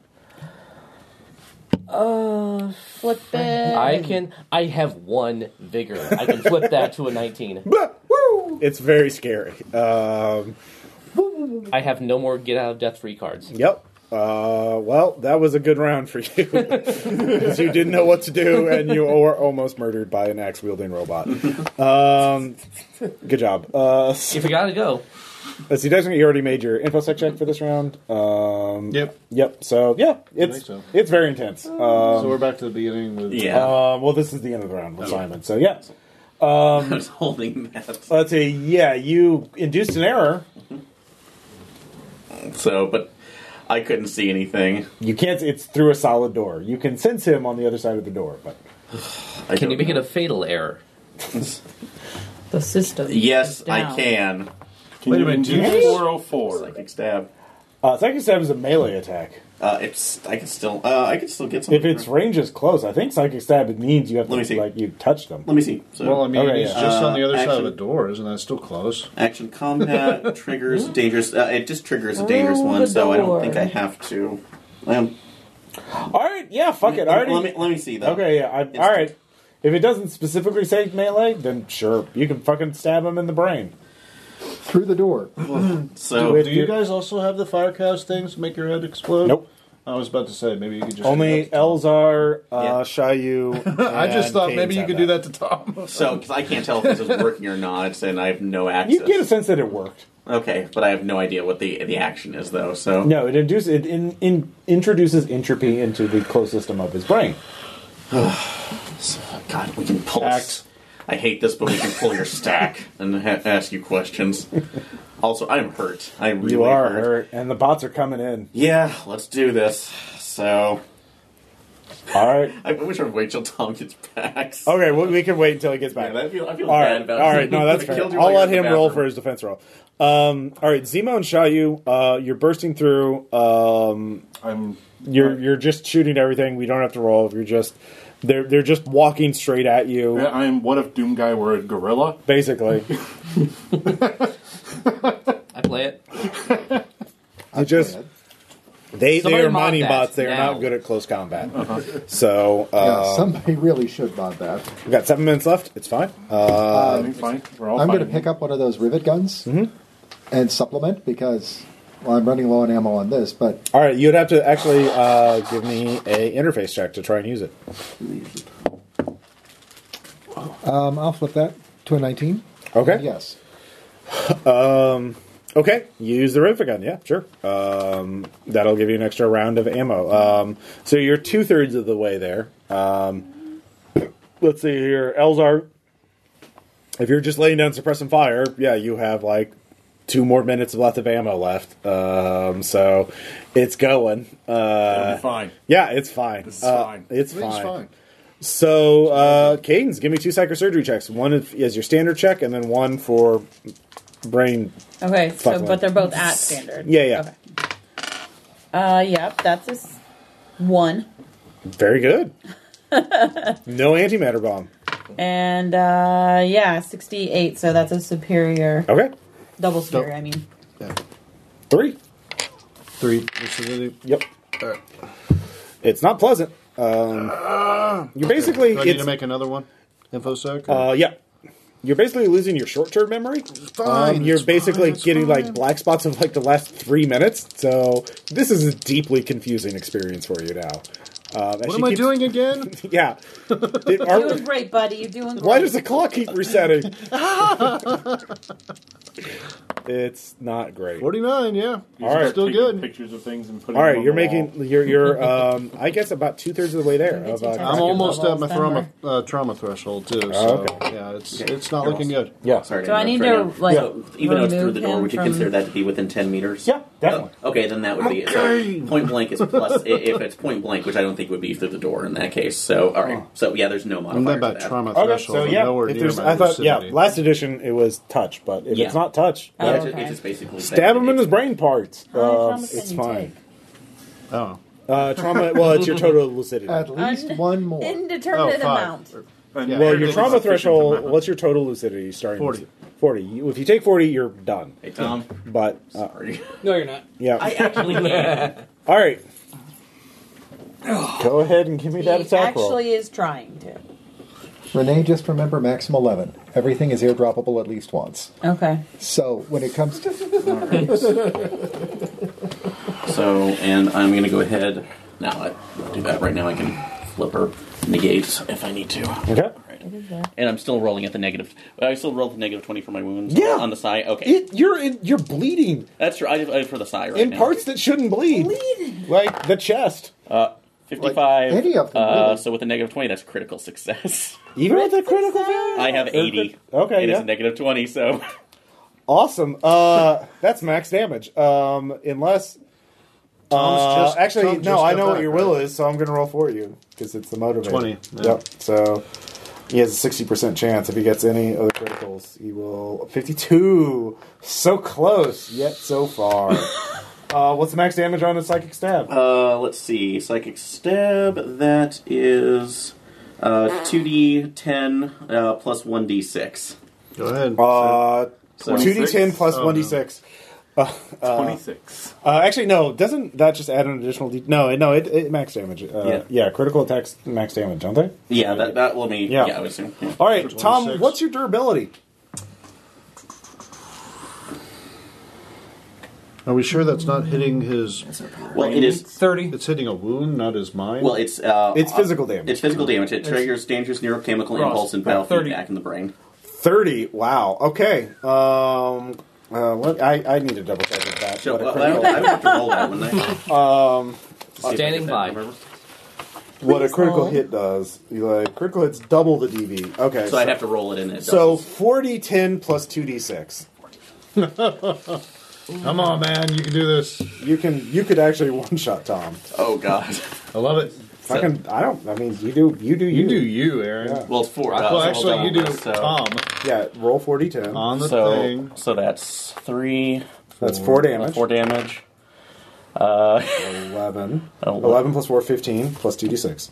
Uh,
Flip it.
I can. I have one vigor. I can flip that to a nineteen.
Bah! Woo! It's very scary. Um,
I have no more get out of death free cards.
yep. Uh, well, that was a good round for you. 'Cause you didn't know what to do, and you were almost murdered by an axe wielding robot. Um, good job. Uh,
If you gotta go,
Let's see, Desmond, you already made your infosec check for this round. Um,
Yep.
Yep. So yeah, it's
think so.
it's very intense. Uh,
so we're back to the Oh. beginning with.
Yeah,
uh, well, this is the end of the round with Simon. So yeah,
I
Um,
was holding that.
let's see. Yeah, you induced an error.
So, but I couldn't see anything.
You can't. It's through a solid door. You can sense him on the other side of the door, but
I
can you
don't
make it
know.
a fatal error?
The system.
Yes,
is
I
down.
can.
Can you do
you-
404?
Psychic stab.
uh, second stab is a melee attack.
Uh, it's. I can still. Uh, I can still get some.
If its range is close, I think psychic stab it means you have
Let me
to
see.
like you touch them.
let me see. So,
Well, I mean,
Okay,
he's
yeah.
just on the
Uh,
other side of
action.
the door, isn't that still close?
action combat triggers dangerous. Uh, it just triggers a dangerous
Roll
one,
the
so I
door.
don't think I have to. Um,
All right. Yeah. Fuck it. I already.
let me let me see though.
Okay, yeah. I,
It's-
all right. If it doesn't specifically say melee, then sure, you can fucking stab him in the brain.
Through the door.
So
Do it.
Do you guys also have the firecast things to make your head explode?
Nope.
I was about to say maybe you could just
Only Elzar, uh,
Yeah.
Shayu.
I just
and
thought
Canes
maybe you
have
could do that to Tom.
so because I can't tell if this is working or not, and I have no access.
You get a sense that it worked.
okay, but I have no idea what the the action is though. So
No, it induces it in, in, introduces entropy into the closed system of his brain.
God, we can pull.
Act.
I hate this, but we can pull your stack and ha- ask you questions. Also, I'm hurt. I really
You are
hurt.
hurt, and the bots are coming in.
Yeah, let's do this. So.
All right.
I wish I'd wait till Tom gets back.
Okay, well, we can wait until he gets back.
Yeah, I feel- I feel
All
bad
right,
about
all
it.
right, no, that's
I
fair.
killed you
I'll
while you
let
were in
him
the
roll
bathroom.
for his defense roll. Um, all right, Zemo and Shayu, uh, you're bursting through. Um,
I'm.
You're you're just shooting everything. We don't have to roll. You're just they're they're just walking straight at you.
Yeah, I'm. What if Doom Guy were a gorilla?
Basically,
I play it.
you just they they
Somebody
are
mod
mining
that
bots. They are
now.
not good at close combat. So uh,
yeah, somebody really should mod that.
we've got seven minutes left. It's fine. Uh,
Um,
fine. We're all
I'm going to
fine.
pick up one of those rivet guns
Mm-hmm.
and supplement because well, I'm running low on ammo on this, but
all right, you'd have to actually uh, give me a interface check to try and use it.
um, I'll flip that to a 19.
Okay.
Yes.
Um, okay, you use the rivet gun. Yeah, sure. Um, that'll give you an extra round of ammo. Um, so you're two thirds of the way there. Um, let's see here, Elzar. If you're just laying down suppressing fire, yeah, you have like two more minutes left of ammo left. Um, so it's going. Uh,
It'll be fine.
Yeah, it's fine.
This is
Uh,
fine.
It's
This is
fine.
fine.
So, uh, Cadence, give me two psychosurgery checks. One is is your standard check, and then one for brain.
Okay, so
fuckling.
but they're both at standard.
Yeah, yeah.
Uh, yep, that's a s- one.
Very good. no antimatter bomb.
And uh, yeah, sixty-eight. So that's a superior,
Okay.
double superior. I mean,
Three.
Three.
Yep. It's not pleasant.
Uh,
Um, you're basically.
Do I need
it's-
to make another one? InfoSec?
Uh, yeah. You're basically losing your short-term memory.
fine,
Um, you're
it's
basically
fine, it's
getting like
fine.
black spots of like the last three minutes. So this is a deeply confusing experience for you now. Um,
What am I doing again?
yeah. Did-
you're
are-
doing great, buddy. You're doing. Great.
why does the clock keep resetting? it's not great.
49, yeah.
All right.
Still good.
Pictures of things and putting.
All
them
right,
on
you're
the wall.
making you're you're um, I guess about two thirds of the way there. Of, uh,
I'm almost at my
Almost
trauma, uh, trauma threshold, too. So,
Oh, okay.
yeah, it's
Okay.
it's not
You're
looking good.
yeah.
Sorry
Do I need
interrupt
to, like,
So, even though it's through
remove
the door,
him
would you
from-
consider that to be within ten meters?
Yeah, definitely.
Oh, okay, then that would be so point blank is plus i- if it's point blank, which I don't think would be through the door in that case. So all right, so yeah, there's no modifier.
I'm not
to
about
that.
trauma
Okay,
threshold.
so
I'm
yeah,
nowhere
if
near
there's,
my
I thought yeah,
lucidity.
last edition it was touch, but if
Yeah.
it's not touch,
Oh,
Yeah, it
that's-
ju-
okay.
it just basically
stab him in his brain parts.
How many
Um,
traumas can
it's
you
fine.
Oh.
Uh, trauma. Well, it's your total lucidity.
At least
Un-
one more.
Indeterminate
Oh, five.
amount.
And
Yeah.
well, your
everything's
trauma
sufficient
threshold.
amount.
What's your total lucidity starting?
40.
with- Forty. You- If you take forty, you're done.
Hey Tom,
But uh,
sorry.
No, you're not.
yeah.
I actually am.
All right. Go ahead and give me
He
that attack roll.
actually is trying to.
Renee, just remember Maxim 11. Everything is airdroppable at least once.
Okay.
So when it comes to.
So and I'm gonna go ahead. Now I, I'll do that right now. I can flip her negate if I need to.
Okay.
And I'm still rolling at the negative. I still roll the negative twenty for my wounds.
Yeah.
On the side. Okay.
It, you're in, you're bleeding
That's right. I, I, for the side right
in
now.
parts that shouldn't bleed, like the chest.
Uh, Fifty-five.
Like, any of them,
uh,
really.
So with a negative twenty, that's critical success.
Even with a critical failure,
I have eighty.
Okay,
It is
yeah.
a negative twenty. So
Awesome. Uh, that's max damage. Um, unless. Uh,
just-
actually,
Tom's
no.
just
I
got
know what
back,
your
right?
will is, so I'm going to roll for you because it's the motivator.
20, yeah.
Yep. So he has a sixty percent chance if he gets any other criticals. He will fifty-two. So close, yet so far. uh, what's the max damage on a psychic stab?
uh, let's see. Psychic stab. That is uh, two d ten uh, plus one d six.
Go ahead.
Uh,
So-
two d ten plus
Oh,
one d six. Uh, uh,
Twenty-six.
uh, actually, no. Doesn't that just add an additional? D- no, it- no. It, it max damage. Uh, yeah.
Yeah.
critical attacks max damage, don't they?
Yeah. That that let me.
Yeah.
Yeah. I would assume. yeah.
All right, Tom.
26.
What's your durability?
Are we sure that's not hitting his.
Well, it is.
Thirty.
It's hitting a wound, not his mind?
Well, it's uh,
It's physical damage.
It's physical damage. It triggers dangerous neurochemical
Ross,
impulse and
yeah, 30.
biofeedback in the brain.
Thirty. Wow. Okay. Um. Uh, let, I, I need to double check with that.
So
What a
well, I,
critical-
would, I would have to roll that one. I-
Um,
See if I
Standing
get that
by.
number.
what a
Please
critical
hold.
hit does. You like critical hits double the DV. Okay.
So I'd have to roll it in. It
So
so
4d10 plus 2d6.
Come on, man, you can do this.
You can. You could actually one shot Tom.
Oh God,
I love it.
Fucking, I don't. I mean, you do. You do. You,
do you, Aaron.
Well, it's four.
Well,
dice,
actually,
all
you do
doubles, so-
Tom.
Yeah, roll 4d10.
On the
so,
thing.
So that's three.
That's four damage.
uh, Four damage. Uh,
11.
Oh,
11 plus 4, 15, plus 2d6.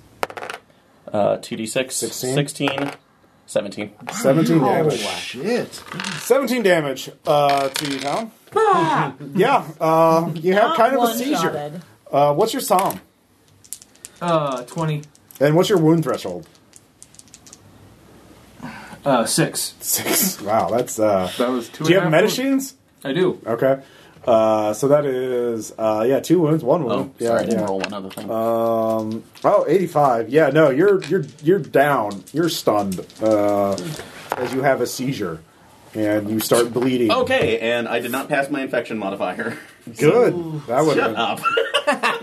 Uh, 2d6. 16. 17.
17 damage.
Shit.
17 damage uh, to you, Tom. yeah, uh, you have
Not
kind of a seizure.
one-shotted.
Uh, what's your psalm?
Uh, 20.
And what's your wound threshold?
Uh, 6.
Six. Wow, that's. Uh,
That was two.
do you have
and a half
medicines?
I do.
Okay. Uh, so that is, uh, yeah, two wounds, one
Oh,
wound. yeah,
sorry, I didn't
yeah.
roll another thing.
Um. Oh, 85. Yeah. No, you're you're you're down. You're stunned. Uh, as you have a seizure, and you start bleeding.
okay, and I did not pass my infection modifier.
Good. that would.
Shut up.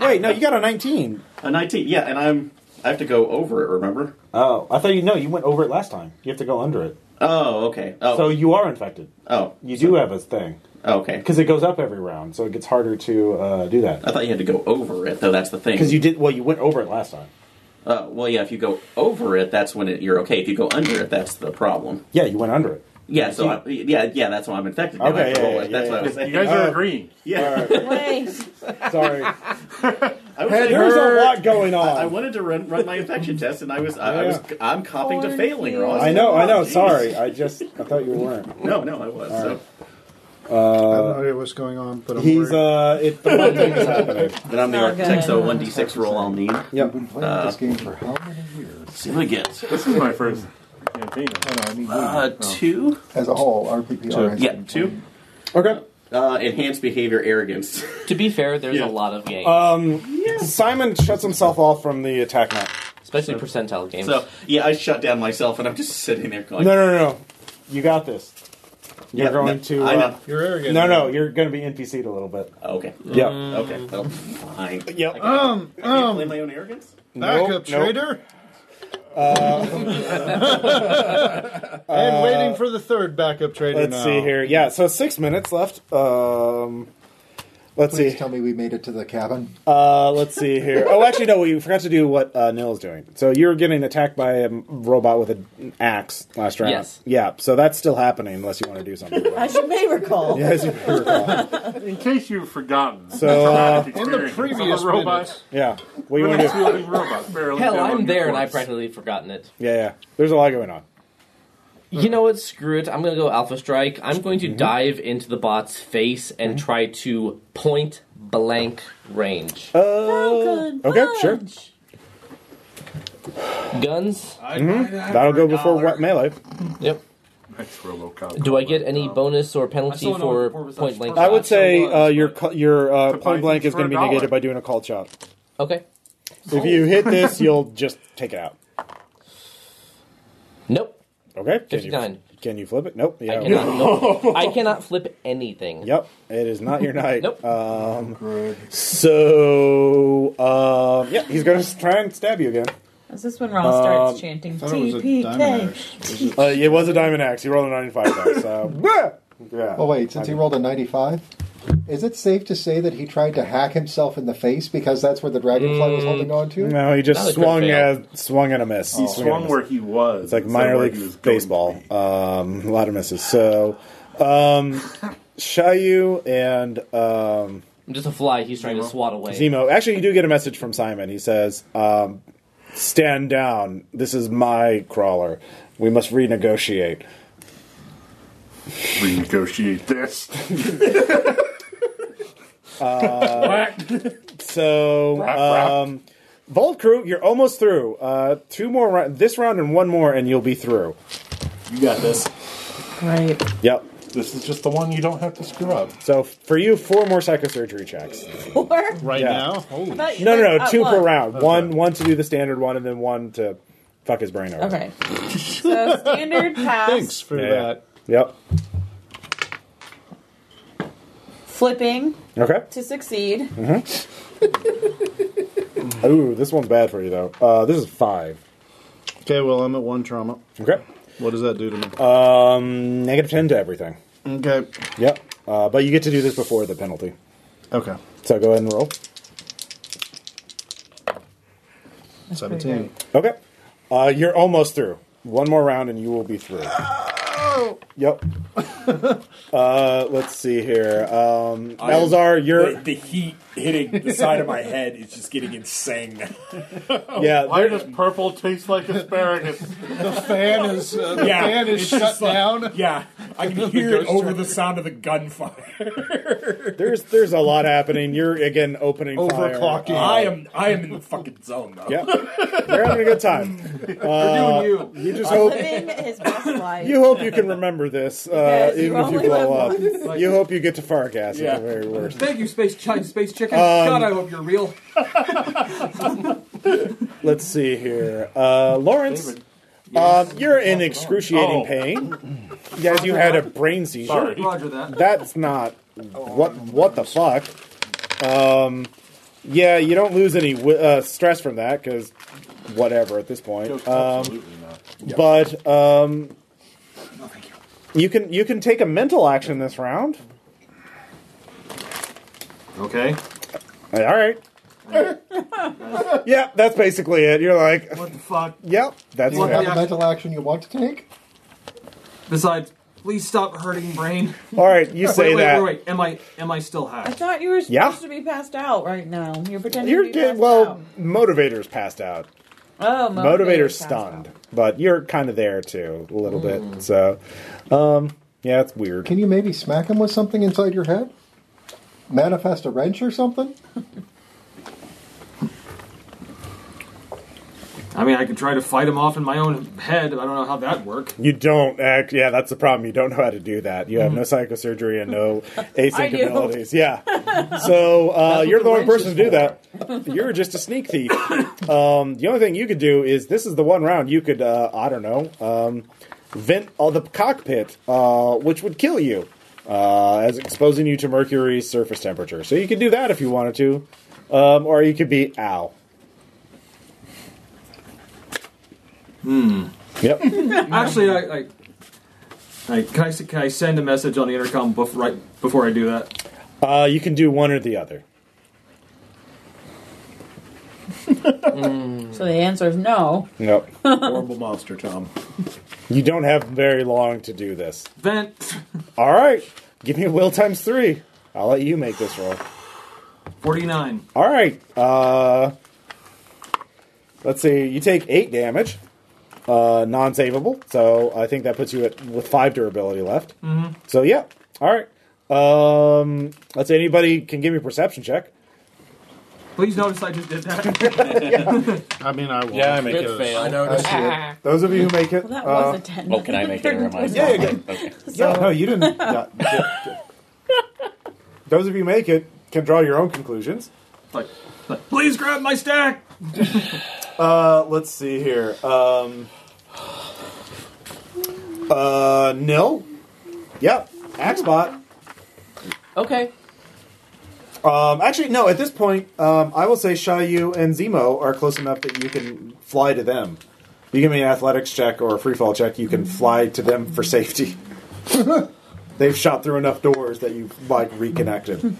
Wait. No, you got a 19.
A 19. Yeah, and I'm. I have to go over it. Remember?
Oh, I thought you. No, you went over it last time. You have to go under it.
Oh, okay. Oh,
So you are infected.
oh,
You do have a thing
okay.
because it goes up every round, so it gets harder to uh, do
I
that.
thought you had to go over it, though. That's the thing.
Because you did. Well, you went over it last time.
Uh, well, yeah. If you go over it, that's when it, you're okay. If you go under it, that's the problem.
Yeah, you went under it.
Yeah. So I, yeah, yeah. That's why I'm infected. Now I
Okay,
have to
yeah,
roll
yeah,
it. That's
yeah, Oh.
what I was
You
saying.
guys are agreeing.
Yeah.
Wait.
Sorry.
I was like,
There's a lot going on.
I wanted to run, run my infection test, and I was I, I was I'm copping to
Corn
failing,
cube.
Ross.
I know, I know.
Jeez.
Sorry, I just I thought you weren't.
No, no, I was. So.
I have no idea what's going on, but I'm
Uh, He's
worried.
uh, it, the one thing is happening.
Then I'm the
Not
architect,
good.
so one d6 roll I'll need. Uh,
Yep.
Been playing this game for how many years?
See what I get.
This is my first campaign.
I don't know, I mean,
Uh, two.
as a whole, RPPR. has
Yeah,
been
two.
Okay.
Uh, enhanced behavior arrogance. Uh,
To be fair, there's a lot of games,
um, Simon shuts himself off from the attack map.
especially percentile games.
so yeah, I shut down myself, and I'm just sitting there going,
No, no, no, no. You got this. You're
Yeah,
going
no,
to. Uh,
I know. Oh,
You're arrogant.
No, no, you're going to be NPC'd a little bit.
Okay.
Yep.
Okay. Well, fine.
Yep.
I can, um, I can
um.
play my own arrogance.
Backup
Nope, Uh, nope.
trader. and waiting for the third backup trader.
uh, Let's
now.
see here. Yeah, so six minutes left. Um, let's
Please
see.
tell me we made it to the cabin.
Uh, let's see here. Oh, actually, no, we forgot to do what uh, Nil is doing. So you're getting attacked by a robot with an axe last round.
Yes.
Yeah, so that's still happening unless you want to do something. about it.
As you may recall.
Yes, you recall.
In case you've forgotten,
So, uh,
traumatic
In the
experience of a
previous
robot,
minutes,
yeah. What do
really
you want to do?
fielding robot barreling
Hell,
down
I'm
on
there
your
and I've
corpse.
practically forgotten it.
Yeah, yeah. There's a lot going on.
You know what? Screw it. I'm going to go Alpha Strike. I'm going
Mm-hmm.
to dive into the bot's face and try to point blank range.
Uh, okay, sure.
Guns?
Mm-hmm. That'll go before wet melee.
Yep.
Nice RoboCop.
Do I get any bonus or
um, I
penalty
still don't
for
know what was
point
that
blank?
first
I
shot?
would say
So
uh,
was,
your
but-
cu- your uh,
To buy
point blank
things
is
for
going to
a
be negated
dollar.
by doing a called shot.
Okay.
If you hit this, you'll just take it out.
Nope.
Okay. Can You,
59.
can you flip it? Nope.
I
Yeah.
cannot, nope. I cannot flip anything.
Yep. It is not your night. Um,
Nope.
So um, yeah, he's going to try and stab you again.
Is this when Ross starts
Um,
chanting
thought it was a diamond axe.
TPK?
Uh, it was a diamond axe. He rolled a ninety-five die. So yeah.
Oh wait, since he rolled a 95, is it safe to say that he tried to hack himself in the face because that's where the dragonfly
Mm,
was holding on to?
No, he
That was
just
a good
swung
fail.
at, swung and a miss.
He
and a
swung
miss.
where he was.
It's like
instead
minor
of where
league
he was going
baseball.
to be.
Um, a lot of misses. So, um, Shayu and um,
I'm just a fly. He's trying to swat away.
Zemo. Actually, you do get a message from Simon. He says, um, "Stand down. This is my crawler. We must renegotiate."
Renegotiate this.
Uh, So, um, Vault Crew, you're almost through. Uh, two more, rou- this round and one more, and you'll be through.
You got this.
Right.
Yep.
This is just the one you don't have to screw up.
So for you, four more psychosurgery checks.
Four?
right
Yeah.
now. Holy
But-
No, no, no.
uh,
Two per
what?
round. One, one to do the standard one, and then one to fuck his brain over.
Okay. So standard pass,
Thanks for
Yeah.
that.
Yep.
flipping
Okay.
to succeed.
Mm-hmm. Ooh, this one's bad for you though. Uh, this is five.
Okay, well, I'm at one trauma.
Okay.
What does that do to me?
Um, negative ten to everything.
okay.
Yep. Uh, but you get to do this before the penalty.
Okay.
So go ahead and roll.
Seventeen.
Okay. Uh, you're almost through. One more round and you will be through. Yep. uh, let's see here. Um,
I-
Elzar, you're.
the, the heat hitting the side of my head is just getting insane. now.
yeah,
Why does purple taste like asparagus? the
fan is uh,
the Yeah, fan
is shut down.
Yeah, I can hear it over the sound of the gunfire.
there's there's a lot happening. You're again opening fire. Uh,
I am. I am in the fucking zone though.
Yep. You're having a good time. Uh,
We're doing you.
just
I'm
hope
Living his best life.
you hope you can remember this, uh,
Yes, you
even if you
only
blow up.
live
You hope you get to Fargas
Yeah.
at the very worst.
Thank you, Space Chicken. Space Chicken.
Um,
God, I hope you're real.
Let's see here, uh, Lawrence. Um, you're in excruciating
Oh.
pain. Yes, you had a brain seizure.
Sorry. Roger that.
That's not what. What the fuck? Um, yeah, you don't lose any wi- uh, stress from that because whatever at this point. Um, but um, you can you can take a mental action this round.
Okay.
All right. yeah, that's basically it. You're like,
What the fuck?
yep, that's
Do you
it.
have a mental action you want to take?
Besides, please stop hurting brain.
All right, you
Wait,
say
wait,
that.
Wait, wait, am I am I still
I
hacked?
thought you were supposed
Yeah.
to be passed out right now. You're pretending
You're
to be
getting
passed
well.
out.
Motivator's passed out.
Oh,
Motivator's,
motivator's passed out.
stunned, but you're kind of there too, a little
Mm.
bit. So, um, yeah, it's weird.
Can you maybe smack him with something inside your head? Manifest a wrench or something?
I mean, I could try to fight him off in my own head. I don't know how that work.
You don't act. Yeah, that's the problem. You don't know how to do that. You have no psychosurgery and no
Mm. do.
async abilities. Yeah. So uh, you're the,
the
only
wrench
person
is
to do that. You're just a sneak thief.
Mm-hmm.
Um, the only thing you could do is this is the one round you could, uh, I don't know, um, vent all the cockpit, uh, which would kill you uh, as exposing you to Mercury's surface temperature. So you could do that if you wanted to. Um, or you could be ow.
Hmm.
Yep.
Actually, I, I, I can I s- can I send a message on the intercom bef- right before I do that?
Uh, you can do one or the other.
Mm.
So the answer is no.
Nope.
Horrible monster, Tom.
You don't have very long to do this.
Vent.
All right. Give me a will times three. I'll let you make this roll.
Forty nine.
All right. Uh, let's see. You take eight damage, uh, non savable. So I think that puts you at with five durability left.
Mhm.
So, yeah. All right. Um, let's see. Anybody can give me a perception check.
Please notice I just did that.
I mean, I will.
Yeah, I make
Good
it.
fail.
I noticed it. Those of you who make it.
Well, that was
uh,
a ten.
well, can I make it or am I
Yeah,
still-
okay.
Yeah, no, you didn't. yeah, yeah, yeah. Those of you who make it can draw your own conclusions.
Like, please grab my stack.
Uh, let's see here. Um, uh, nil. Yep. Axebot.
Okay.
Um, actually, no. At this point, um, I will say Shayu and Zemo are close enough that you can fly to them. You give me an athletics check or a free fall check, you can fly to them for safety. They've shot through enough doors that you've like reconnected,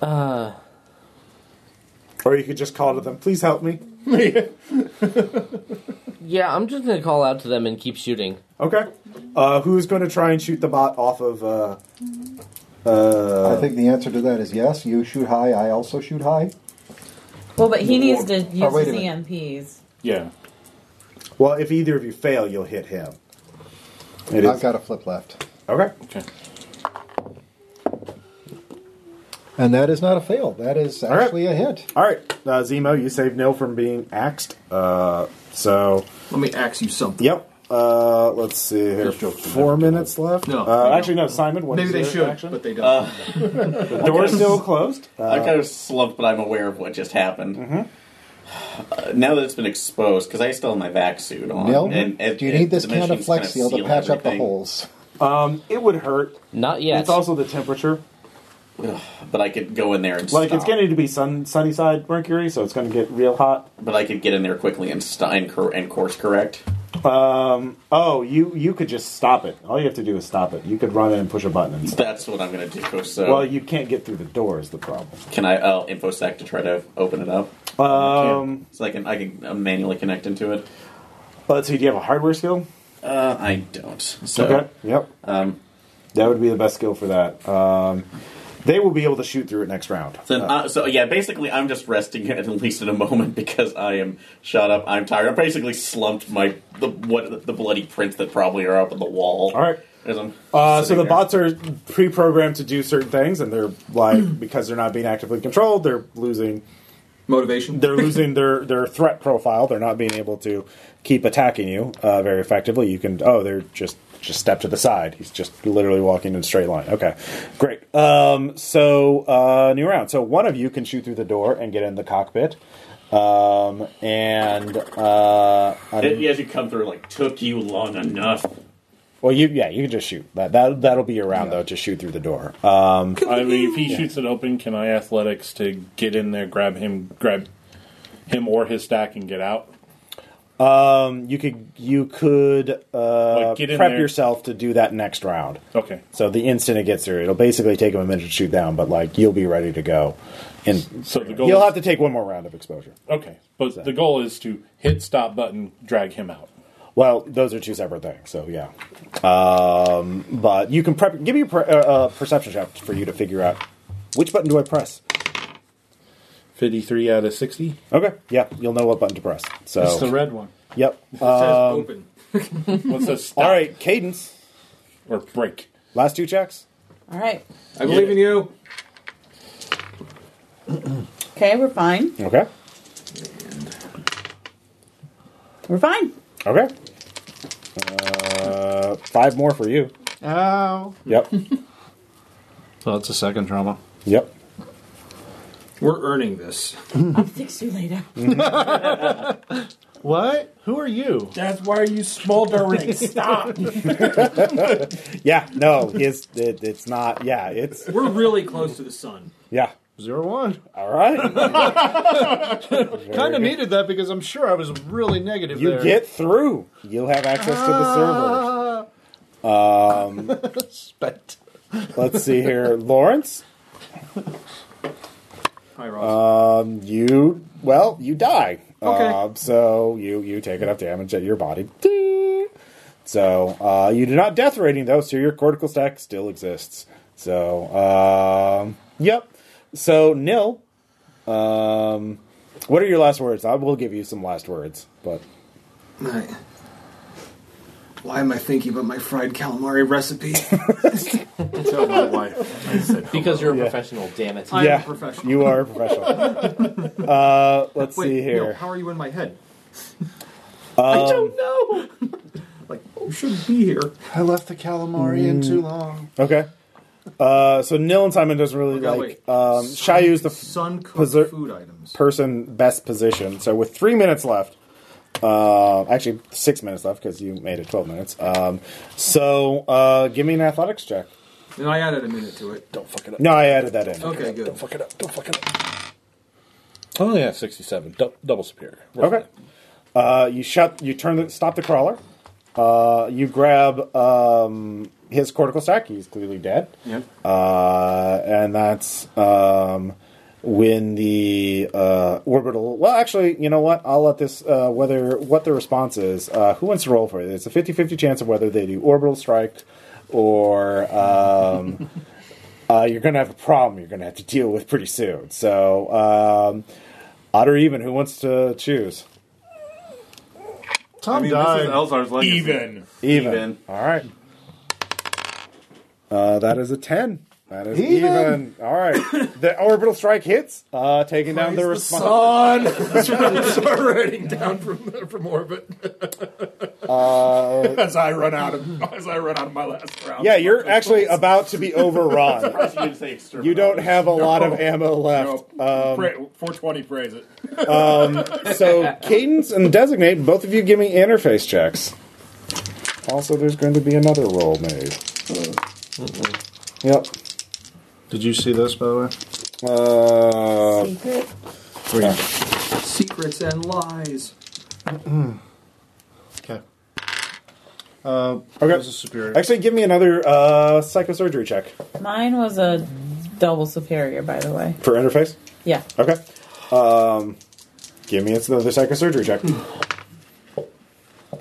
Uh,
or you could just call to them, "Please help me."
yeah, I'm just gonna call out to them and keep shooting.
Okay. Uh, who's going to try and shoot the bot off of? Uh, uh,
I think the answer to that is yes. You shoot high, I also shoot high.
Well, but he needs to
Oh,
use
wait
his E
a minute.
EMPs.
yeah. Well, if either of you fail, you'll hit him. It
I've
is-
got a flip left.
Okay. Okay.
And that is not a fail. That is actually a hit.
All right, uh, Zemo, you saved Nil from being axed. Uh, so
Let me axe you something.
Yep. Uh, let's see here. Four minutes left.
No, they
Uh,
don't.
actually, no. Simon. What
Maybe
is
they
their
should,
action?
but they don't.
Uh,
The door's still closed. Uh, Mm-hmm.
I kind of slumped, but I'm aware of what just happened. Uh, now that it's been exposed, because I still have my vac suit on.
Nil,
and- and-
do you
and
need this
the
can of
machines kinda
flex seal to
seal
patch up the
everything.
holes?
Um, it would hurt.
Not
yet.
It's also the temperature.
But I could go in there and
Like
stop.
it's going to be sun, sunny side Mercury, so it's going to get real hot.
But I could get in there quickly and st- and, cor- and course correct.
Um, oh, you you could just stop it. All you have to do is stop it. You could run in and push a button. And stop.
That's what I'm going to do. So,
Well, you can't get through the door is the problem.
can I uh, infosec to try to open it up?
Um,
so I can I can uh, manually connect into it.
Let's see. Do you have a hardware skill?
Uh, I don't. So
okay. Yep.
Um,
that would be the best skill for that. Um, they will be able to shoot through it next round.
Then, uh, so yeah, basically, I'm just resting it at least in a moment because I am shot up. I'm tired. I basically slumped my the what the bloody prints that probably are up on the wall. All
right. Uh, so the bots are pre-programmed to do certain things, and they're like because they're not being actively controlled, they're losing
motivation.
They're losing their their threat profile. They're not being able to keep attacking you uh, very effectively. You can oh, they're just just step to the side. He's just literally walking in a straight line. Okay, great. Um, so uh, new round. So one of you can shoot through the door and get in the cockpit. Um, and uh,
It, as you come through, like took you long enough.
well, you yeah, you can just shoot that. That that'll be your round though to shoot through the door. Um,
I mean, if he
Yeah.
shoots it open, can I athletics to get in there, grab him, grab him or his stack, and get out?
Um, you could you could uh,
Like, get in
prep
there.
yourself to do that next round.
Okay.
So the instant it gets through, it'll basically take him a minute to shoot down, but like you'll be ready to go. And
so the goal
you'll
is-
have to take one more round of exposure.
Okay, but the goal is to hit stop button, drag him out.
Well, those are two separate things. So yeah, um, but you can prep. Give me a per, uh, uh, perception check for you to figure out which button do I press.
Fifty-three out of sixty.
Okay, yeah, you'll know what button to press. So
It's the red one.
Yep. Um,
open. What's this?
All right, cadence
or break.
Last two checks.
All right.
I believe in you.
Okay, we're fine.
Okay.
We're fine.
Okay. Uh, five more for you.
Oh.
Yep.
So that's a second trauma.
Yep.
We're earning this.
I'll fix you later.
What? Who are you?
That's why you smoldering. Stop.
yeah. No. It's it, it's not. Yeah. It's
We're really close to the sun.
yeah.
Zero one.
All right.
Kind of needed that because I'm sure I was really negative
You
there.
get through. You'll have access to the
Ah.
server. Um,
But
let's see here, Lawrence.
Hi, Ross.
Um, you well, you die.
Okay.
Um, so you you take enough damage that your body. So uh, you do not death rating though, so your cortical stack still exists. So um, yep. So nil. Um, what are your last words? I will give you some last words, but
Right. Why am I thinking about my fried calamari recipe?
Tell my wife. I said,
Because you're a professional, damn it.
I
yeah,
am a professional.
you are a professional. uh, let's
Wait,
see
Neil,
here.
how are you in my head?
Um,
No. like you shouldn't be here.
I left the calamari in too long.
Hmm. Okay. Uh, so Nil and Simon doesn't really
Okay,
like um, Shayu's the f-
sun cooked
preser-
food items.
person best position. So with three minutes left, uh, actually six minutes left because you made it twelve minutes. Um, so uh, give me an athletics check.
And I added a minute to it.
Don't fuck it up.
No, I added that in.
Okay, good.
Fuck it up. Don't fuck it up.
Oh yeah, sixty-seven. Dou- double superior.
Okay. Uh, you shut. You turn. The, stop the crawler. Uh, you grab um, his cortical stack. He's clearly dead.
Yep.
Uh, and that's um, when the uh, orbital. Well, actually, you know what? I'll let this. Uh, whether what the response is. Uh, who wants to roll for it? It's a 50-50 chance of whether they do orbital strike or. Um, Uh, you're going to have a problem you're going to have to deal with pretty soon. So, um, odd or even, who wants to choose?
Tom
I mean, this
died.
is Elzar's legacy.
Even.
Even.
Even.
All right. Uh, that is a 10. That is even.
Even.
All right. The orbital strike hits, uh, taking down the response.
Start writing down from from orbit
Uh,
as I run out of as I run out of my last round.
Yeah, you're actually about to be overrun.
You didn't say exterminate.
You don't have a lot of ammo left. Um,
No, pra- 420 praise it.
So, Cadence and Designate, both of you give me interface checks. Also, there's going to be another roll made. Yep.
Did you see this, by the way?
Uh,
Secret.
Secrets and lies.
Okay. Uh, okay. Was a superior.
Actually, give me another uh, psychosurgery check
Mine was a double superior, by the way.
for interface.
Yeah.
Okay. Um, give me another psychosurgery check.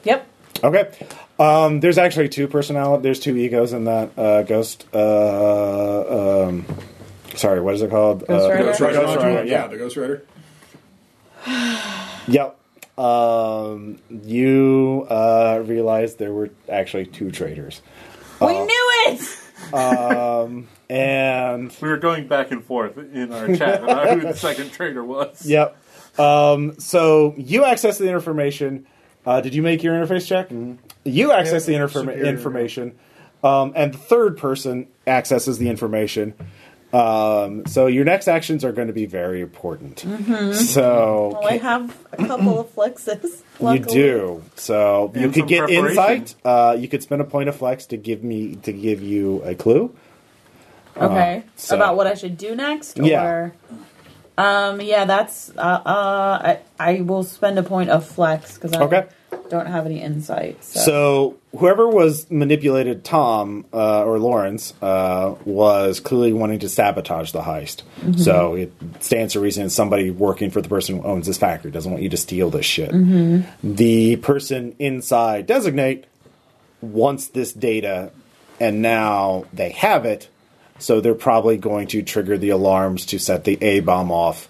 Yep.
Okay. Um, there's actually two personality. There's two egos in that uh, ghost. Uh, um, sorry, what is it called?
Ghost
uh,
Rider? Ghost Rider.
Ghost Rider,
Yeah, the Ghost Rider.
Yep. Um, you uh, realized there were actually two traitors.
Uh,
We knew it!
Um, and
We were going back and forth in our chat about who the second trader was.
yep. Um, so you access the information. Uh, did you make your interface check?
Mm-hmm.
You access
Yeah,
the interform-
superior.
information, um, and the third person accesses the information. Um, so your next actions are going to be very important.
Mm-hmm.
Mhm.
So
Well, I have a couple of flexes.
You
luckily.
do. So you
And
could
some
get
preparation.
insight. Uh, you could spend a point of flex to give me to give you a clue.
Okay.
Uh, so-
About what I should do next?
Yeah.
Or, um, yeah, that's. Uh, uh, I, I will spend a point of flex because I
Okay.
don't have any insight. So.
So whoever was manipulated, Tom uh, or Lawrence, uh, was clearly wanting to sabotage the heist.
Mhm.
So it stands to reason it's somebody working for the person who owns this factory doesn't want you to steal this shit.
Mhm.
The person inside designate wants this data, and now they have it. So they're probably going to trigger the alarms to set the A bomb off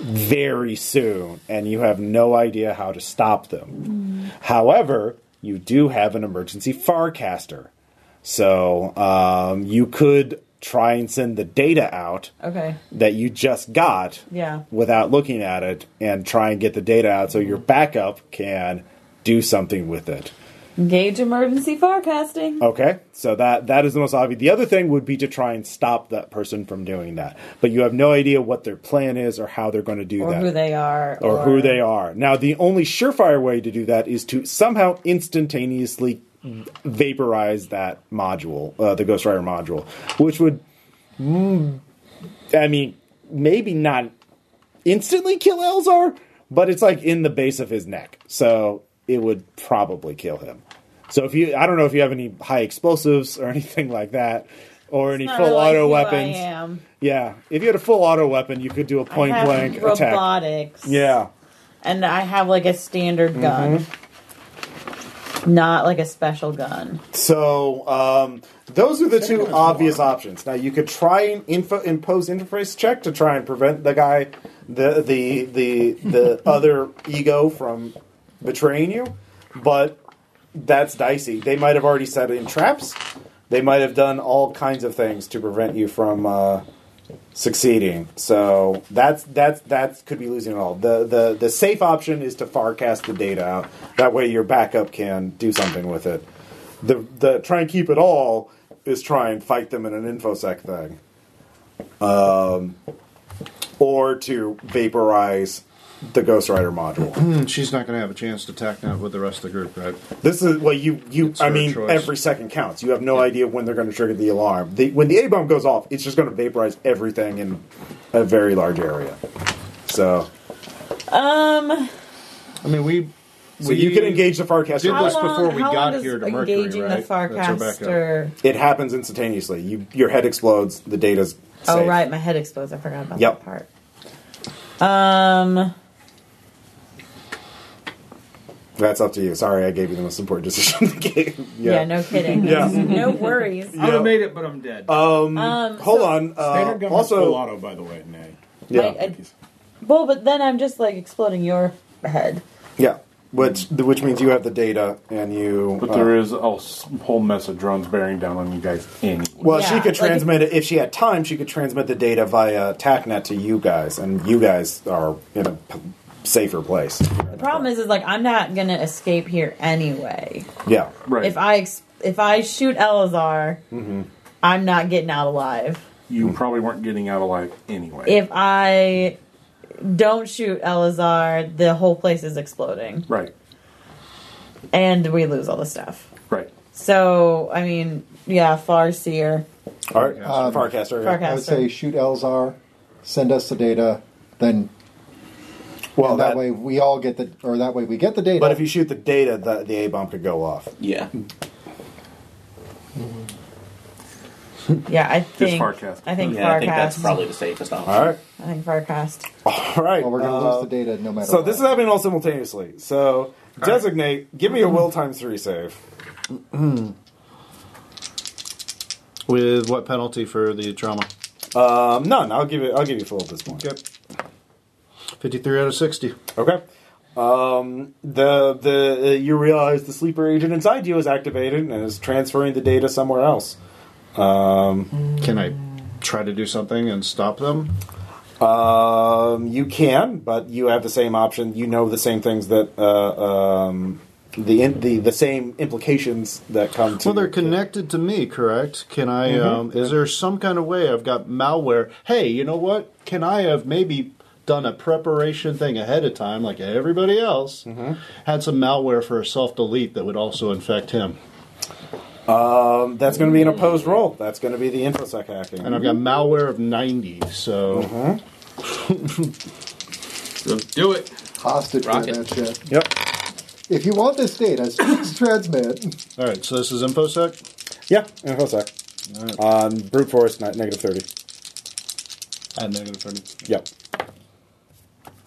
very soon, and you have no idea how to stop them. However, you do have an emergency farcaster, so um, you could try and send the data out
Okay.
that you just got
Yeah.
without looking at it, and try and get the data out so your backup can do something with it.
Engage emergency forecasting.
Okay, so that that is the most obvious. The other thing would be to try and stop that person from doing that, but you have no idea what their plan is or how they're going to do
Or
that
who they are.
or who they are. Now, the only surefire way to do that is to somehow instantaneously vaporize that module, uh, the Ghost Rider module, which would, mm, I mean, maybe not instantly kill Elzar, but it's like in the base of his neck, so it would probably kill him. So if you, I don't know if you have any high explosives or anything like that, or any
Not
full
like
auto
who I
weapons.
am.
Yeah, if you had a full auto weapon, you could do a point
I have
blank attack.
robotics.
Yeah.
And I have like a standard gun,
Mm-hmm.
not like a special gun.
So um, those are the two obvious options. Now you could try and info, impose interface check to try and prevent the guy, the the the the other ego from betraying you, but that's dicey. They might have already set in traps. They might have done all kinds of things to prevent you from uh, succeeding. So that's that's that could be losing it all. The the the safe option is to farcast the data out. That way your backup can do something with it. The the try and keep it all is try and fight them in an infosec thing. Um or to vaporize the Ghost Rider module.
Hmm, She's not going to have a chance to tack that with the rest of the group, right?
This is well, you you. I
her
mean,
choice.
every second counts. You have no idea when they're going to trigger the alarm. The, when the A bomb goes off, it's just going to vaporize everything in a very large area. So,
Um,
I mean, we.
so you can engage the farcaster.
Did this
How long-
before we
how long
got
does
here to Mercury,
engaging the
right? That's our backup.
Farcaster-
It happens instantaneously. You your head explodes. The data's safe.
oh right, my head explodes. I forgot about
Yep.
that. Um,
That's up to you. Sorry, I gave you the most important decision in the game.
yeah, no kidding.
Yeah.
no worries.
I would have made it, but I'm dead.
Um,
Um,
hold
so- uh,
on.
Standard
Uh,
gun also, full
also,
auto, by the way. Nay.
yeah,
Like, I- well, but then I'm just like exploding your head.
yeah. Which which means you have the data and you.
But
uh,
there is a s- whole mess of drones bearing down on you guys anyway.
Well, she
Yeah,
could
like-
transmit it if she had time. She could transmit the data via TACnet to you guys, and you guys are in a p- safer place.
The problem is, is like I'm not gonna escape here anyway.
Yeah,
If I ex- if I shoot Elazar,
hmm
I'm not getting out alive.
You probably weren't getting out alive anyway.
If I don't shoot Elazar, the whole place is exploding,
right,
and we lose all the stuff.
right.
So I mean, yeah, Farseer.
All right,
Um,
Farcaster.
Farcaster.
I would say shoot Elzar, send us the data, then Well, that,
that-
way we all get the, or that way we get the data.
But if you shoot the data, the, the A bump could go off.
Yeah.
Yeah, I
Just
think.
Farcast.
I think
Yeah,
Farcast.
I think that's probably
the safest option.
All right.
I think Farcast.
All right.
Well, we're going to
uh,
lose the data no matter.
So
what.
this is happening all simultaneously. So designate. Give me a will times three save.
With what penalty for the trauma?
Um, none. I'll give it. I'll give you full at this point.
Yep. Fifty-three out of sixty.
Okay. Um, the the uh, you realize the sleeper agent inside you is activated and is transferring the data somewhere else. Um,
can I try to do something and stop them?
Um, you can, but you have the same option. You know the same things that uh, um, the in, the the same implications that come to.
Well, they're connected to me, correct? Can I?
Mhm.
Um, is there some kind of way I've got malware? Hey, you know what? Can I have maybe done a preparation thing ahead of time, like everybody else?
Mm-hmm.
Had some malware for a self delete that would also infect him.
Um, that's going to be an opposed roll. That's going to be the infosec hacking.
And I've got malware of ninety, so.
Mm-hmm.
do it.
Hostage for
Rocket.
that shit.
Yep.
If you want this data, please transmit.
All right. So this is infosec.
Yeah, infosec. On brute force, ni- negative thirty.
At negative thirty.
Yep.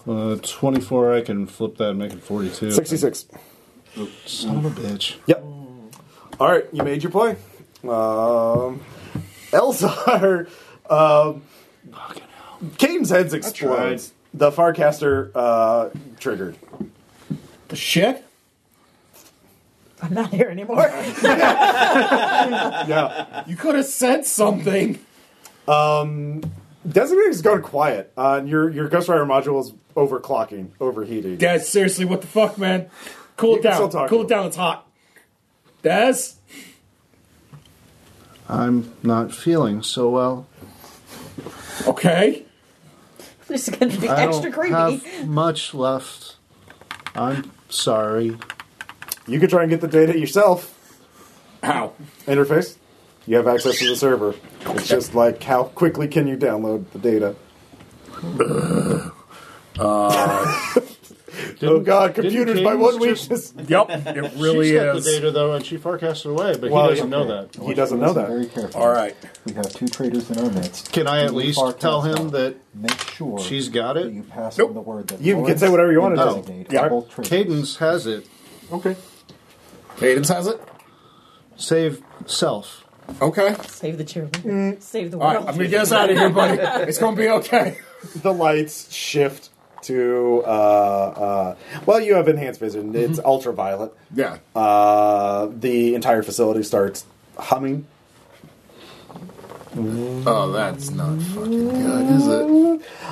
Uh, Twenty-four. I can flip that and make it forty-two.
66.
Son of a bitch.
Yep. All right, you made your play. Um, Elzar, um, Caden's head explodes. The Farcaster uh, triggered.
The shit?
I'm not here anymore.
Hmm. Yeah.
You could have said something.
Um, Designate's gone quiet. Uh, your your Ghost Rider module is overclocking, overheating.
Des, seriously, what the fuck, man? Cool
You
it
can still
down.
talk
Cool
to
it down. It's hot. Des,
I'm not feeling so well.
Okay.
This is going to be
I
extra
don't
creepy.
have much left. I'm sorry.
You could try and get the data yourself.
How?
Interface. You have access to the server. It's just like how quickly can you download the data?
Uh,
oh God, computers by one week.
Yep, it
really
she got
is.
the data though, and she forecast it away, but
Well,
he doesn't
yeah.
know that.
He doesn't know that.
Very careful.
All right.
We have two traitors in our midst.
Can I at least
Farcast
tell him that
make sure
she's got it?
You pass on the word that
You can
Lawrence
say whatever you
and
want to
designate
designate. Yeah.
are both traitors.
Cadence has it.
Okay.
Cadence has it. Save self.
Okay.
Save the children. Save the
Mm. All
world.
right, I'm gonna get us out of here, buddy. It's gonna be okay.
The lights shift to uh, uh, well, you have enhanced vision.
Mm-hmm.
It's ultraviolet.
Yeah.
Uh, the entire facility starts humming.
Uh,
Oh, that's not fucking good, is it?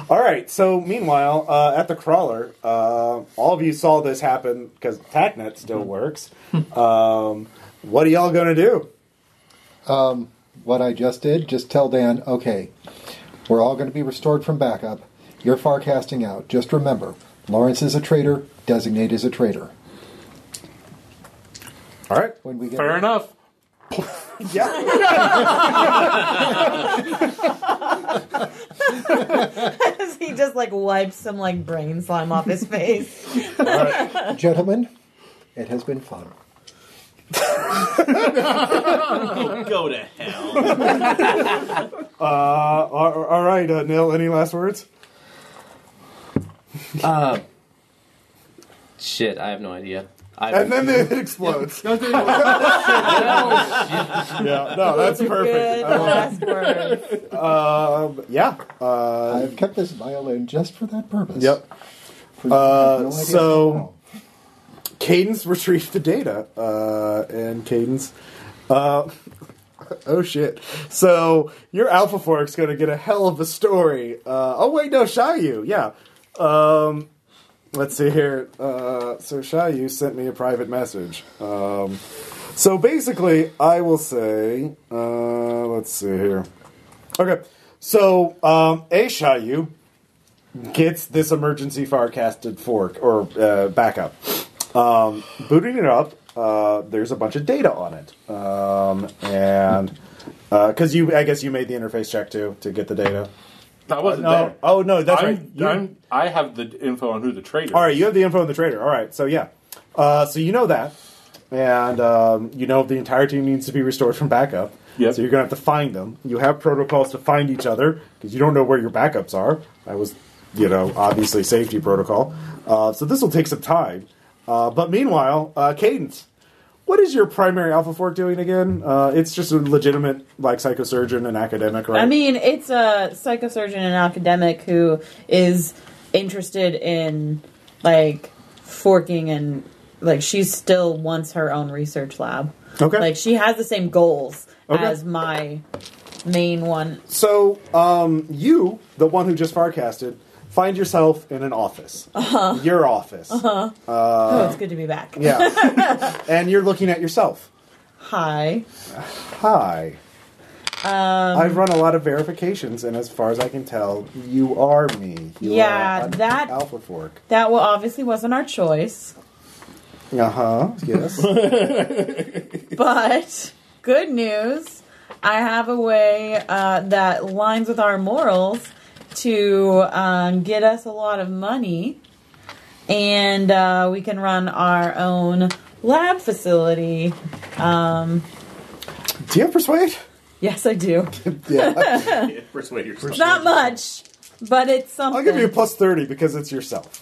All right. So meanwhile, uh, at the crawler, uh, all of you saw this happen because TACnet still
Mm-hmm.
works. um, what are y'all gonna do?
Um, what I just did, just tell Dan, okay, we're all going to be restored from backup. You're farcasting out. Just remember, Lawrence is a traitor. Designate is a traitor.
All right.
When we get
Fair enough.
he just like wipes some like brain slime off his face.
Gentlemen, it has been fun.
Go to hell.
Uh, all all right, uh, Neil. Any last words?
Uh, shit, I have no idea. I
And then it explodes.
Oh,
yeah, no, that's perfect. I love it. Um, yeah. Uh,
I've kept this violin just for that purpose.
Yep.
For- I have
Uh,
no idea
so, Cadence retrieved the data, uh, and Cadence. Uh, oh shit! So your Alpha Fork's gonna get a hell of a story. Uh, oh wait, no, Shayu, yeah. Um, let's see here. Uh, so Shayu sent me a private message. Um, so basically, I will say, uh, let's see here. Okay, so um, a Shayu gets this emergency farcasted fork or uh, backup. Um, booting it up, uh, there's a bunch of data on it, uh, um, and because you, I guess you made the interface check too to get the data.
I wasn't
no.
there.
Oh no, that's
I'm,
right. You-
I'm, I have the info on who the traitor.
All right, you have the info on the trader. All right, so yeah, uh, so you know that, and um, you know the entire team needs to be restored from backup. Yeah. So you're gonna have to find them. You have protocols to find each other because you don't know where your backups are. I was, you know, obviously safety protocol. Uh, so this will take some time. Uh, but meanwhile, uh, Cadence, what is your primary Alpha Fork doing again? Uh, it's just a legitimate like psychosurgeon and academic, right?
I mean, it's a psychosurgeon and academic who is interested in like forking and like she still wants her own research lab.
Okay.
Like she has the same goals
Okay.
as my main one.
So, um, you, the one who just farcasted, find yourself in an office.
Uh-huh.
Your office.
Uh-huh.
Uh,
oh, it's good to be back.
yeah. and you're looking at yourself.
Hi.
Hi.
Um,
I've run a lot of verifications, and as far as I can tell, you are me.
uh,
You
Yeah,
are an
that-
Alpha Fork.
that well, obviously wasn't our choice,
Uh huh. Yes.
but good news. I have a way uh, that lines with our morals to um, get us a lot of money, and uh, we can run our own lab facility. Um,
do you have persuade?
Yes, I do.
yeah.
Persuade yourself.
It's not much, but it's something.
I'll give you a plus 30 because it's yourself.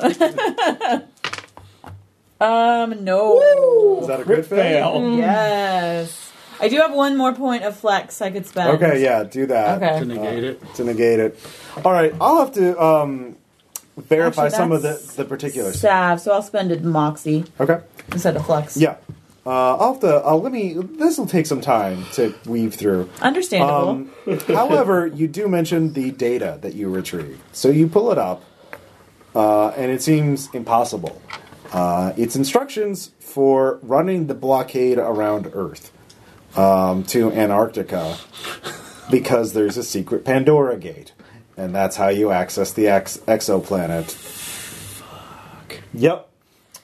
Um, no.
Is that a good fail?
Mm, Yes. I do have one more point of flex I could spend.
Okay, yeah, do that.
Okay. To
negate it. To negate it. All right, I'll have to um, verify
Actually,
some of the,
that's
the particulars.
Sav, so I'll spend it in moxie
Okay.
instead of flex.
Yeah. Uh, I'll have to. I'll, let me. This will take some time to weave through.
Understandable.
Um, however, you do mention the data that you retrieve, so you pull it up, uh, and it seems impossible. Uh, it's instructions for running the blockade around Earth um, to Antarctica because there's a secret Pandora gate, and that's how you access the ex- exoplanet. Yep.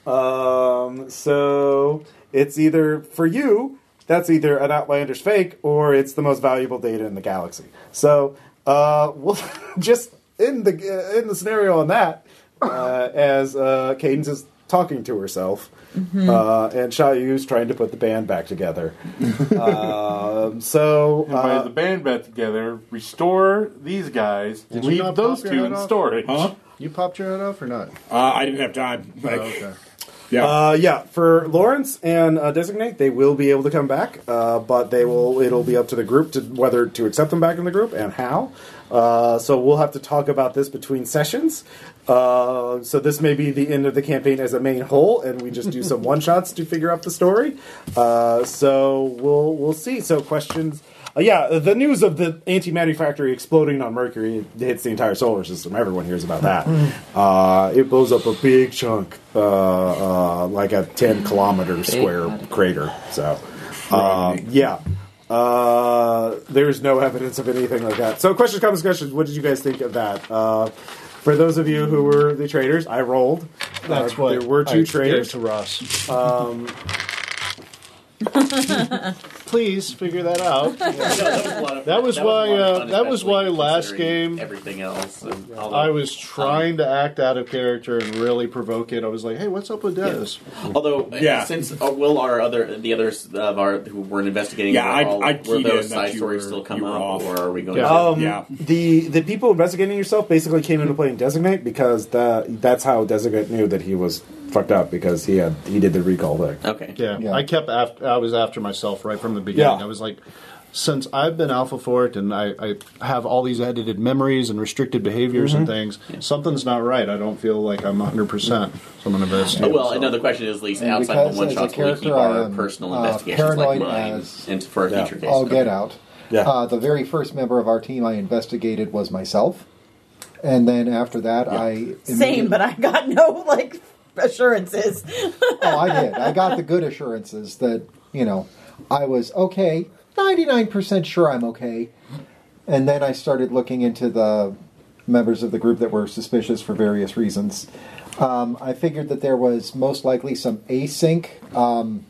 Um, so it's either for you, that's either an outlandish fake, or it's the most valuable data in the galaxy. So uh, we'll just in the uh, in the scenario on that, uh, as uh, Cadence is talking to herself,
Mhm.
uh, and Shayu's trying to put the band back together. um, so
And by
uh,
the band back together, restore these guys,
Did you
leave
not
those
pop your
two
head
in
off?
storage.
Huh? You popped your head off or not?
Uh, I didn't have time. Like,
okay.
Yeah.
Uh, yeah, for Lawrence and uh, Designate, they will be able to come back, uh, but they will. It'll be up to the group to whether to accept them back in the group and how. Uh, so we'll have to talk about this between sessions. Uh, so this may be the end of the campaign as a main whole, and we just do some one shots to figure out the story. Uh, so we'll we'll see. So questions. Uh, yeah, the news of the antimatter factory exploding on Mercury hits the entire solar system. Everyone hears about that. Uh, it blows up a big chunk, uh, uh, like a 10 kilometer square crater. So, uh, yeah. Uh, there's no evidence of anything like that. So, questions, comments, questions. What did you guys think of that? Uh, for those of you who were the traders, I rolled.
That's
uh,
what
there were
I
two
gave
traders
to Ross.
Um,
Please figure that out.
a lot of-
that
that was
was
a lot
why.
of
Uh,
fun,
that was why
especially
last
considering
game
everything else. And all the-
I was trying to act out of character and really provoke it. I was like, "Hey, what's up with Dennis?"
Although,
Yeah.
yeah. since uh, will our other the others of our who weren't investigating,
Yeah,
were,
I-
all,
I
were
keyed
those
in
side
that you
stories
were-
still come
you were
up,
off.
or are we going?
Yeah.
to
Um, The the people investigating yourself basically came into play and designate because that that's how designate knew that he was fucked up because he had he did the recall thing.
Okay.
Yeah.
Yeah.
I kept after. I was after myself right from the beginning.
Yeah.
I was like, since I've been alpha for it, and I, I have all these edited memories and restricted behaviors and
Mhm.
Mm-hmm.
things, something's not right. I don't feel like I'm 100. percent So I'm gonna
Oh,
investigate.
well,
myself.
another question is, at least
And
outside of
because
the one
as a
shots, we keep
character, I
our
am,
personal
uh,
investigations like
paranoid
mine
as-
and for
Yeah.
future cases.
I'll get out.
Yeah.
Uh, the very first member of our team I investigated was myself. And then after that, I.
Same, but I got no like assurances.
oh, I did. I got the good assurances that, you know, I was okay, 99% sure I'm okay. And then I started looking into the members of the group that were suspicious for various reasons. Um, I figured that there was most likely some async um,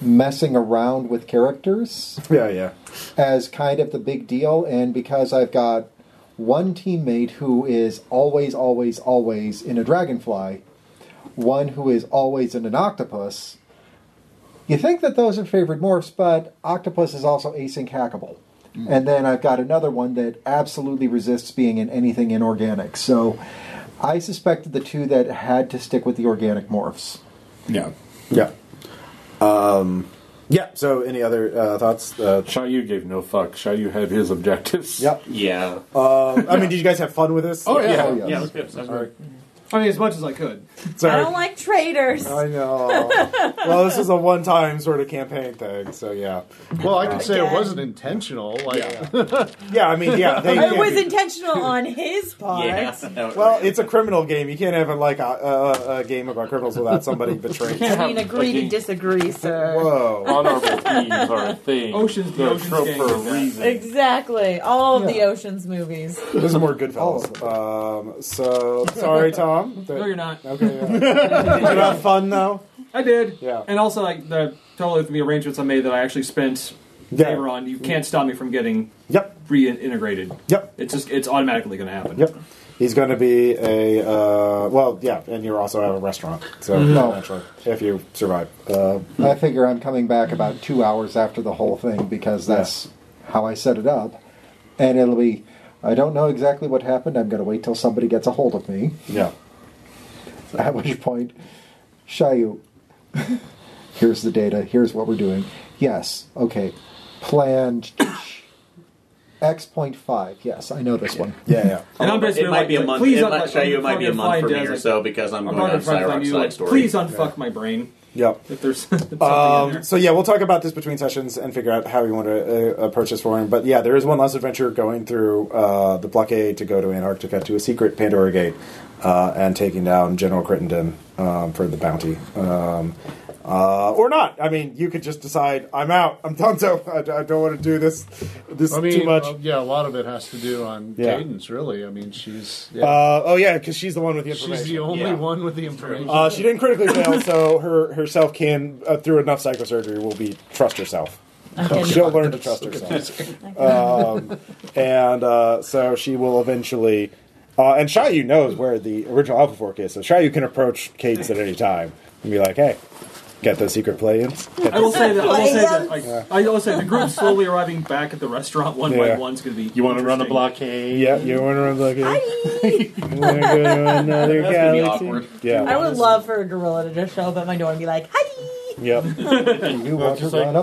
messing around with characters
Yeah, yeah.
as kind of the big deal, and because I've got one teammate who is always, always, always in a dragonfly, one who is always in an octopus. You think that those are favored morphs, but octopus is also async hackable.
Hmm.
And then I've got another one that absolutely resists being in anything inorganic. So I suspected the two that had to stick with the organic morphs.
Yeah.
Yeah. Um, yeah. So, any other uh, thoughts? Uh,
Shayu gave no fuck. Shayu had his objectives.
Yep.
Yeah.
Um, I mean, did you guys have fun with this?
Oh, yeah.
Oh,
Yeah, it was good. Sounds good.
I mean, as much as I could.
I don't like traitors.
I know. well, this is a one-time sort of campaign thing, so yeah.
Well, I could say it
Again.
wasn't intentional. Like,
Yeah, I mean, yeah. They, yeah.
it was intentional on his part.
Well, it's a criminal game. You can't have like a, a, a game about criminals without somebody betraying.
I mean, agree to disagree, sir.
Whoa.
Honorable themes are a thing.
Ocean's
They're a trope for a reason.
Exactly. All of the Ocean's movies.
This is more Goodfellas.
Oh.
Um, so sorry, Tom.
No, you're not.
Okay. Yeah. Did you have fun though?
I did.
Yeah.
And also, like, the totally with the arrangements I made that I actually spent
Yeah.
favor on, you can't stop me from getting
Yep.
reintegrated.
Yep.
It's just, it's automatically going to happen.
Yep. He's going to be a uh, well, yeah, and you're also at a restaurant, so
No.
naturally, if you survive. Uh,
I figure I'm coming back about two hours after the whole thing because that's how I set it up. And it'll be, I don't know exactly what happened. I'm going to wait till somebody gets a hold of me.
yeah.
At which point, Shayu, here's the data. Here's what we're doing. Yes. Okay. Plan X point five. Yes, I know this one.
Yeah, yeah.
And I'm basically
it might
like,
be a
like,
month.
please
It
don't
might,
let-
show you. It might be a
I'm
month for me
fine,
or
Des,
so because I'm,
I'm
going
not
on
in front
Cyrox
of you.
side
Like,
story.
please unfuck my brain.
Yep.
If there's if something in
Um,
there.
so yeah, we'll talk about this between sessions and figure out how we want to uh, approach this for him. But yeah, there is one last adventure going through uh, the blockade to go to Antarctica to a secret Pandora gate uh, and taking down General Crittenden um, for the bounty. Um, uh, or not. I mean, you could just decide I'm out. I'm done. So I, I don't want to do this. This
I
is
mean,
too much.
uh, yeah, a lot of it has to do on
Yeah.
cadence, really. I mean, she's yeah.
Uh, oh yeah, because she's the one with the information.
she's the only
Yeah.
one with the information.
Uh, she didn't critically fail, so her herself can uh, through enough psychosurgery will be trust herself.
Okay.
She'll learn to trust herself, um, and uh, so she will eventually. Uh, and Shayu knows where the original Alpha Fork is, so Shayu can approach Cadence at any time and be like, "Hey, get those secret play-ins." Get
I will
those-
say that. I will say that. Like,
Yeah.
I will say the group slowly arriving back at the restaurant one by
Yeah.
one is going to be.
You want to run a
interesting.
blockade?
yeah, you want to run like We're going to another
That's gonna be
galaxy.
awkward.
Yeah,
I would love for a gorilla to just show up at my door and be like, "Hi."
yep.
You want to
just like-
run a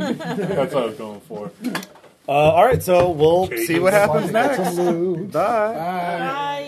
That's what I was going for.
Uh, all right, so we'll see what happens
That's a
next.
loot.
Bye.
Hi.